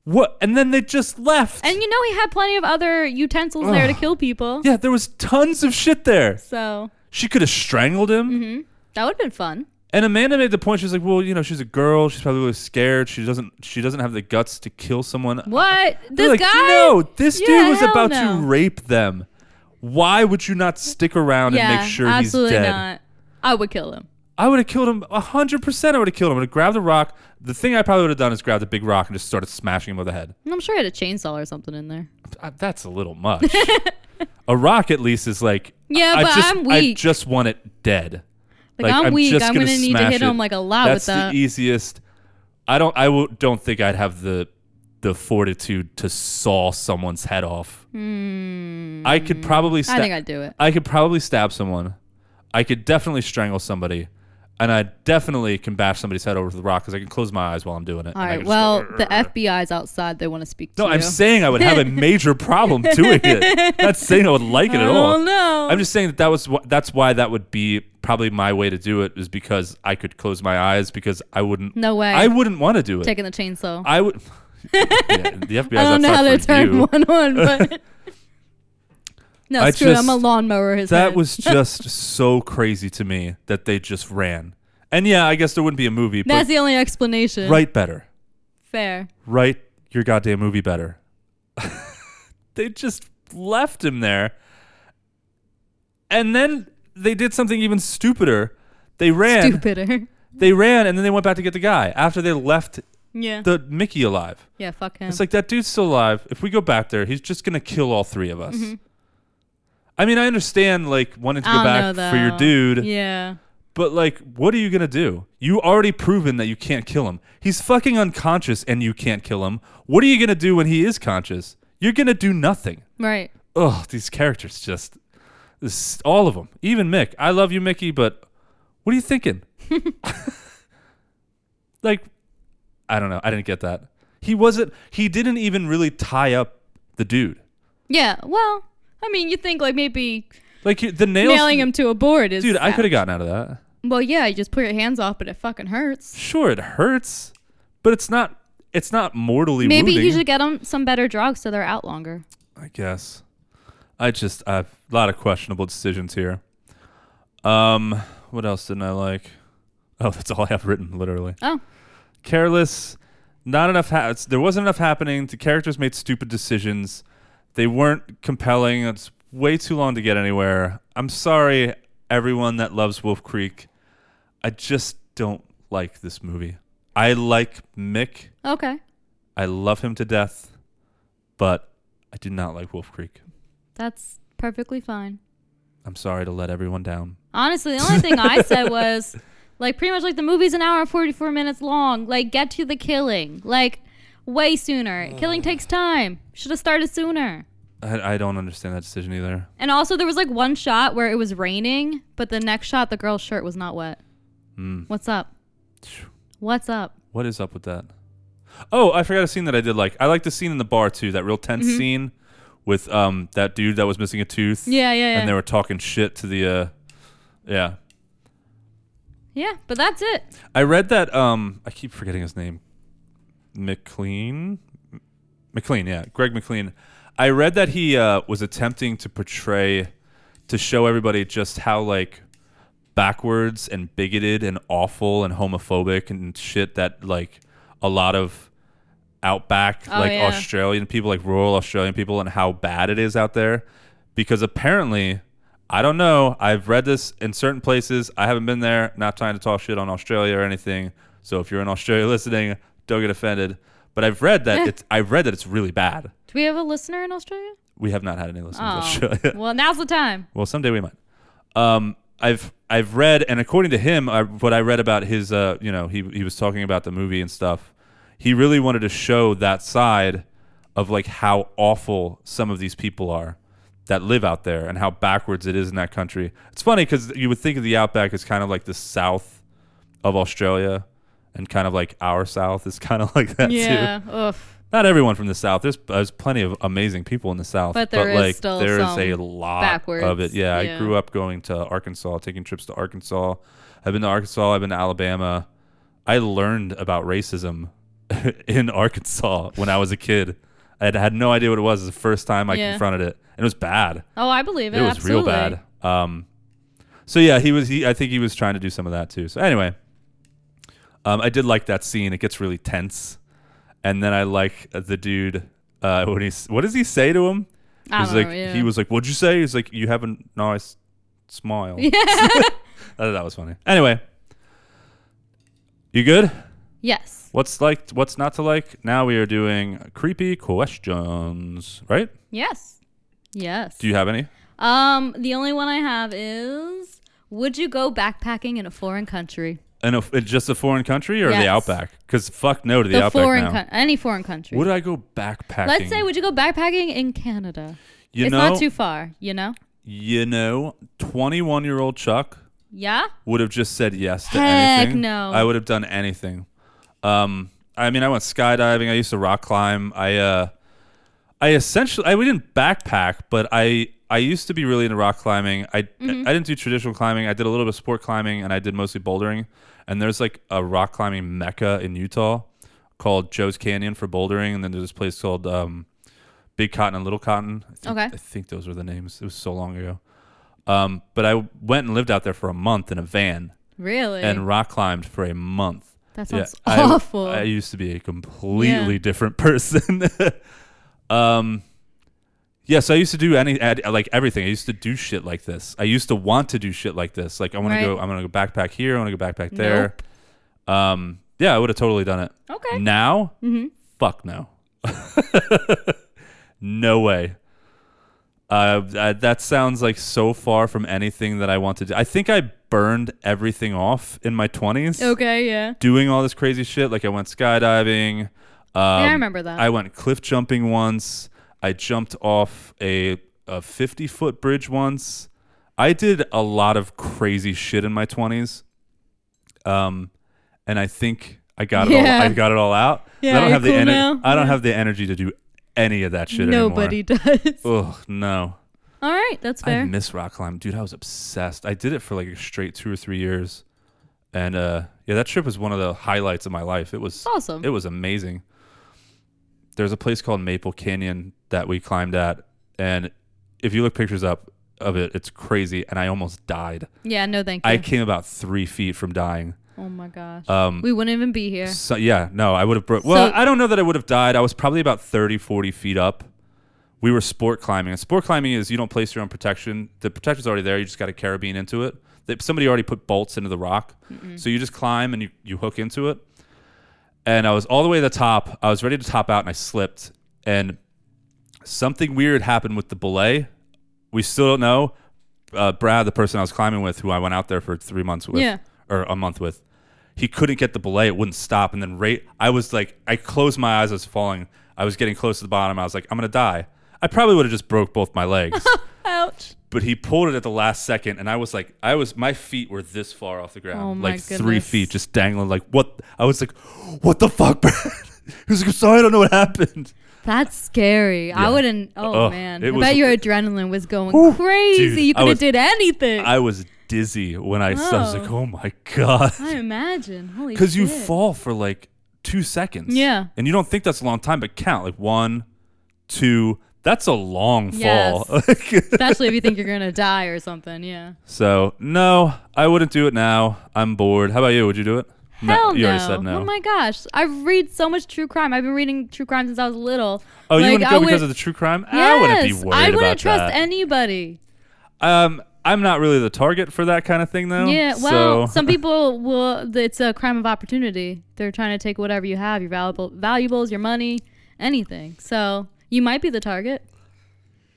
S1: What? And then they just left.
S3: And you know he had plenty of other utensils there to kill people.
S1: yeah, there was tons of shit there.
S3: So
S1: She could have strangled him.
S3: Mm-hmm. that would have been fun.
S1: And Amanda made the point. She's like, well, you know, she's a girl. She's probably really scared. She doesn't. She doesn't have the guts to kill someone.
S3: What
S1: They're
S3: this
S1: like,
S3: guy?
S1: No, this
S3: Yeah,
S1: dude was
S3: hell
S1: about to
S3: no.
S1: rape them. Why would you not stick around
S3: Yeah,
S1: and make sure he's
S3: absolutely
S1: dead?
S3: not. I would kill him.
S1: I would have killed him hundred percent. I would have killed him. I would have grabbed the rock. The thing I probably would have done is grabbed a big rock and just started smashing him over the head.
S3: I'm sure he had a chainsaw or something in there.
S1: Uh, That's a little much. a rock at least is like
S3: Yeah,
S1: I
S3: but
S1: just,
S3: I'm
S1: I
S3: weak.
S1: just want it dead.
S3: Like, I'm, weak.
S1: just
S3: I'm
S1: gonna
S3: gonna, need to
S1: smash
S3: hit
S1: it.
S3: him like a lot
S1: That's
S3: with that.
S1: the easiest. I don't. I w- don't think I'd have the the fortitude to saw someone's head off. I could probably. Sta-
S3: Hmm. I think I'd do it.
S1: I could probably stab someone. I could definitely strangle somebody, and I definitely can bash somebody's head over with the rock because I can close my eyes while I'm doing it. and
S3: All
S1: I
S3: right.
S1: can just
S3: Well,
S1: go,
S3: the FBI's outside. They want to speak to
S1: no,
S3: you.
S1: I'm saying I would have a major problem doing it. Not saying I would like it at
S3: I
S1: all.
S3: don't know.
S1: I'm just saying that that was wh- that's why that would be probably my way to do it is because I could close my eyes because I wouldn't.
S3: No way.
S1: I wouldn't want to do it.
S3: taking the chainsaw. I,
S1: I would. Yeah, the FBI.
S3: don't know how they turn
S1: you.
S3: one on, but no,
S1: I
S3: screw it. I'm a
S1: just-
S3: lawnmower. His
S1: That
S3: head.
S1: was just so crazy to me that they just ran. And yeah, I guess there wouldn't be a movie,
S3: that's
S1: but
S3: the only explanation.
S1: write better.
S3: Fair.
S1: Write your goddamn movie better. they just left him there. And then they did something even stupider. They ran.
S3: Stupider.
S1: They ran and then they went back to get the guy after they left
S3: Yeah.
S1: the Mickey alive.
S3: yeah, fuck him.
S1: It's like that dude's still alive. If we go back there, he's just gonna kill all three of us. I mean, I understand like wanting to
S3: Mm-hmm. I
S1: go back
S3: don't know,
S1: for your
S3: though.
S1: dude,
S3: Yeah.
S1: but like, what are you gonna do? You already proven that you can't kill him. He's fucking unconscious, and you can't kill him. What are you gonna do when he is conscious? You're gonna do nothing.
S3: Right.
S1: Ugh, these characters just, this, all of them. Even Mick. I love you, Mickey, but what are you thinking? like, I don't know. I didn't get that. He wasn't. He didn't even really tie up the dude.
S3: Yeah. Well, I mean, you think like maybe
S1: Like he- the nails.
S3: nailing him to a board is.
S1: Dude, I
S3: savage.
S1: could have gotten out of that.
S3: Well, yeah, you just put your hands off, but it fucking hurts.
S1: Sure, it hurts, but it's not. It's not mortally
S3: Maybe
S1: wounding.
S3: you should get them some better drugs so they're out longer.
S1: I guess. I just I have a lot of questionable decisions here. Um, what else didn't I like? Oh, that's all I have written, literally.
S3: Oh.
S1: Careless. Not enough. Ha- it's- there wasn't enough happening. The characters made stupid decisions. They weren't compelling. It's way too long to get anywhere. I'm sorry, everyone that loves Wolf Creek. I just don't like this movie. I like Mick.
S3: Okay.
S1: I love him to death, but I do not like Wolf Creek.
S3: That's perfectly fine.
S1: I'm sorry to let everyone down.
S3: Honestly, the only thing I said was like pretty much like the movie's an hour and 44 minutes long. Like get to the killing. Like way sooner. Killing takes time. Should have started sooner.
S1: I, I don't understand that decision either.
S3: And also there was like one shot where it was raining, but the next shot the girl's shirt was not wet.
S1: Hmm.
S3: What's up? What's up?
S1: What is up with that? Oh, I forgot a scene that I did like. I like the scene in the bar too. That real tense
S3: Mm-hmm.
S1: scene with um that dude that was missing a tooth.
S3: Yeah, yeah, yeah.
S1: And they were talking shit to the uh, yeah.
S3: Yeah, but that's it.
S1: I read that um I keep forgetting his name. McLean? M- McLean, yeah. Greg McLean. I read that he uh, was attempting to portray to show everybody just how like backwards and bigoted and awful and homophobic and shit that like a lot of outback
S3: Oh,
S1: like
S3: yeah.
S1: Australian people like rural Australian people and how bad it is out there because apparently I don't know I've read this in certain places I haven't been there not trying to talk shit on Australia or anything so if you're in Australia listening don't get offended but I've read that it's I've read that it's really bad
S3: Do we have a listener in Australia?
S1: we have not had any listeners in
S3: Oh.
S1: Australia
S3: well, now's the time.
S1: well, someday we might. Um, I've I've read, and according to him, I, what I read about his, uh, you know, he he was talking about the movie and stuff. He really wanted to show that side of like how awful some of these people are that live out there, and how backwards it is in that country. It's funny because you would think of the outback as kind of like the south of Australia, and kind of like our south is kind of like that
S3: Yeah.
S1: too.
S3: Oof.
S1: Not everyone from the south. There's there's plenty of amazing people in the south,
S3: But there is
S1: like
S3: still
S1: there is
S3: some
S1: a lot
S3: backwards.
S1: of it. Yeah, I
S3: Yeah.
S1: grew up going to Arkansas, taking trips to Arkansas. I've been to Arkansas. I've been to Alabama. I learned about racism in Arkansas when I was a kid. I had, had no idea what it was. It was the first time I
S3: Yeah.
S1: confronted it, and it was bad.
S3: Oh, I believe it.
S1: It was
S3: Absolutely.
S1: real bad. Um, so yeah, he was. He, I think he was trying to do some of that too. So anyway, um, I did like that scene. It gets really tense, and then I like the dude uh, when he's. What does he say to him?
S3: I
S1: He's
S3: don't
S1: like,
S3: know, yeah.
S1: he was like, "What'd you say?" He's like, "You have a nice smile." Yeah. that was funny. Anyway, you good?
S3: Yes.
S1: What's like? What's not to like? Now we are doing creepy questions, right?
S3: Yes. Yes.
S1: Do you have any?
S3: um, the only one I have is would you go backpacking in a foreign country?
S1: And a, just a foreign country or
S3: Yes.
S1: the outback? Because fuck no to the,
S3: The,
S1: outback
S3: foreign
S1: now.
S3: coun- any foreign country.
S1: Would I go backpacking?
S3: Let's say would you go backpacking in Canada?
S1: you
S3: it's
S1: know,
S3: not too far, you know?
S1: you know, twenty-one-year-old Chuck
S3: Yeah?
S1: would have just said yes to
S3: Heck
S1: anything.
S3: no.
S1: I would have done anything. Um, I mean, I went skydiving. I used to rock climb. I, uh, I essentially, I we didn't backpack, but I, I used to be really into rock climbing. I, I didn't do traditional climbing. I did a little bit of sport climbing, and I did mostly bouldering. And there's like a rock climbing mecca in Utah called Joe's Canyon for bouldering, and then there's this place called um, Big Cotton and Little Cotton. I think,
S3: Okay.
S1: I think those were the names. It was so long ago. Um, but I went and lived out there for a month in a van
S3: Really?
S1: and rock climbed for a month.
S3: That sounds
S1: I-
S3: awful.
S1: I, used to be a completely different person. um, Yes, I used to do any ad- like everything. I used to do shit like this. I used to want to do shit like this. Like I want
S3: Right.
S1: to go. I'm gonna go backpack here. I want to go backpack there. Um, yeah, I would have totally done it.
S3: Okay. Mm-hmm.
S1: Now, fuck no, no way. Uh, that, that sounds like so far from anything that I want to do. I think I burned everything off in my 20s
S3: Okay, yeah.
S1: doing all this crazy shit. Like I went skydiving. Um,
S3: I remember that.
S1: I went cliff jumping once. I jumped off a a fifty foot bridge once. I did a lot of crazy shit in my twenties. Um, and I think I got it.
S3: Yeah.
S1: All, I got it all out.
S3: Yeah,
S1: I don't
S3: you're
S1: have the
S3: cool
S1: ener-
S3: now?
S1: I don't have the energy to do any of that shit
S3: Nobody does.
S1: anymore. Ugh, no.
S3: All right, that's
S1: Oh. I
S3: fair.
S1: miss rock climbing, dude. I was obsessed. I did it for like a straight two or three years, and uh, yeah, that trip was one of the highlights of my life. It was
S3: awesome.
S1: It was amazing. There's a place called Maple Canyon that we climbed at, and if you look pictures up of it, it's crazy. And I almost died.
S3: Yeah, no thank you.
S1: I came about three feet from dying.
S3: oh my gosh.
S1: Um,
S3: we wouldn't even be here.
S1: so, yeah, no, I would have broke. Well,
S3: So-
S1: I don't know that I would have died. I was probably about 30, 40 feet up. We were sport climbing. And sport climbing is you don't place your own protection. The protection's already there. You just got a carabine into it. They, somebody already put bolts into the rock. So you just climb and you, you hook into it. And I was all the way to the top. I was ready to top out and I slipped. And something weird happened with the belay. We still don't know. Uh, Brad, the person I was climbing with, who I went out there for three months with,
S3: Yeah.
S1: or a month with, he couldn't get the belay. It wouldn't stop. And then right, I was like, I closed my eyes. I was falling. I was getting close to the bottom. I was like, I'm gonna die. I probably would have just broke both my legs.
S3: Ouch.
S1: but he pulled it at the last second, and I was like, I was my feet were this far off the ground,
S3: Oh my
S1: like three
S3: goodness.
S1: feet, just dangling. Like what? I was like, what the fuck, Brad? he was like, I'm sorry, I don't know what happened.
S3: That's scary. I
S1: Yeah.
S3: wouldn't. Oh
S1: Ugh,
S3: man, I
S1: it was-
S3: bet your adrenaline was going crazy.
S1: Dude,
S3: you
S1: I
S3: could have
S1: was-
S3: did anything. I,
S1: I was dizzy when I, saw I was
S3: Oh.
S1: like, oh my god,
S3: imagine. Holy.
S1: because you
S3: shit.
S1: fall for like two seconds.
S3: Yeah.
S1: and you don't think that's a long time, but count like one, two. That's a long
S3: Yes.
S1: fall. Like-
S3: Especially if you think you're gonna die or something. Yeah.
S1: so no, I wouldn't do it now. I'm bored. How about you? Would you do it?
S3: Hell no.
S1: You already said no.
S3: Oh my gosh, I read so much true crime. I've been reading true crime since I was little.
S1: Oh, you wouldn't go
S3: would-
S1: because of the true crime?
S3: Yes,
S1: I wouldn't be worried
S3: I wouldn't
S1: about
S3: trust
S1: that.
S3: anybody.
S1: um, I'm not really the target for that kind of thing, though.
S3: Yeah,
S1: so-
S3: well, some people will. It's a crime of opportunity. They're trying to take whatever you have, your valuable valuables, your money, anything. So you might be the target.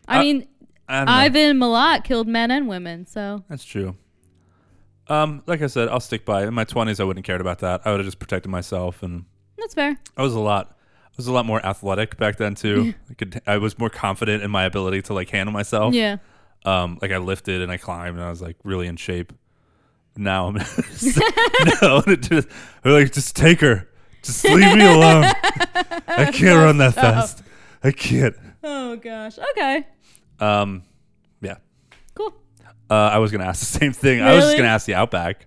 S3: I
S1: Uh,
S3: mean,
S1: I don't know.
S3: Ivan Milat killed men and women. So
S1: That's true. Um, like I said, I'll stick by. it. In my 20s, I wouldn't cared about that. I would have just protected myself, and
S3: that's fair.
S1: I was a lot. I was a lot more athletic back then too. I could. I was more confident in my ability to like handle myself.
S3: Yeah.
S1: Um, like I lifted and I climbed, and I was like really in shape. Now I'm no, just, I'm like just take her, just leave me alone. I can't run that fast. I can't.
S3: Oh gosh. Okay.
S1: Um, yeah.
S3: Cool.
S1: Uh, I was gonna ask the same thing. I was just
S3: Really?
S1: gonna ask the Outback.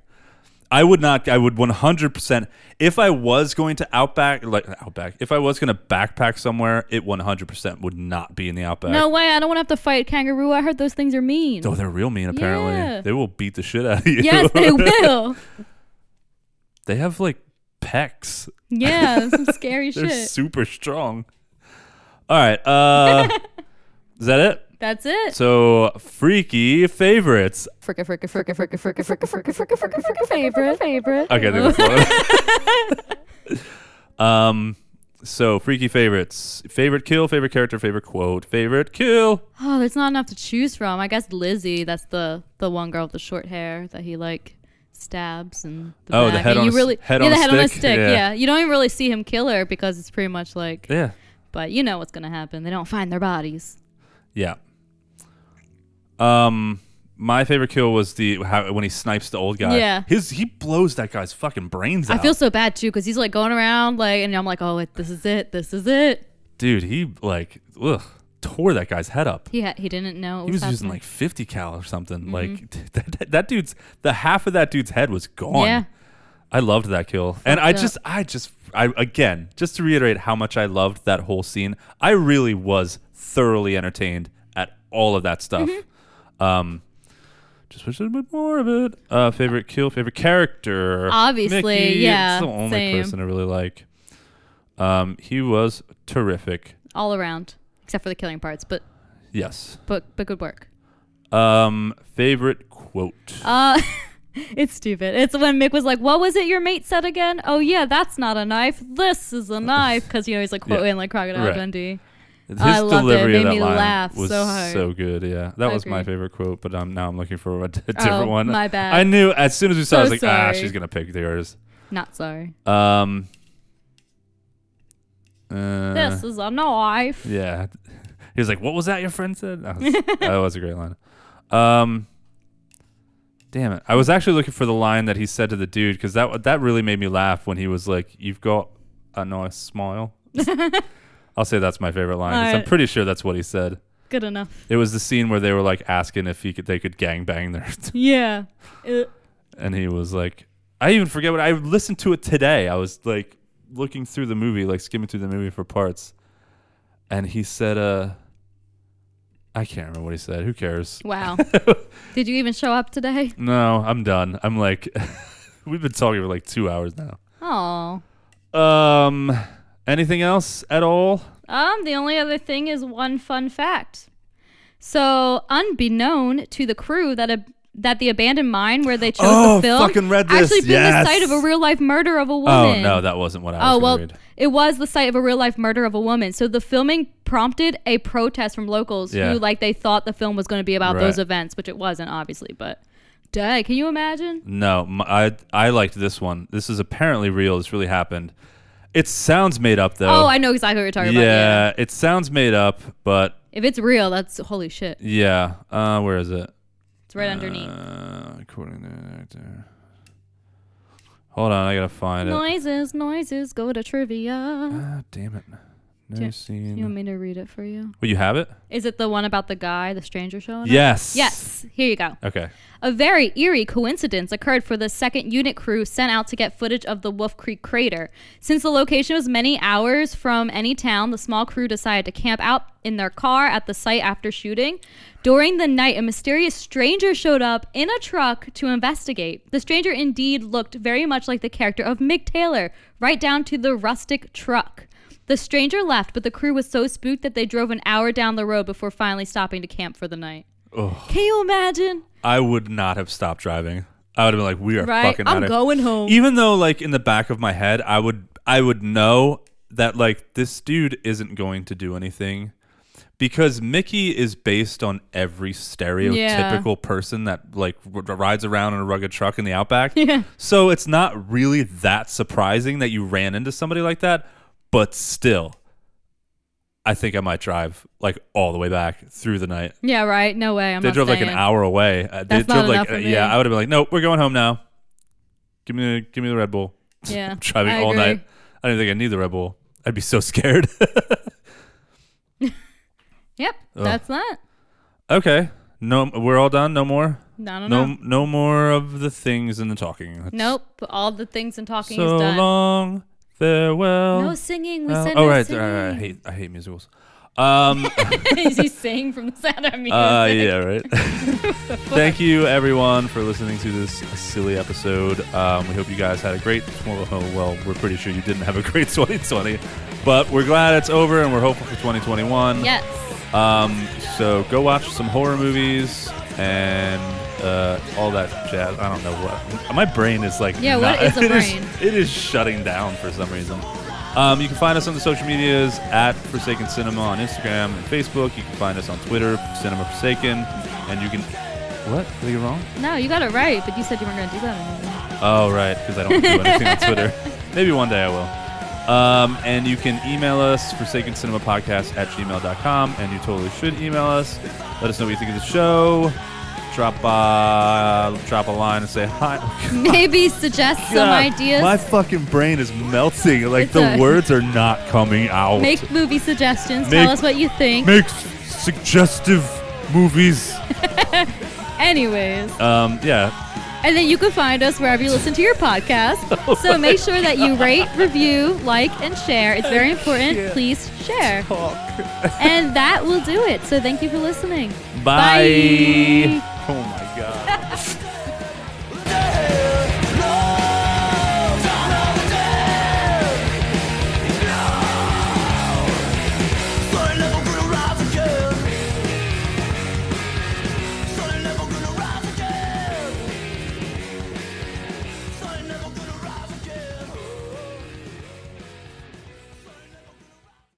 S1: I would not. I would 100. percent If I was going to Outback, like Outback, if I was gonna backpack somewhere, it 100 percent would not be in the Outback.
S3: No way. I don't want to have to fight kangaroo. I heard those things are mean.
S1: Oh, they're real mean. Apparently,
S3: Yeah.
S1: they will beat the shit out of you.
S3: Yes, they will.
S1: they have like pecs.
S3: Yeah, some scary
S1: They're
S3: shit.
S1: super strong. All right. Uh, is that it?
S3: That's it.
S1: So freaky favorites.
S3: Fricka, fricka, fricka, fricka, fricka, fricka, fricka, fricka, fricka, fricka, favorite, favorite.
S1: Okay, I think that's one. um, so freaky favorites, favorite kill, favorite character, favorite quote, favorite kill.
S3: Oh, there's not enough to choose from. I guess Lizzie, that's the the one girl with the short hair that he like stabs and the
S1: Oh, the
S3: back.
S1: head
S3: and
S1: on
S3: you
S1: a s-
S3: really
S1: head
S3: yeah,
S1: on
S3: the
S1: a
S3: head on a
S1: stick?
S3: stick. Yeah.
S1: Yeah.
S3: you don't even really see him kill her because it's pretty much like,
S1: Yeah,
S3: but you know what's gonna happen. They don't find their bodies.
S1: yeah. Um, my favorite kill was the how, when he snipes the old guy.
S3: Yeah.
S1: his he blows that guy's fucking brains out.
S3: I feel so bad too because he's like going around like, and I'm like, oh, wait, this is it, this is it.
S1: dude. He like ugh, tore that guy's head up.
S3: He ha- he didn't know. It
S1: He was using
S3: happening. Mm-hmm.
S1: like 50 cal or something. Like that, that, that dude's the half of that dude's head was gone.
S3: yeah,
S1: I loved that kill. and I
S3: up.
S1: just, I just, I again, just to reiterate how much I loved that whole scene, I really was thoroughly entertained at all of that stuff.
S3: Mm-hmm.
S1: Um, just wish there was a bit more of it. Uh, favorite kill, favorite character.
S3: Obviously,
S1: Mickey.
S3: yeah,
S1: It's the only
S3: same.
S1: person I really like. Um, he was terrific.
S3: all around except for the killing parts, but
S1: Yes.
S3: but but good work.
S1: Um, favorite quote.
S3: Uh, it's stupid. It's when Mick was like, "What was it your mate said again?" Oh yeah, that's not a knife. This is a knife because you know he's like
S1: Yeah.
S3: quoting like Crocodile
S1: Right.
S3: Dundee.
S1: His
S3: I loved it. It
S1: delivery of
S3: made
S1: that
S3: me
S1: line
S3: laugh
S1: was
S3: so hard.
S1: good. Yeah, that
S3: I
S1: was my
S3: agree.
S1: favorite quote. But I'm now I'm looking for a d- different
S3: Oh,
S1: one.
S3: my bad.
S1: I knew as soon as we saw, it, I was
S3: So
S1: like, ah,
S3: sorry.
S1: she's gonna pick yours.
S3: Not sorry.
S1: Um. uh,
S3: this is a knife.
S1: Yeah. He was like, "What was that your friend said?" That was, that was a great line. Um. Damn it! I was actually looking for the line that he said to the dude because that that really made me laugh when he was like, "You've got a nice smile." I'll say that's my favorite line. 'cause I'm
S3: Alright.
S1: pretty sure that's what he said.
S3: Good enough.
S1: It was the scene where they were like asking if he could they could gang bang their,
S3: Yeah. Uh,
S1: and he was like, I even forget what I listened to it today. I was like looking through the movie, like skimming through the movie for parts, and he said, uh, I can't remember what he said. Who cares?
S3: wow. Did you even show up today?
S1: No, I'm done. I'm like, we've been talking for like two hours now.
S3: Oh.
S1: Um, anything else at all?
S3: Um, the only other thing is one fun fact. So, unbeknown to the crew that a that the abandoned mine where they chose
S1: Oh,
S3: to film
S1: fucking read this.
S3: actually been
S1: Yes.
S3: the site of a real life murder of a
S1: Oh
S3: woman.
S1: no, that wasn't what I was
S3: Oh
S1: gonna
S3: well,
S1: read.
S3: it was the site of a real life murder of a woman. So the filming prompted a protest from locals
S1: Yeah.
S3: who, like, they thought the film was going to be about
S1: Right.
S3: those events, which it wasn't, obviously. But, dang, can you imagine?
S1: No, m I I I liked this one. This is apparently real. This really happened. It sounds made up though.
S3: Oh, I know exactly what you're talking
S1: yeah,
S3: about. Yeah,
S1: it sounds made up, but
S3: if it's real, that's holy shit.
S1: yeah. Uh, where is it?
S3: It's right underneath.
S1: Uh, according to the actor. Hold on, I gotta find it.
S3: Noises, noises, go to trivia.
S1: Ah, damn it. No
S3: Do-
S1: scene.
S3: You want me to read it for you?
S1: Well, you have it?
S3: Is it the one about the guy, the stranger showing up?
S1: Yes.
S3: Yes, here you go.
S1: Okay.
S3: A very eerie coincidence occurred for the second unit crew sent out to get footage of the Wolf Creek crater. Since the location was many hours from any town, the small crew decided to camp out in their car at the site after shooting. During the night, a mysterious stranger showed up in a truck to investigate. The stranger indeed looked very much like the character of Mick Taylor, right down to the rustic truck. The stranger left, but the crew was so spooked that they drove an hour down the road before finally stopping to camp for the night. Can you imagine?
S1: I would not have stopped driving. I would have been like, we are
S3: Right,
S1: fucking
S3: I'm
S1: outta-
S3: going home.
S1: Even though, like, in the back of my head, I would, I would know that, like, this dude isn't going to do anything because Mickey is based on every stereotypical person that, like, r- rides around in a rugged truck in the outback.
S3: Yeah.
S1: So it's not really that surprising that you ran into somebody like that, but still. I think I might drive like all the way back through the night.
S3: Yeah, right. No way. I'm
S1: They
S3: not
S1: drove like an
S3: staying.
S1: hour away. Uh, they
S3: That's
S1: drove
S3: not
S1: like
S3: enough for
S1: uh,
S3: me.
S1: yeah. I would have been like, nope, we're going home now. Give me the give me the Red Bull.
S3: Yeah,
S1: Driving
S3: Uh, I
S1: all
S3: agree.
S1: night. I didn't think I need the Red Bull. I'd be so scared.
S3: Yep, that's that.
S1: okay, no, we're all done. No more.
S3: No, no,
S1: No,
S3: no.
S1: no more of the things and the talking. That's
S3: Nope. All the things and talking
S1: So
S3: is done.
S1: long, farewell.
S3: No singing. We
S1: Oh,
S3: said
S1: oh,
S3: no
S1: right,
S3: singing.
S1: right, right. I hate I hate musicals. Um.
S3: is he singing from the sound of music?
S1: Uh, yeah, right. Thank you, everyone, for listening to this silly episode. Um, we hope you guys had a great. Well, oh, well, we're pretty sure you didn't have a great 2020, but we're glad it's over and we're hopeful for 2021.
S3: Yes.
S1: Um, so go watch some horror movies and uh, all that jazz. I don't know what. My brain is like.
S3: Yeah, what
S1: not-
S3: is a
S1: it
S3: brain?
S1: it is shutting down for some reason. Um, you can find us on the social medias at Forsaken Cinema on Instagram and Facebook. You can find us on Twitter, Cinema Forsaken, and you can. What? Did I get it wrong?
S3: No, you got it right, but you said you weren't going to do that anymore.
S1: Oh, right, because I don't do anything on Twitter. Maybe one day I will. Um, and you can email us, Forsaken Cinema Podcast at gmail.com, and you totally should email us. Let us know what you think of the show. Drop, uh, drop a line and say hi.
S3: Maybe suggest some
S1: God,
S3: ideas.
S1: My fucking brain is melting. Like,
S3: It's
S1: the
S3: a-
S1: words are not coming out.
S3: Make movie suggestions.
S1: Make-
S3: Tell us what you think.
S1: Make s- suggestive movies.
S3: Anyways,
S1: Um, yeah,
S3: and then you can find us wherever you listen to your
S1: Oh
S3: podcast. so make sure that you rate, review, like, and share. It's very important. Please share. and that will do it. So thank you for listening.
S1: Bye.
S3: Bye.
S1: Oh my